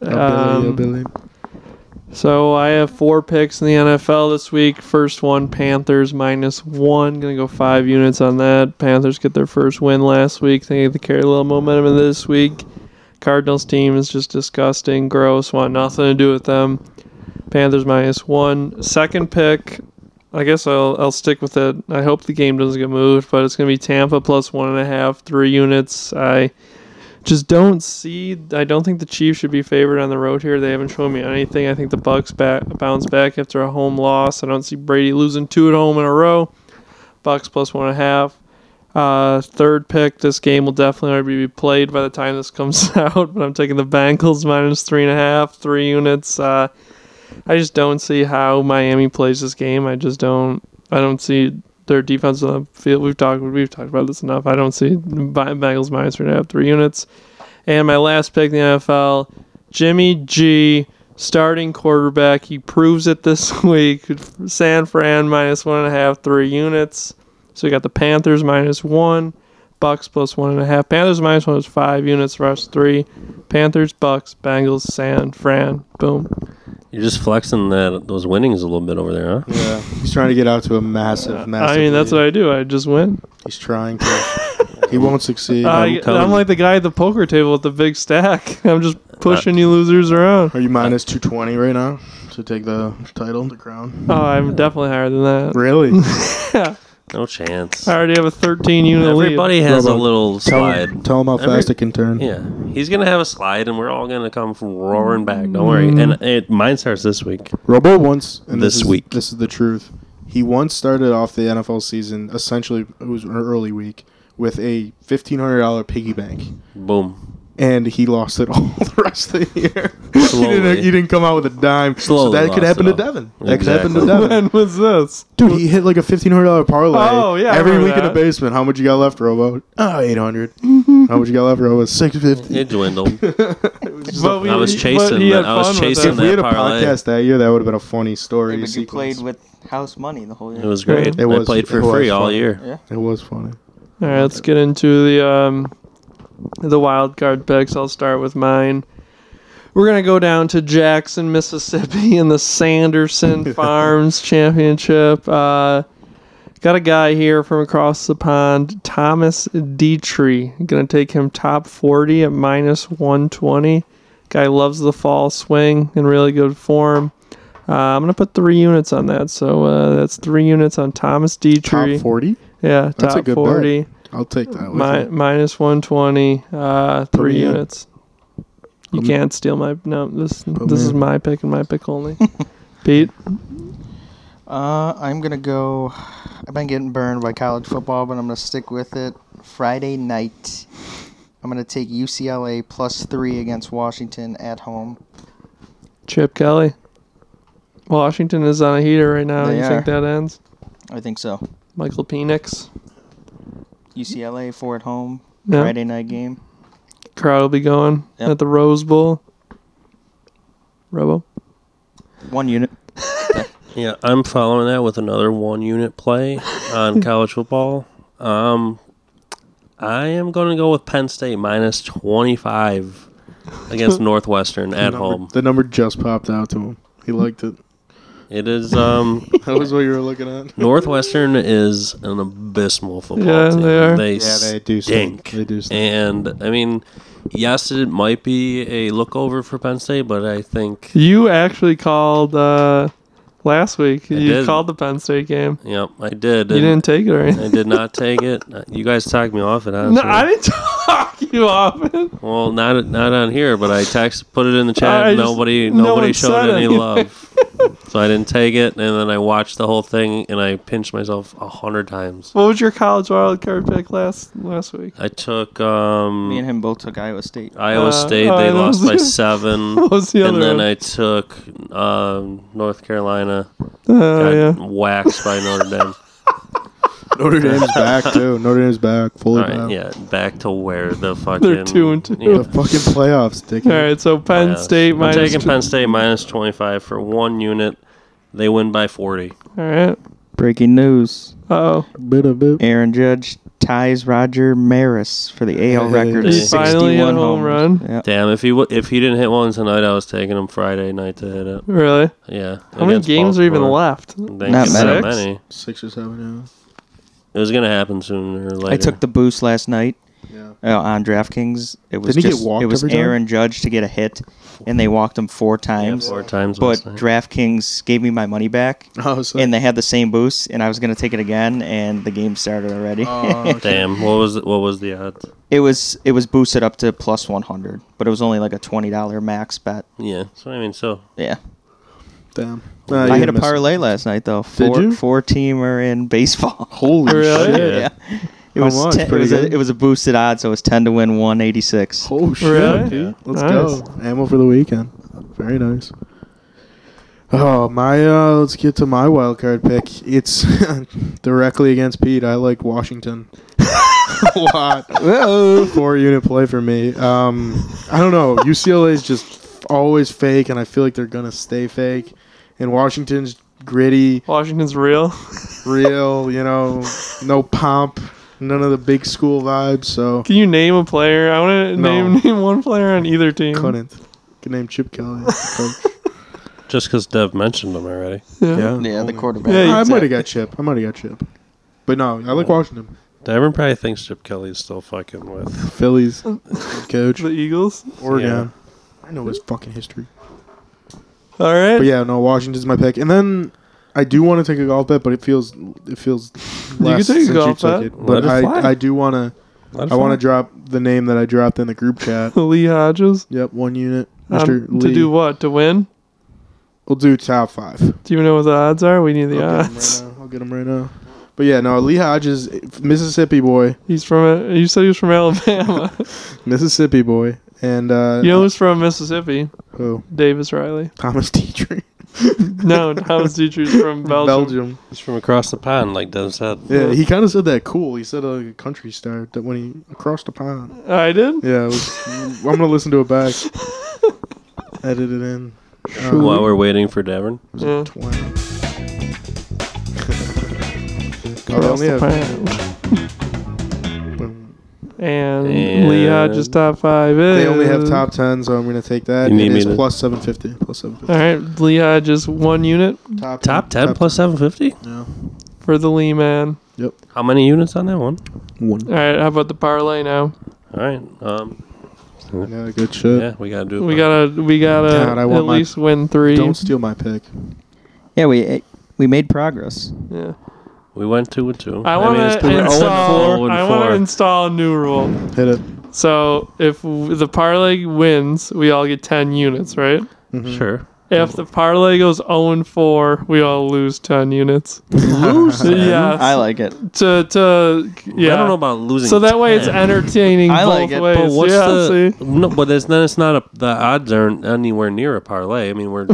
[SPEAKER 10] A Billy, a
[SPEAKER 9] Um,
[SPEAKER 10] Billy.
[SPEAKER 9] So I have four picks in the NFL this week. First one, Panthers minus one. Gonna go five units on that. Panthers get their first win last week. They get to carry a little momentum in this week. Cardinals team is just disgusting, gross. Want nothing to do with them. Panthers minus one. Second pick. I guess I'll I'll stick with it. I hope the game doesn't get moved, but it's gonna be Tampa plus one and a half, three units. I just don't see. I don't think the Chiefs should be favored on the road here. They haven't shown me anything. I think the Bucks back bounce back after a home loss. I don't see Brady losing two at home in a row. Bucks plus one and a half. Uh, third pick. This game will definitely already be played by the time this comes out. But I'm taking the Bengals minus three and a half, three units. Uh, I just don't see how Miami plays this game. I just don't. I don't see their defense on the field. We've talked. We've talked about this enough. I don't see Bi- Bengals minus three and a half, three units. And my last pick in the NFL, Jimmy G, starting quarterback. He proves it this week. San Fran minus one and a half, three units. So we got the Panthers minus one, Bucks plus one and a half. Panthers minus one is five units, rest three. Panthers, Bucks, Bengals, San Fran. Boom.
[SPEAKER 11] You're just flexing that those winnings a little bit over there, huh?
[SPEAKER 10] Yeah, he's trying to get out to a massive, massive.
[SPEAKER 9] I mean, that's
[SPEAKER 10] lead.
[SPEAKER 9] what I do. I just win.
[SPEAKER 10] he's trying to. he won't succeed.
[SPEAKER 9] I, I'm like the guy at the poker table with the big stack. I'm just pushing you losers around.
[SPEAKER 10] Are you minus two twenty right now to take the title, the crown?
[SPEAKER 9] Oh, I'm definitely higher than that.
[SPEAKER 10] Really?
[SPEAKER 9] yeah.
[SPEAKER 11] No chance.
[SPEAKER 9] I already have a 13 unit lead.
[SPEAKER 11] Everybody has a little
[SPEAKER 10] tell him-
[SPEAKER 11] slide.
[SPEAKER 10] tell him how fast it can turn.
[SPEAKER 11] Yeah, he's gonna have a slide, and we're all gonna come roaring back. Don't worry.
[SPEAKER 10] Mm.
[SPEAKER 11] And it, mine starts this week.
[SPEAKER 10] Robo once and
[SPEAKER 11] This
[SPEAKER 10] this, is,
[SPEAKER 11] week.
[SPEAKER 10] This is the truth. He once started off the NFL season essentially it was an early week with a fifteen hundred dollar piggy bank.
[SPEAKER 11] Boom.
[SPEAKER 10] And he lost it all the rest of the year. he, didn't,
[SPEAKER 11] Slowly.
[SPEAKER 10] he didn't come out with a dime.
[SPEAKER 11] Slowly
[SPEAKER 10] so that could
[SPEAKER 11] lost
[SPEAKER 10] happen
[SPEAKER 11] it
[SPEAKER 10] to
[SPEAKER 11] all.
[SPEAKER 10] Devin. That could
[SPEAKER 11] Exactly.
[SPEAKER 10] happen to Devin.
[SPEAKER 9] When was this?
[SPEAKER 10] Dude, he hit like a fifteen hundred dollar parlay.
[SPEAKER 9] Oh, yeah, I
[SPEAKER 10] every
[SPEAKER 9] remember
[SPEAKER 10] week in the
[SPEAKER 9] that.
[SPEAKER 10] basement. How much you got left, Robo? Oh, eight hundred. How much you got left, Robo? Six fifty.
[SPEAKER 11] It dwindled.
[SPEAKER 9] But we-
[SPEAKER 11] I was
[SPEAKER 9] but
[SPEAKER 11] chasing.
[SPEAKER 9] he
[SPEAKER 11] That,
[SPEAKER 9] had
[SPEAKER 11] I was
[SPEAKER 9] fun with
[SPEAKER 11] chasing
[SPEAKER 10] If we
[SPEAKER 11] that
[SPEAKER 10] had a
[SPEAKER 11] parlay.
[SPEAKER 10] podcast that year, that would have been a funny story.
[SPEAKER 3] But you
[SPEAKER 10] sequence.
[SPEAKER 3] played with house money the whole year.
[SPEAKER 11] It was great.
[SPEAKER 10] It was
[SPEAKER 11] I played for
[SPEAKER 10] it was
[SPEAKER 11] free all
[SPEAKER 10] funny.
[SPEAKER 11] year.
[SPEAKER 10] It was funny.
[SPEAKER 9] All right, let's get into the um, the wild card picks. I'll start with mine. We're gonna go down to Jackson, Mississippi, in the Sanderson Farms Championship. Uh, got a guy here from across the pond, Thomas Dietrich. Gonna take him top forty at minus one twenty. Guy loves the fall swing in really good form. Uh, I'm gonna put three units on that, so uh, that's three units on Thomas Dietrich.
[SPEAKER 10] Top forty.
[SPEAKER 9] Yeah,
[SPEAKER 10] That's
[SPEAKER 9] top
[SPEAKER 10] a good
[SPEAKER 9] 40.
[SPEAKER 10] bet. I'll take that. with
[SPEAKER 9] Mi-
[SPEAKER 10] me.
[SPEAKER 9] minus 120, uh, three
[SPEAKER 10] me in.
[SPEAKER 9] units. You
[SPEAKER 10] Put me-
[SPEAKER 9] can't steal my no. This this
[SPEAKER 10] me
[SPEAKER 9] is
[SPEAKER 10] in.
[SPEAKER 9] my pick and my pick only. Pete,
[SPEAKER 3] Uh, I'm gonna go. I've been getting burned by college football, but I'm gonna stick with it. Friday night, I'm gonna take UCLA plus three against Washington at home.
[SPEAKER 9] Chip Kelly. Washington is on a heater right now.
[SPEAKER 3] They
[SPEAKER 9] you think
[SPEAKER 3] are.
[SPEAKER 9] that ends?
[SPEAKER 3] I think so.
[SPEAKER 9] Michael Penix.
[SPEAKER 3] UCLA four at home.
[SPEAKER 9] Yeah.
[SPEAKER 3] Friday night game.
[SPEAKER 9] Crowd will be going
[SPEAKER 3] Yep.
[SPEAKER 9] at the Rose Bowl. Robo.
[SPEAKER 3] One unit.
[SPEAKER 11] Yeah, I'm following that with another one unit play on college football. Um, I am going to go with Penn State minus 25 against Northwestern
[SPEAKER 10] The
[SPEAKER 11] at
[SPEAKER 10] number-
[SPEAKER 11] home.
[SPEAKER 10] The number just popped out to him. He liked it.
[SPEAKER 11] It is um
[SPEAKER 10] That was what you were looking at.
[SPEAKER 11] Northwestern is an abysmal football
[SPEAKER 9] Yeah,
[SPEAKER 11] team.
[SPEAKER 9] they are.
[SPEAKER 11] They
[SPEAKER 10] Yeah, they do
[SPEAKER 11] stink.
[SPEAKER 10] stink. They do stink.
[SPEAKER 11] And I mean, yes, it might be a look over for Penn State, but I think
[SPEAKER 9] You actually called uh, last week. you
[SPEAKER 11] did.
[SPEAKER 9] called the Penn State game.
[SPEAKER 11] Yep, I did.
[SPEAKER 9] You didn't take it or anything.
[SPEAKER 11] I did not take it. Uh, You guys talked me off it.
[SPEAKER 9] No,
[SPEAKER 11] Honestly.
[SPEAKER 9] I didn't talk you off. it.
[SPEAKER 11] Well, not not on here, but I text put it in the chat.
[SPEAKER 9] I just-
[SPEAKER 11] nobody
[SPEAKER 9] no
[SPEAKER 11] nobody
[SPEAKER 9] one
[SPEAKER 11] showed
[SPEAKER 9] said
[SPEAKER 11] any
[SPEAKER 9] anything.
[SPEAKER 11] love, so I didn't take it. And then I watched the whole thing, and I pinched myself a hundred times.
[SPEAKER 9] What was your college wild card pick last last week?
[SPEAKER 11] I took um,
[SPEAKER 3] Me and him both took Iowa State.
[SPEAKER 11] Iowa
[SPEAKER 9] Uh,
[SPEAKER 11] State.
[SPEAKER 9] oh,
[SPEAKER 11] They
[SPEAKER 9] that
[SPEAKER 11] lost
[SPEAKER 9] was-
[SPEAKER 11] by seven.
[SPEAKER 9] What was the
[SPEAKER 11] and
[SPEAKER 9] other
[SPEAKER 11] then
[SPEAKER 9] one?
[SPEAKER 11] I took um, North Carolina.
[SPEAKER 9] Oh,
[SPEAKER 11] got
[SPEAKER 9] yeah.
[SPEAKER 11] waxed by Notre
[SPEAKER 3] Oh,
[SPEAKER 11] Dame.
[SPEAKER 10] Notre Dame's back too. Notre Dame's back.
[SPEAKER 11] All
[SPEAKER 10] Fully
[SPEAKER 11] right,
[SPEAKER 10] back.
[SPEAKER 11] yeah, back to where the fucking
[SPEAKER 9] two and two.
[SPEAKER 10] The fucking playoffs, dick.
[SPEAKER 9] All right, so Penn
[SPEAKER 11] Yes.
[SPEAKER 9] State
[SPEAKER 11] I'm
[SPEAKER 9] minus.
[SPEAKER 11] taking
[SPEAKER 9] Two.
[SPEAKER 11] Penn State minus 25 for one unit. They win by 40.
[SPEAKER 9] All right.
[SPEAKER 3] Breaking news:
[SPEAKER 9] Oh,
[SPEAKER 10] Bit of bit.
[SPEAKER 3] Aaron Judge ties Roger Maris for the AL record.
[SPEAKER 11] He
[SPEAKER 3] at
[SPEAKER 9] finally hit a
[SPEAKER 3] 61
[SPEAKER 9] home
[SPEAKER 3] homers.
[SPEAKER 9] run.
[SPEAKER 3] Yeah.
[SPEAKER 11] Damn, if he w- if he didn't hit one tonight, I was taking him Friday night to hit it.
[SPEAKER 9] really?
[SPEAKER 11] Yeah.
[SPEAKER 9] How many
[SPEAKER 11] against
[SPEAKER 9] games are even
[SPEAKER 11] Baltimore.
[SPEAKER 9] left?
[SPEAKER 11] They
[SPEAKER 3] Not
[SPEAKER 11] get that
[SPEAKER 3] many.
[SPEAKER 11] many.
[SPEAKER 10] Six or seven.
[SPEAKER 11] It was gonna happen sooner or later.
[SPEAKER 3] I took the boost last night
[SPEAKER 10] Yeah.
[SPEAKER 3] uh, on DraftKings. It was
[SPEAKER 10] Didn't he get
[SPEAKER 3] just
[SPEAKER 10] walked
[SPEAKER 3] it was
[SPEAKER 10] every time?
[SPEAKER 3] Aaron Judge to get a hit, and they walked him four
[SPEAKER 11] yeah,
[SPEAKER 3] times.
[SPEAKER 11] four times.
[SPEAKER 3] but
[SPEAKER 11] last night.
[SPEAKER 3] DraftKings gave me my money back,
[SPEAKER 10] Yeah. Oh, so
[SPEAKER 3] and they had the same boost, and I was gonna take it again, and the game started already.
[SPEAKER 10] Oh.
[SPEAKER 11] damn, what was what was the odds?
[SPEAKER 3] it was it was boosted up to plus one hundred, but it was only like a twenty dollar max bet.
[SPEAKER 11] Yeah, so I mean, so
[SPEAKER 3] Yeah,
[SPEAKER 10] damn.
[SPEAKER 3] I hit a parlay last night though. Four,
[SPEAKER 10] you?
[SPEAKER 3] Four teamer in baseball.
[SPEAKER 10] Holy
[SPEAKER 9] Really?
[SPEAKER 10] shit.
[SPEAKER 3] yeah. It
[SPEAKER 10] How
[SPEAKER 3] was,
[SPEAKER 10] much?
[SPEAKER 3] ten, it,
[SPEAKER 10] Pretty
[SPEAKER 3] was a,
[SPEAKER 10] good?
[SPEAKER 3] it was a boosted odd, so it was 10 to win 186.
[SPEAKER 10] Oh shit,
[SPEAKER 9] Really?
[SPEAKER 10] dude. Let's
[SPEAKER 9] Nice.
[SPEAKER 10] go. Ammo for the weekend. Very nice. Oh my! Uh, let's get to my wild card pick. It's directly against Pete. I like Washington a lot. Whoa, Four unit play for me. Um, I don't know. UCLA is just always fake, and I feel like they're gonna stay fake. And Washington's gritty,
[SPEAKER 9] Washington's real.
[SPEAKER 10] real. You know, no pomp, none of the big school vibes. So
[SPEAKER 9] Can you name a player? I want to
[SPEAKER 10] No.
[SPEAKER 9] name name one player on either team.
[SPEAKER 10] couldn't. Good name, Chip Kelly.
[SPEAKER 11] just because Dev mentioned him already.
[SPEAKER 10] Yeah. Yeah, I might have got Chip. I might have got Chip. But no, I like Washington.
[SPEAKER 11] Devin probably thinks Chip Kelly's still fucking with
[SPEAKER 10] Phillies coach.
[SPEAKER 9] The Eagles?
[SPEAKER 10] Oregon. I know his fucking history.
[SPEAKER 9] All right.
[SPEAKER 10] But yeah, no, Washington's my pick. And then I do want to take a golf bet, but it feels it feels
[SPEAKER 9] You
[SPEAKER 10] less
[SPEAKER 9] can take a
[SPEAKER 10] since
[SPEAKER 9] golf
[SPEAKER 10] took
[SPEAKER 9] bet.
[SPEAKER 10] it. But
[SPEAKER 9] Let it fly.
[SPEAKER 10] I, I do want
[SPEAKER 9] Let it
[SPEAKER 10] to I want
[SPEAKER 9] fly.
[SPEAKER 10] to drop the name that I dropped in the group chat.
[SPEAKER 9] Lee Hodges.
[SPEAKER 10] Yep, one unit.
[SPEAKER 9] Um,
[SPEAKER 10] Mr. Lee.
[SPEAKER 9] to do what? To win?
[SPEAKER 10] We'll do top five.
[SPEAKER 9] Do you know what the odds are? We need the
[SPEAKER 10] I'll get 'em
[SPEAKER 9] odds.
[SPEAKER 10] I'll get him right now. But yeah, no, Lee Hodges, Mississippi boy,
[SPEAKER 9] He's from. You said he was from Alabama.
[SPEAKER 10] Mississippi boy, and uh,
[SPEAKER 9] you know who's from Mississippi?
[SPEAKER 10] Who?
[SPEAKER 9] Davis Riley.
[SPEAKER 10] Thomas Dietrich.
[SPEAKER 9] no, Thomas Dietrich's from Belgium.
[SPEAKER 10] Belgium.
[SPEAKER 11] He's from across the pond, like Dev said.
[SPEAKER 10] Yeah, he kind of said that cool. He said uh, like a country star that when he across the pond.
[SPEAKER 9] Oh, I did.
[SPEAKER 10] Yeah, it was, I'm gonna listen to it back. Edit it in. Um,
[SPEAKER 11] While we're waiting for Devin.
[SPEAKER 10] was a twang. God, I
[SPEAKER 9] Across
[SPEAKER 10] only
[SPEAKER 9] the
[SPEAKER 10] have-
[SPEAKER 9] And, Lee Hodges top five is.
[SPEAKER 10] They only have top ten, so I'm gonna take that.
[SPEAKER 11] You need
[SPEAKER 10] It
[SPEAKER 11] me
[SPEAKER 10] is
[SPEAKER 11] to-
[SPEAKER 10] plus seven fifty. Plus seven fifty.
[SPEAKER 9] All right, Lee Hodges one unit.
[SPEAKER 10] Top
[SPEAKER 11] Top 10 plus 750?
[SPEAKER 10] Yeah.
[SPEAKER 9] for the Lee man.
[SPEAKER 10] Yep.
[SPEAKER 11] How many units on that one?
[SPEAKER 10] One.
[SPEAKER 9] All right, how about the parlay now?
[SPEAKER 11] All right. Um,
[SPEAKER 10] yeah, good shit.
[SPEAKER 11] Yeah, we got to do it.
[SPEAKER 9] Uh, We gotta, we gotta
[SPEAKER 10] God, I want
[SPEAKER 9] at
[SPEAKER 10] my-
[SPEAKER 9] least win three.
[SPEAKER 10] Don't steal my pick.
[SPEAKER 3] Yeah, we we made progress.
[SPEAKER 9] Yeah.
[SPEAKER 11] We went 2 and 2.
[SPEAKER 9] I
[SPEAKER 11] mean,
[SPEAKER 9] want
[SPEAKER 11] it's
[SPEAKER 9] to
[SPEAKER 11] been 0 and
[SPEAKER 9] install.
[SPEAKER 11] 4 and Mhm.
[SPEAKER 9] I want to
[SPEAKER 11] 4.
[SPEAKER 9] install a new rule.
[SPEAKER 10] Hit it.
[SPEAKER 9] So if w- the parlay wins, we all get ten units, right?
[SPEAKER 11] Sure.
[SPEAKER 9] If the parlay goes 0 and 4, we all lose 10 units.
[SPEAKER 3] Lose 10?
[SPEAKER 9] Yes.
[SPEAKER 3] I like it.
[SPEAKER 9] To, to, yeah.
[SPEAKER 11] don't know about losing
[SPEAKER 9] So that way it's
[SPEAKER 11] 10.
[SPEAKER 9] entertaining
[SPEAKER 3] I
[SPEAKER 9] both
[SPEAKER 3] like it,
[SPEAKER 9] ways.
[SPEAKER 11] But what's
[SPEAKER 9] yeah,
[SPEAKER 11] the
[SPEAKER 9] see?
[SPEAKER 11] no? But it's not. It's not a. The odds aren't anywhere near a parlay. I mean, we're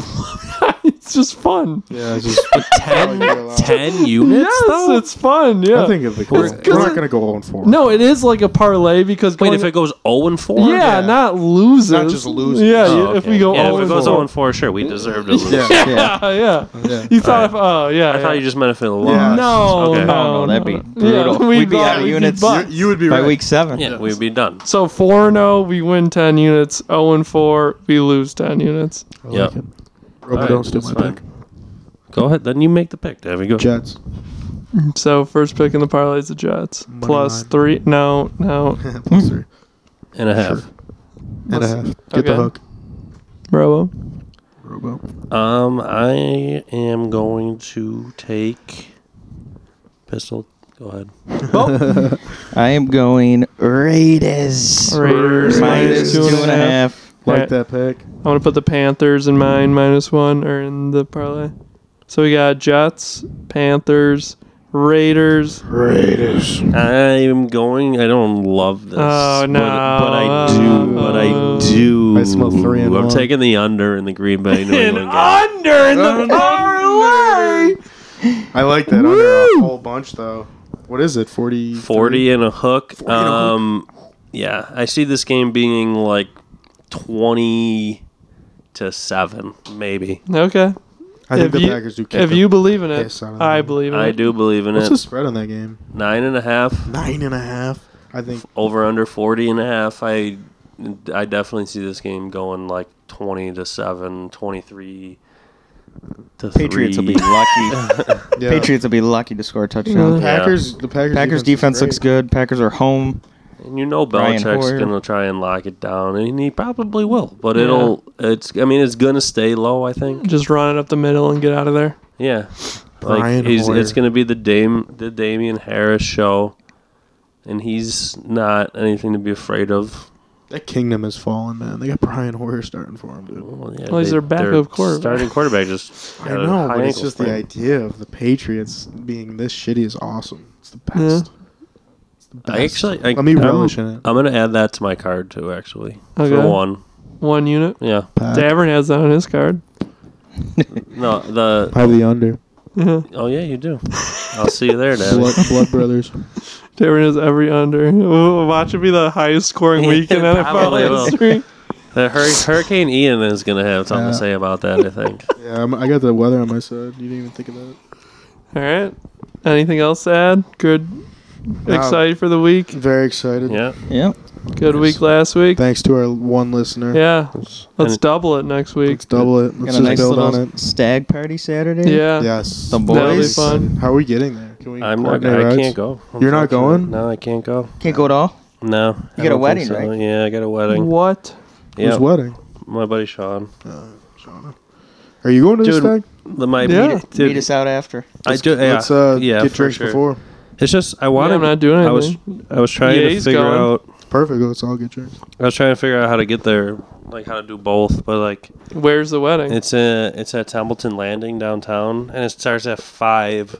[SPEAKER 9] It's just fun.
[SPEAKER 10] Yeah, it's just
[SPEAKER 11] 10, 10 units.
[SPEAKER 9] Yes,
[SPEAKER 11] though?
[SPEAKER 9] it's fun. Yeah.
[SPEAKER 10] I think it'd be cool. We're not gonna go on four.
[SPEAKER 9] No, it is like a parlay because
[SPEAKER 11] Wait,
[SPEAKER 9] going-
[SPEAKER 11] if it goes zero and four,
[SPEAKER 9] yeah, not loses.
[SPEAKER 10] Not just loses.
[SPEAKER 9] Yeah,
[SPEAKER 11] Oh,
[SPEAKER 9] you- if
[SPEAKER 11] okay.
[SPEAKER 9] we go
[SPEAKER 11] yeah,
[SPEAKER 9] zero
[SPEAKER 11] if it
[SPEAKER 9] and
[SPEAKER 11] goes
[SPEAKER 9] four.
[SPEAKER 11] zero and four, sure, we deserve to lose.
[SPEAKER 9] Yeah, Ah, yeah. You thought if oh yeah.
[SPEAKER 11] I
[SPEAKER 9] yeah.
[SPEAKER 11] thought you just meant if it lost.
[SPEAKER 9] No,
[SPEAKER 11] okay.
[SPEAKER 9] no,
[SPEAKER 3] Oh, that'd be
[SPEAKER 9] Yeah,
[SPEAKER 3] brutal.
[SPEAKER 9] we
[SPEAKER 3] we'd be out
[SPEAKER 9] thought
[SPEAKER 3] of
[SPEAKER 9] we'd be
[SPEAKER 3] units
[SPEAKER 9] bucked.
[SPEAKER 10] You would be
[SPEAKER 3] by
[SPEAKER 10] right.
[SPEAKER 3] week seven.
[SPEAKER 11] Yeah, we'd be done.
[SPEAKER 9] So four and zero, we win ten units. Zero and four, we lose ten units.
[SPEAKER 11] yeah.
[SPEAKER 10] Robert,
[SPEAKER 11] Alright,
[SPEAKER 10] don't steal
[SPEAKER 11] that's
[SPEAKER 10] my
[SPEAKER 11] fine.
[SPEAKER 10] pick.
[SPEAKER 11] Go ahead, then you make the pick. There we go.
[SPEAKER 10] Jets.
[SPEAKER 9] So first pick in the parlay is the Jets Plus
[SPEAKER 10] line.
[SPEAKER 9] three. No, no.
[SPEAKER 10] plus three
[SPEAKER 11] And a half.
[SPEAKER 10] and a half. Get the
[SPEAKER 9] Okay.
[SPEAKER 10] hook.
[SPEAKER 9] Robo.
[SPEAKER 10] Robo.
[SPEAKER 11] Um, I am going to take pistol. Go ahead.
[SPEAKER 3] I am going Raiders.
[SPEAKER 9] Raiders
[SPEAKER 3] Minus two and a half.
[SPEAKER 10] Like
[SPEAKER 9] Alright.
[SPEAKER 10] that pick.
[SPEAKER 9] I'm gonna put the Panthers in mine minus one or in the parlay. So we got Jets, Panthers, Raiders.
[SPEAKER 10] Raiders.
[SPEAKER 11] I'm going. I don't love this.
[SPEAKER 9] Oh, no. Oh.
[SPEAKER 11] But, but I do. But I do.
[SPEAKER 10] I smell three and
[SPEAKER 11] I'm
[SPEAKER 10] one.
[SPEAKER 11] taking the under in the Green Bay New
[SPEAKER 9] And
[SPEAKER 11] England game.
[SPEAKER 9] under in the parlay.
[SPEAKER 10] I like that under a whole bunch though. What is it? 40
[SPEAKER 11] Forty and a hook.
[SPEAKER 10] and a hook.
[SPEAKER 11] Um, yeah, I see this game being like twenty to seven, maybe.
[SPEAKER 9] Okay.
[SPEAKER 10] I think
[SPEAKER 9] if
[SPEAKER 10] the
[SPEAKER 9] you,
[SPEAKER 10] Packers do kick
[SPEAKER 9] If
[SPEAKER 10] the
[SPEAKER 9] you believe in it,
[SPEAKER 10] piss out of
[SPEAKER 9] I
[SPEAKER 10] them.
[SPEAKER 9] believe in
[SPEAKER 11] I
[SPEAKER 9] it.
[SPEAKER 11] do believe in
[SPEAKER 10] What's
[SPEAKER 11] it.
[SPEAKER 10] the spread on that game?
[SPEAKER 11] Nine and a half,
[SPEAKER 10] Nine and a half. I think
[SPEAKER 11] over under forty and a half. I, I definitely see this game going like twenty to seven, 23 to
[SPEAKER 3] Patriots will be
[SPEAKER 11] three.
[SPEAKER 3] lucky.
[SPEAKER 10] yeah.
[SPEAKER 3] Patriots will be lucky to score a touchdown.
[SPEAKER 11] Yeah.
[SPEAKER 10] Packers the Packers,
[SPEAKER 3] Packers defense
[SPEAKER 10] is
[SPEAKER 3] looks
[SPEAKER 10] great.
[SPEAKER 3] good. Packers are home.
[SPEAKER 11] And you know
[SPEAKER 3] Brian
[SPEAKER 11] Belichick's
[SPEAKER 3] Hoyer.
[SPEAKER 11] gonna try and lock it down, and he probably will. But it'll it's I mean it's gonna stay low. I think.
[SPEAKER 9] Just run it up the middle and get out of there.
[SPEAKER 11] Yeah.
[SPEAKER 10] Brian
[SPEAKER 11] Like he's,
[SPEAKER 10] Hoyer.
[SPEAKER 11] it's gonna be the Dame the Damian Harris show, and he's not anything to be afraid of.
[SPEAKER 10] That kingdom has fallen, man. They got Brian Hoyer starting for him, dude.
[SPEAKER 11] Well, yeah,
[SPEAKER 9] Well, he's their backup quarterback.
[SPEAKER 11] Starting quarterback just.
[SPEAKER 10] I
[SPEAKER 11] got a
[SPEAKER 10] know,
[SPEAKER 11] high
[SPEAKER 10] but it's
[SPEAKER 11] ankle
[SPEAKER 10] just the
[SPEAKER 11] sprain.
[SPEAKER 10] idea of the Patriots being this shitty is awesome. It's the best. It's the best.
[SPEAKER 11] I actually, I,
[SPEAKER 10] let me
[SPEAKER 11] I'm-
[SPEAKER 10] relish in it.
[SPEAKER 11] I'm gonna add that to my card too. Actually,
[SPEAKER 9] Okay.
[SPEAKER 11] for one,
[SPEAKER 9] One unit.
[SPEAKER 11] yeah.
[SPEAKER 10] Pack.
[SPEAKER 9] Davern has that on his card.
[SPEAKER 11] No, the
[SPEAKER 10] I have the under.
[SPEAKER 9] Yeah.
[SPEAKER 11] oh yeah, you do. I'll see you there, Dad.
[SPEAKER 10] Blood, blood brothers.
[SPEAKER 9] Davern has every under. Ooh, Watch it be the highest scoring
[SPEAKER 11] Yeah,
[SPEAKER 9] week in
[SPEAKER 11] probably will.
[SPEAKER 9] NFL history.
[SPEAKER 11] The hur- Hurricane Ian is gonna have something
[SPEAKER 10] Yeah.
[SPEAKER 11] to say about that. I think.
[SPEAKER 10] Yeah, I'm, I got the weather on my side. You didn't even think of that.
[SPEAKER 9] All right. Anything else to add? Good Excited for the week?
[SPEAKER 10] Very excited.
[SPEAKER 11] Yeah.
[SPEAKER 3] Yeah.
[SPEAKER 9] Good week last week.
[SPEAKER 10] Thanks to our one listener.
[SPEAKER 9] Yeah. Let's double it next week. Let's
[SPEAKER 10] double it.
[SPEAKER 3] Got a nice little stag party Saturday.
[SPEAKER 9] Yeah.
[SPEAKER 10] Yes.
[SPEAKER 3] The boys.
[SPEAKER 10] How are we getting there? Can we
[SPEAKER 11] I'm not.
[SPEAKER 10] coordinate
[SPEAKER 11] I
[SPEAKER 10] rides?
[SPEAKER 11] can't go.
[SPEAKER 10] You're not going?
[SPEAKER 11] No, I can't go.
[SPEAKER 3] Can't go at all.
[SPEAKER 11] No. I
[SPEAKER 3] got a
[SPEAKER 11] don't think
[SPEAKER 3] wedding,
[SPEAKER 11] so.
[SPEAKER 3] right?
[SPEAKER 11] Yeah, I got a wedding.
[SPEAKER 9] What?
[SPEAKER 11] Yeah.
[SPEAKER 10] Whose wedding?
[SPEAKER 11] My buddy Sean.
[SPEAKER 10] Uh, Are you going to this thing?
[SPEAKER 11] the my
[SPEAKER 10] Yeah.
[SPEAKER 11] meet, dude,
[SPEAKER 3] Meet us out after.
[SPEAKER 11] I do. Yeah,
[SPEAKER 10] Let's, uh,
[SPEAKER 11] yeah,
[SPEAKER 10] get
[SPEAKER 11] for
[SPEAKER 10] drinks
[SPEAKER 11] sure.
[SPEAKER 10] before.
[SPEAKER 11] It's just I wanted.
[SPEAKER 9] Yeah, I'm not doing
[SPEAKER 11] I was
[SPEAKER 9] anything.
[SPEAKER 11] I was trying
[SPEAKER 9] Yeah,
[SPEAKER 11] to
[SPEAKER 9] he's
[SPEAKER 11] figure
[SPEAKER 9] going.
[SPEAKER 11] out.
[SPEAKER 10] Perfect. Let's all get drinks.
[SPEAKER 11] I was trying to figure out how to get there, like how to do both, but like
[SPEAKER 9] Where's the wedding?
[SPEAKER 11] it's a it's at Templeton Landing downtown, and it starts at five.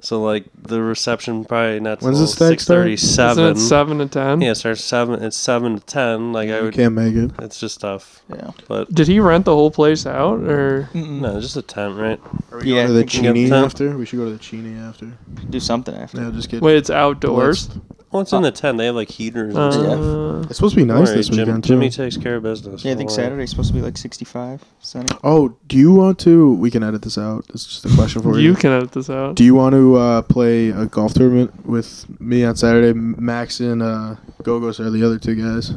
[SPEAKER 11] So like the reception probably not
[SPEAKER 10] When's this thing
[SPEAKER 11] six thirty
[SPEAKER 9] start?
[SPEAKER 11] seven.
[SPEAKER 9] Isn't it seven to ten?
[SPEAKER 11] Yeah, it starts seven. It's seven to ten. Like I would,
[SPEAKER 10] can't make it.
[SPEAKER 11] It's just tough.
[SPEAKER 3] Yeah,
[SPEAKER 11] but
[SPEAKER 9] Did he rent the whole place out or?
[SPEAKER 11] no, just a tent, right?
[SPEAKER 10] Are we going to the
[SPEAKER 11] Thinking of
[SPEAKER 10] Chini
[SPEAKER 11] tent.
[SPEAKER 10] after? We should go to the Chini after.
[SPEAKER 3] Do something after.
[SPEAKER 10] Yeah, just get.
[SPEAKER 9] Wait, it's outdoors.
[SPEAKER 11] Well, it's in the tent. They have like heaters. and
[SPEAKER 9] Uh,
[SPEAKER 11] stuff.
[SPEAKER 10] It's supposed to be
[SPEAKER 11] Don't
[SPEAKER 10] nice
[SPEAKER 11] worry,
[SPEAKER 10] this
[SPEAKER 11] Jim-
[SPEAKER 10] weekend, too.
[SPEAKER 11] Jimmy takes care of business.
[SPEAKER 3] Yeah, I think
[SPEAKER 11] Don't worry.
[SPEAKER 3] Saturday's supposed to be like 65 sunny.
[SPEAKER 10] Oh, do you want to? We can edit this out. It's just a question for you.
[SPEAKER 9] You can edit this out.
[SPEAKER 10] Do you want to uh, play a golf tournament with me on Saturday? M- Max and uh, Gogos are the other two guys.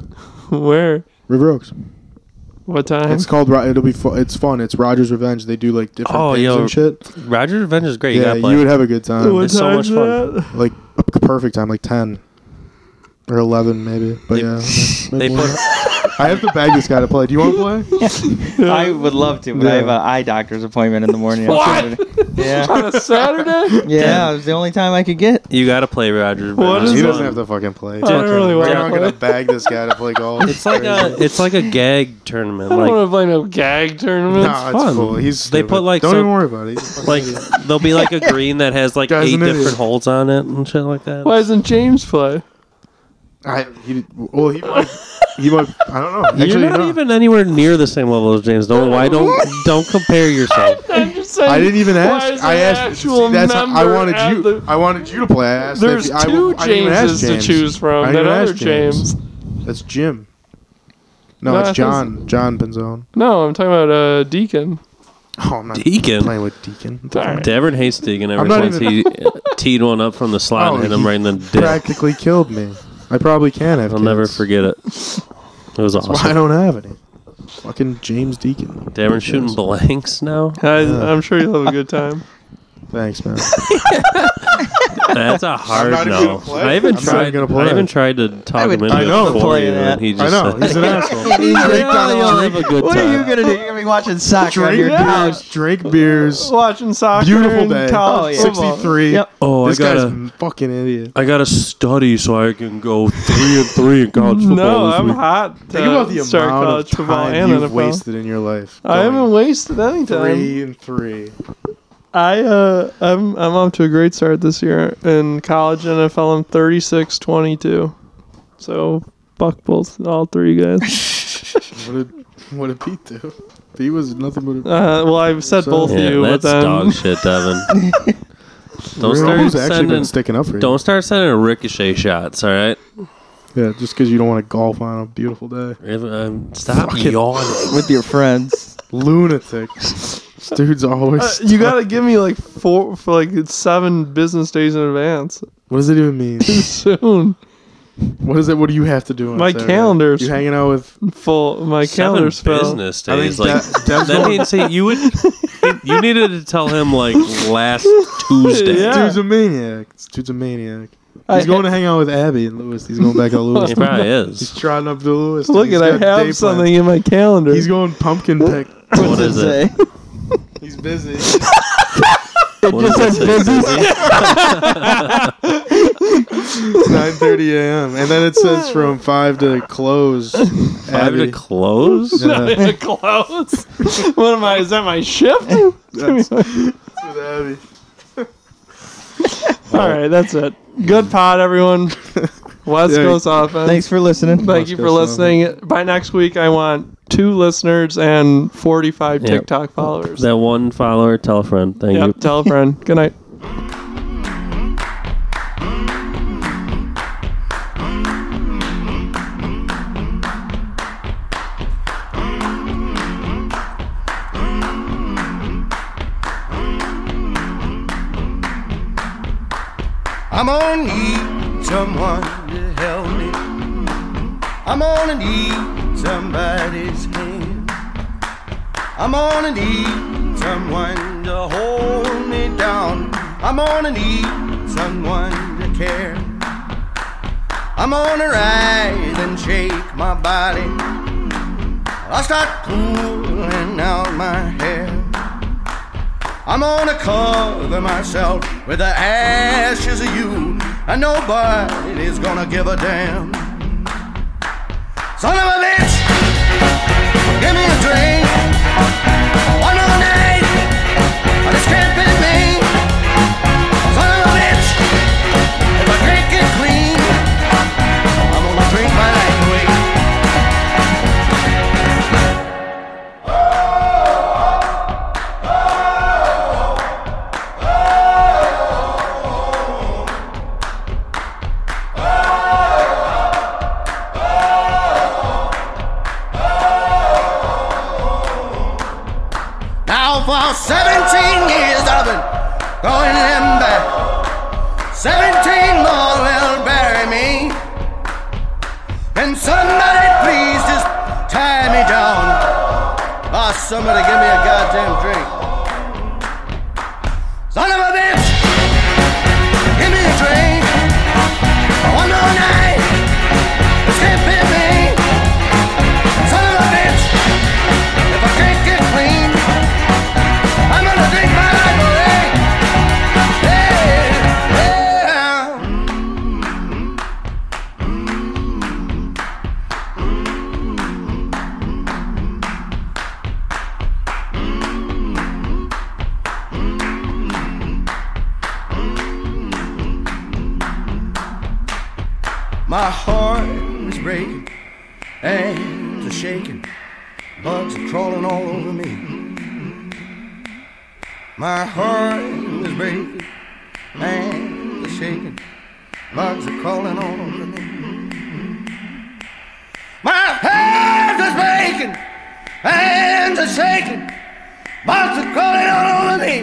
[SPEAKER 9] Where?
[SPEAKER 10] River Oaks.
[SPEAKER 11] Uh-huh.
[SPEAKER 9] What time?
[SPEAKER 10] It's called. Ro- It'll be. Fu- it's fun. It's Rogers Revenge. They do like different
[SPEAKER 11] Oh,
[SPEAKER 10] things
[SPEAKER 11] yo,
[SPEAKER 10] and shit.
[SPEAKER 11] Roger's Revenge is great. you,
[SPEAKER 10] yeah, you
[SPEAKER 11] gotta play.
[SPEAKER 10] would have a good time.
[SPEAKER 9] What
[SPEAKER 11] It's so
[SPEAKER 9] time's
[SPEAKER 11] much fun.
[SPEAKER 9] that?
[SPEAKER 10] Like a p- perfect time, like ten or eleven maybe. But
[SPEAKER 11] They-
[SPEAKER 10] yeah,
[SPEAKER 11] They
[SPEAKER 10] maybe
[SPEAKER 11] put
[SPEAKER 10] one. I have to bag this guy to play. Do you want to play?
[SPEAKER 3] I would love to, but I
[SPEAKER 10] Yeah.
[SPEAKER 3] have an eye doctor's appointment in the morning. on Saturday. Yeah.
[SPEAKER 9] On a Saturday?
[SPEAKER 3] Yeah, it was the only time I could get.
[SPEAKER 11] you gotta play Roger's
[SPEAKER 9] What
[SPEAKER 11] Revenge.
[SPEAKER 9] is
[SPEAKER 10] he
[SPEAKER 11] It's
[SPEAKER 9] it?
[SPEAKER 10] doesn't
[SPEAKER 11] fun.
[SPEAKER 10] have to fucking play.
[SPEAKER 9] don't
[SPEAKER 10] Fucking-
[SPEAKER 9] really
[SPEAKER 10] We're
[SPEAKER 9] wanna
[SPEAKER 10] not
[SPEAKER 9] play.
[SPEAKER 10] gonna bag this guy to play golf.
[SPEAKER 11] It's like
[SPEAKER 10] Crazy.
[SPEAKER 11] a it's like a gag tournament.
[SPEAKER 9] I don't
[SPEAKER 11] Like
[SPEAKER 9] want to play no gag tournament.
[SPEAKER 10] Nah, it's cool. He's
[SPEAKER 11] They
[SPEAKER 10] stupid.
[SPEAKER 11] put, like,
[SPEAKER 10] Don't
[SPEAKER 11] some-
[SPEAKER 10] even worry about it. He's a fucking
[SPEAKER 11] like
[SPEAKER 10] idiot.
[SPEAKER 11] there'll be like a green that has like
[SPEAKER 10] Guy's
[SPEAKER 11] eight
[SPEAKER 10] an idiot.
[SPEAKER 11] different holes on it and shit like that.
[SPEAKER 9] Why doesn't James play?
[SPEAKER 10] I, he, well, he might. He might. I don't know. Actually,
[SPEAKER 11] You're not
[SPEAKER 10] no.
[SPEAKER 11] even anywhere near the same level as James. Don't why don't don't compare yourself.
[SPEAKER 9] I'm just saying.
[SPEAKER 10] I didn't even
[SPEAKER 9] why
[SPEAKER 10] ask.
[SPEAKER 9] is
[SPEAKER 10] I
[SPEAKER 9] an
[SPEAKER 10] asked.
[SPEAKER 9] actual
[SPEAKER 10] see, that's how- I
[SPEAKER 9] member
[SPEAKER 10] wanted
[SPEAKER 9] at
[SPEAKER 10] you.
[SPEAKER 9] the-
[SPEAKER 10] I wanted you to play. I asked
[SPEAKER 9] There's
[SPEAKER 10] if, I-
[SPEAKER 9] two
[SPEAKER 10] I, didn't even ask
[SPEAKER 9] Jameses to
[SPEAKER 10] James.
[SPEAKER 9] choose
[SPEAKER 10] I
[SPEAKER 9] from.
[SPEAKER 10] didn't
[SPEAKER 9] That
[SPEAKER 10] even
[SPEAKER 9] other
[SPEAKER 10] ask James.
[SPEAKER 9] James.
[SPEAKER 10] That's Jim. No,
[SPEAKER 9] No,
[SPEAKER 10] it's
[SPEAKER 9] that's-
[SPEAKER 10] John. John Benzone.
[SPEAKER 9] No, I'm talking about uh, Deacon.
[SPEAKER 10] Oh, I'm not
[SPEAKER 11] Deacon?
[SPEAKER 10] playing with Deacon.
[SPEAKER 9] Sorry.
[SPEAKER 11] Devin hates Deegan
[SPEAKER 10] I'm
[SPEAKER 11] ever
[SPEAKER 10] not
[SPEAKER 11] since
[SPEAKER 10] even-
[SPEAKER 11] he teed one up from the slot
[SPEAKER 10] Oh,
[SPEAKER 11] and hit him
[SPEAKER 10] he
[SPEAKER 11] right in the dick.
[SPEAKER 10] Practically killed me. I probably can have.
[SPEAKER 11] I'll never
[SPEAKER 10] kids.
[SPEAKER 11] forget it. It was
[SPEAKER 10] That's why I
[SPEAKER 11] awesome.
[SPEAKER 10] don't have any. Fucking James Deacon.
[SPEAKER 11] Devin shooting blanks now.
[SPEAKER 9] I, I'm sure you'll have a good time.
[SPEAKER 10] Thanks, man.
[SPEAKER 11] That's a hard
[SPEAKER 10] not even gonna
[SPEAKER 11] no.
[SPEAKER 10] play.
[SPEAKER 11] I haven't
[SPEAKER 10] I'm not
[SPEAKER 11] tried.
[SPEAKER 10] gonna play.
[SPEAKER 11] I haven't tried to talk
[SPEAKER 3] would
[SPEAKER 11] him into
[SPEAKER 3] I
[SPEAKER 11] it
[SPEAKER 3] know.
[SPEAKER 11] for
[SPEAKER 3] play
[SPEAKER 11] you,
[SPEAKER 3] that.
[SPEAKER 11] and he
[SPEAKER 10] I
[SPEAKER 11] just
[SPEAKER 10] know
[SPEAKER 11] said,
[SPEAKER 10] he's an asshole.
[SPEAKER 11] "Yeah, you'll have a good
[SPEAKER 3] What are you
[SPEAKER 11] time."
[SPEAKER 3] gonna do? You're gonna be watching soccer on
[SPEAKER 10] Drink
[SPEAKER 3] your couch.
[SPEAKER 10] beers. Drink beers.
[SPEAKER 9] Watching soccer.
[SPEAKER 10] Beautiful
[SPEAKER 9] and
[SPEAKER 10] day.
[SPEAKER 9] college
[SPEAKER 3] Oh, yeah.
[SPEAKER 9] football.
[SPEAKER 10] Sixty-three.
[SPEAKER 3] Yep.
[SPEAKER 11] Oh,
[SPEAKER 10] This
[SPEAKER 11] I
[SPEAKER 10] guy's
[SPEAKER 11] gotta.
[SPEAKER 10] a fucking idiot.
[SPEAKER 11] I gotta study so I can go three and three in college football.
[SPEAKER 9] No,
[SPEAKER 11] this
[SPEAKER 9] I'm
[SPEAKER 11] week.
[SPEAKER 9] hot. to
[SPEAKER 10] Think about the
[SPEAKER 9] start
[SPEAKER 10] amount
[SPEAKER 9] college
[SPEAKER 10] of
[SPEAKER 9] football
[SPEAKER 10] time
[SPEAKER 9] and
[SPEAKER 10] you've
[SPEAKER 9] NFL.
[SPEAKER 10] wasted in your life.
[SPEAKER 9] I
[SPEAKER 10] going
[SPEAKER 9] haven't wasted any time.
[SPEAKER 10] three and three.
[SPEAKER 9] I uh, I'm I'm off to a great start this year in college and NFL. I'm 36, 22. So fuck both all three guys.
[SPEAKER 10] What did what did Pete do? Pete was nothing but a
[SPEAKER 9] Uh, well, I've said
[SPEAKER 10] So-
[SPEAKER 9] both
[SPEAKER 11] Yeah,
[SPEAKER 9] of you, but
[SPEAKER 11] that's
[SPEAKER 9] then
[SPEAKER 11] dog shit, Devin. don't start
[SPEAKER 10] Romo's actually
[SPEAKER 11] sending.
[SPEAKER 10] been sticking up for you.
[SPEAKER 11] Don't start sending ricochet shots. All right.
[SPEAKER 10] Yeah, just because you don't want to golf on a beautiful day.
[SPEAKER 11] If, um, stop yawning.
[SPEAKER 3] with your friends.
[SPEAKER 10] Lunatic. this dude's always.
[SPEAKER 9] Uh, you gotta give me like four, for like seven business days in advance.
[SPEAKER 10] what does it even mean?
[SPEAKER 9] Soon,
[SPEAKER 10] what is it? What do you have to do? On
[SPEAKER 9] My
[SPEAKER 10] Saturday?
[SPEAKER 9] calendar's-
[SPEAKER 10] You hanging out with?
[SPEAKER 9] full my
[SPEAKER 11] Seven
[SPEAKER 9] calendar's full.
[SPEAKER 11] business
[SPEAKER 10] I think
[SPEAKER 11] days. Like
[SPEAKER 10] that- that's
[SPEAKER 11] that
[SPEAKER 10] what-
[SPEAKER 11] means he, you would. You needed to tell him like last Tuesday.
[SPEAKER 9] Yeah.
[SPEAKER 10] Dude's a maniac. This dude's a maniac.
[SPEAKER 9] I-
[SPEAKER 10] He's going to hang out with Abby and Lewis. He's going back to Lewis.
[SPEAKER 11] He probably
[SPEAKER 10] He's
[SPEAKER 11] is.
[SPEAKER 10] trotting up to Lewis.
[SPEAKER 9] Look
[SPEAKER 10] He's
[SPEAKER 9] at I
[SPEAKER 10] got day
[SPEAKER 9] have
[SPEAKER 10] plans.
[SPEAKER 9] something in my calendar.
[SPEAKER 10] He's going pumpkin pick.
[SPEAKER 11] What is it?
[SPEAKER 10] He's busy.
[SPEAKER 11] What does it say?
[SPEAKER 10] Nine thirty a.m. and then it says from five to close.
[SPEAKER 11] Five to close.
[SPEAKER 10] Yeah,
[SPEAKER 9] close. what am I? Is that my shift?
[SPEAKER 10] that's, that's with Abby.
[SPEAKER 9] All right, that's it. Good pod, everyone. West
[SPEAKER 10] Yeah.
[SPEAKER 9] Coast offense.
[SPEAKER 3] Thanks for listening.
[SPEAKER 9] Thank you for
[SPEAKER 10] West Coast
[SPEAKER 9] listening. By next week, I want two listeners and 45
[SPEAKER 11] Yep.
[SPEAKER 9] TikTok followers.
[SPEAKER 11] That one follower, tell a friend. Thank you.
[SPEAKER 9] Yep, tell a friend. Good night.
[SPEAKER 2] I
[SPEAKER 3] I'm gonna need someone to help me. I'm gonna need somebody's hand. I'm gonna need someone to hold me down. I'm gonna need someone to care. I'm gonna rise and shake my body. I'll start pulling out my hair. I'm gonna cover myself with the ashes of you, and nobody's gonna give a damn. Son of a bitch, give me a drink. One more night, I just can't pity me. Son of a bitch, if I drink it clean, I'm gonna drink my life away. Now for 17 years I've been going them back. 17 more will bury me. Can somebody please just tie me down? Ah, somebody give me a goddamn drink. Son of a bitch! Give me a drink. One more night. Skip it, me. Son of a bitch! If I can't get clean, I'm gonna drink my life away. Yeah, yeah. My heart is breaking, hands are shaking, bugs are crawling all over me. My heart is breaking, hands are shaking, bugs are crawling all over me. My hands are breaking, hands are shaking, bugs are crawling all over me.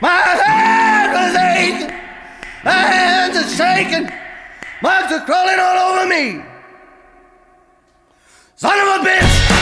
[SPEAKER 3] My hands are aching. My hands are shaking. Mugs are crawling all over me. Son of a bitch!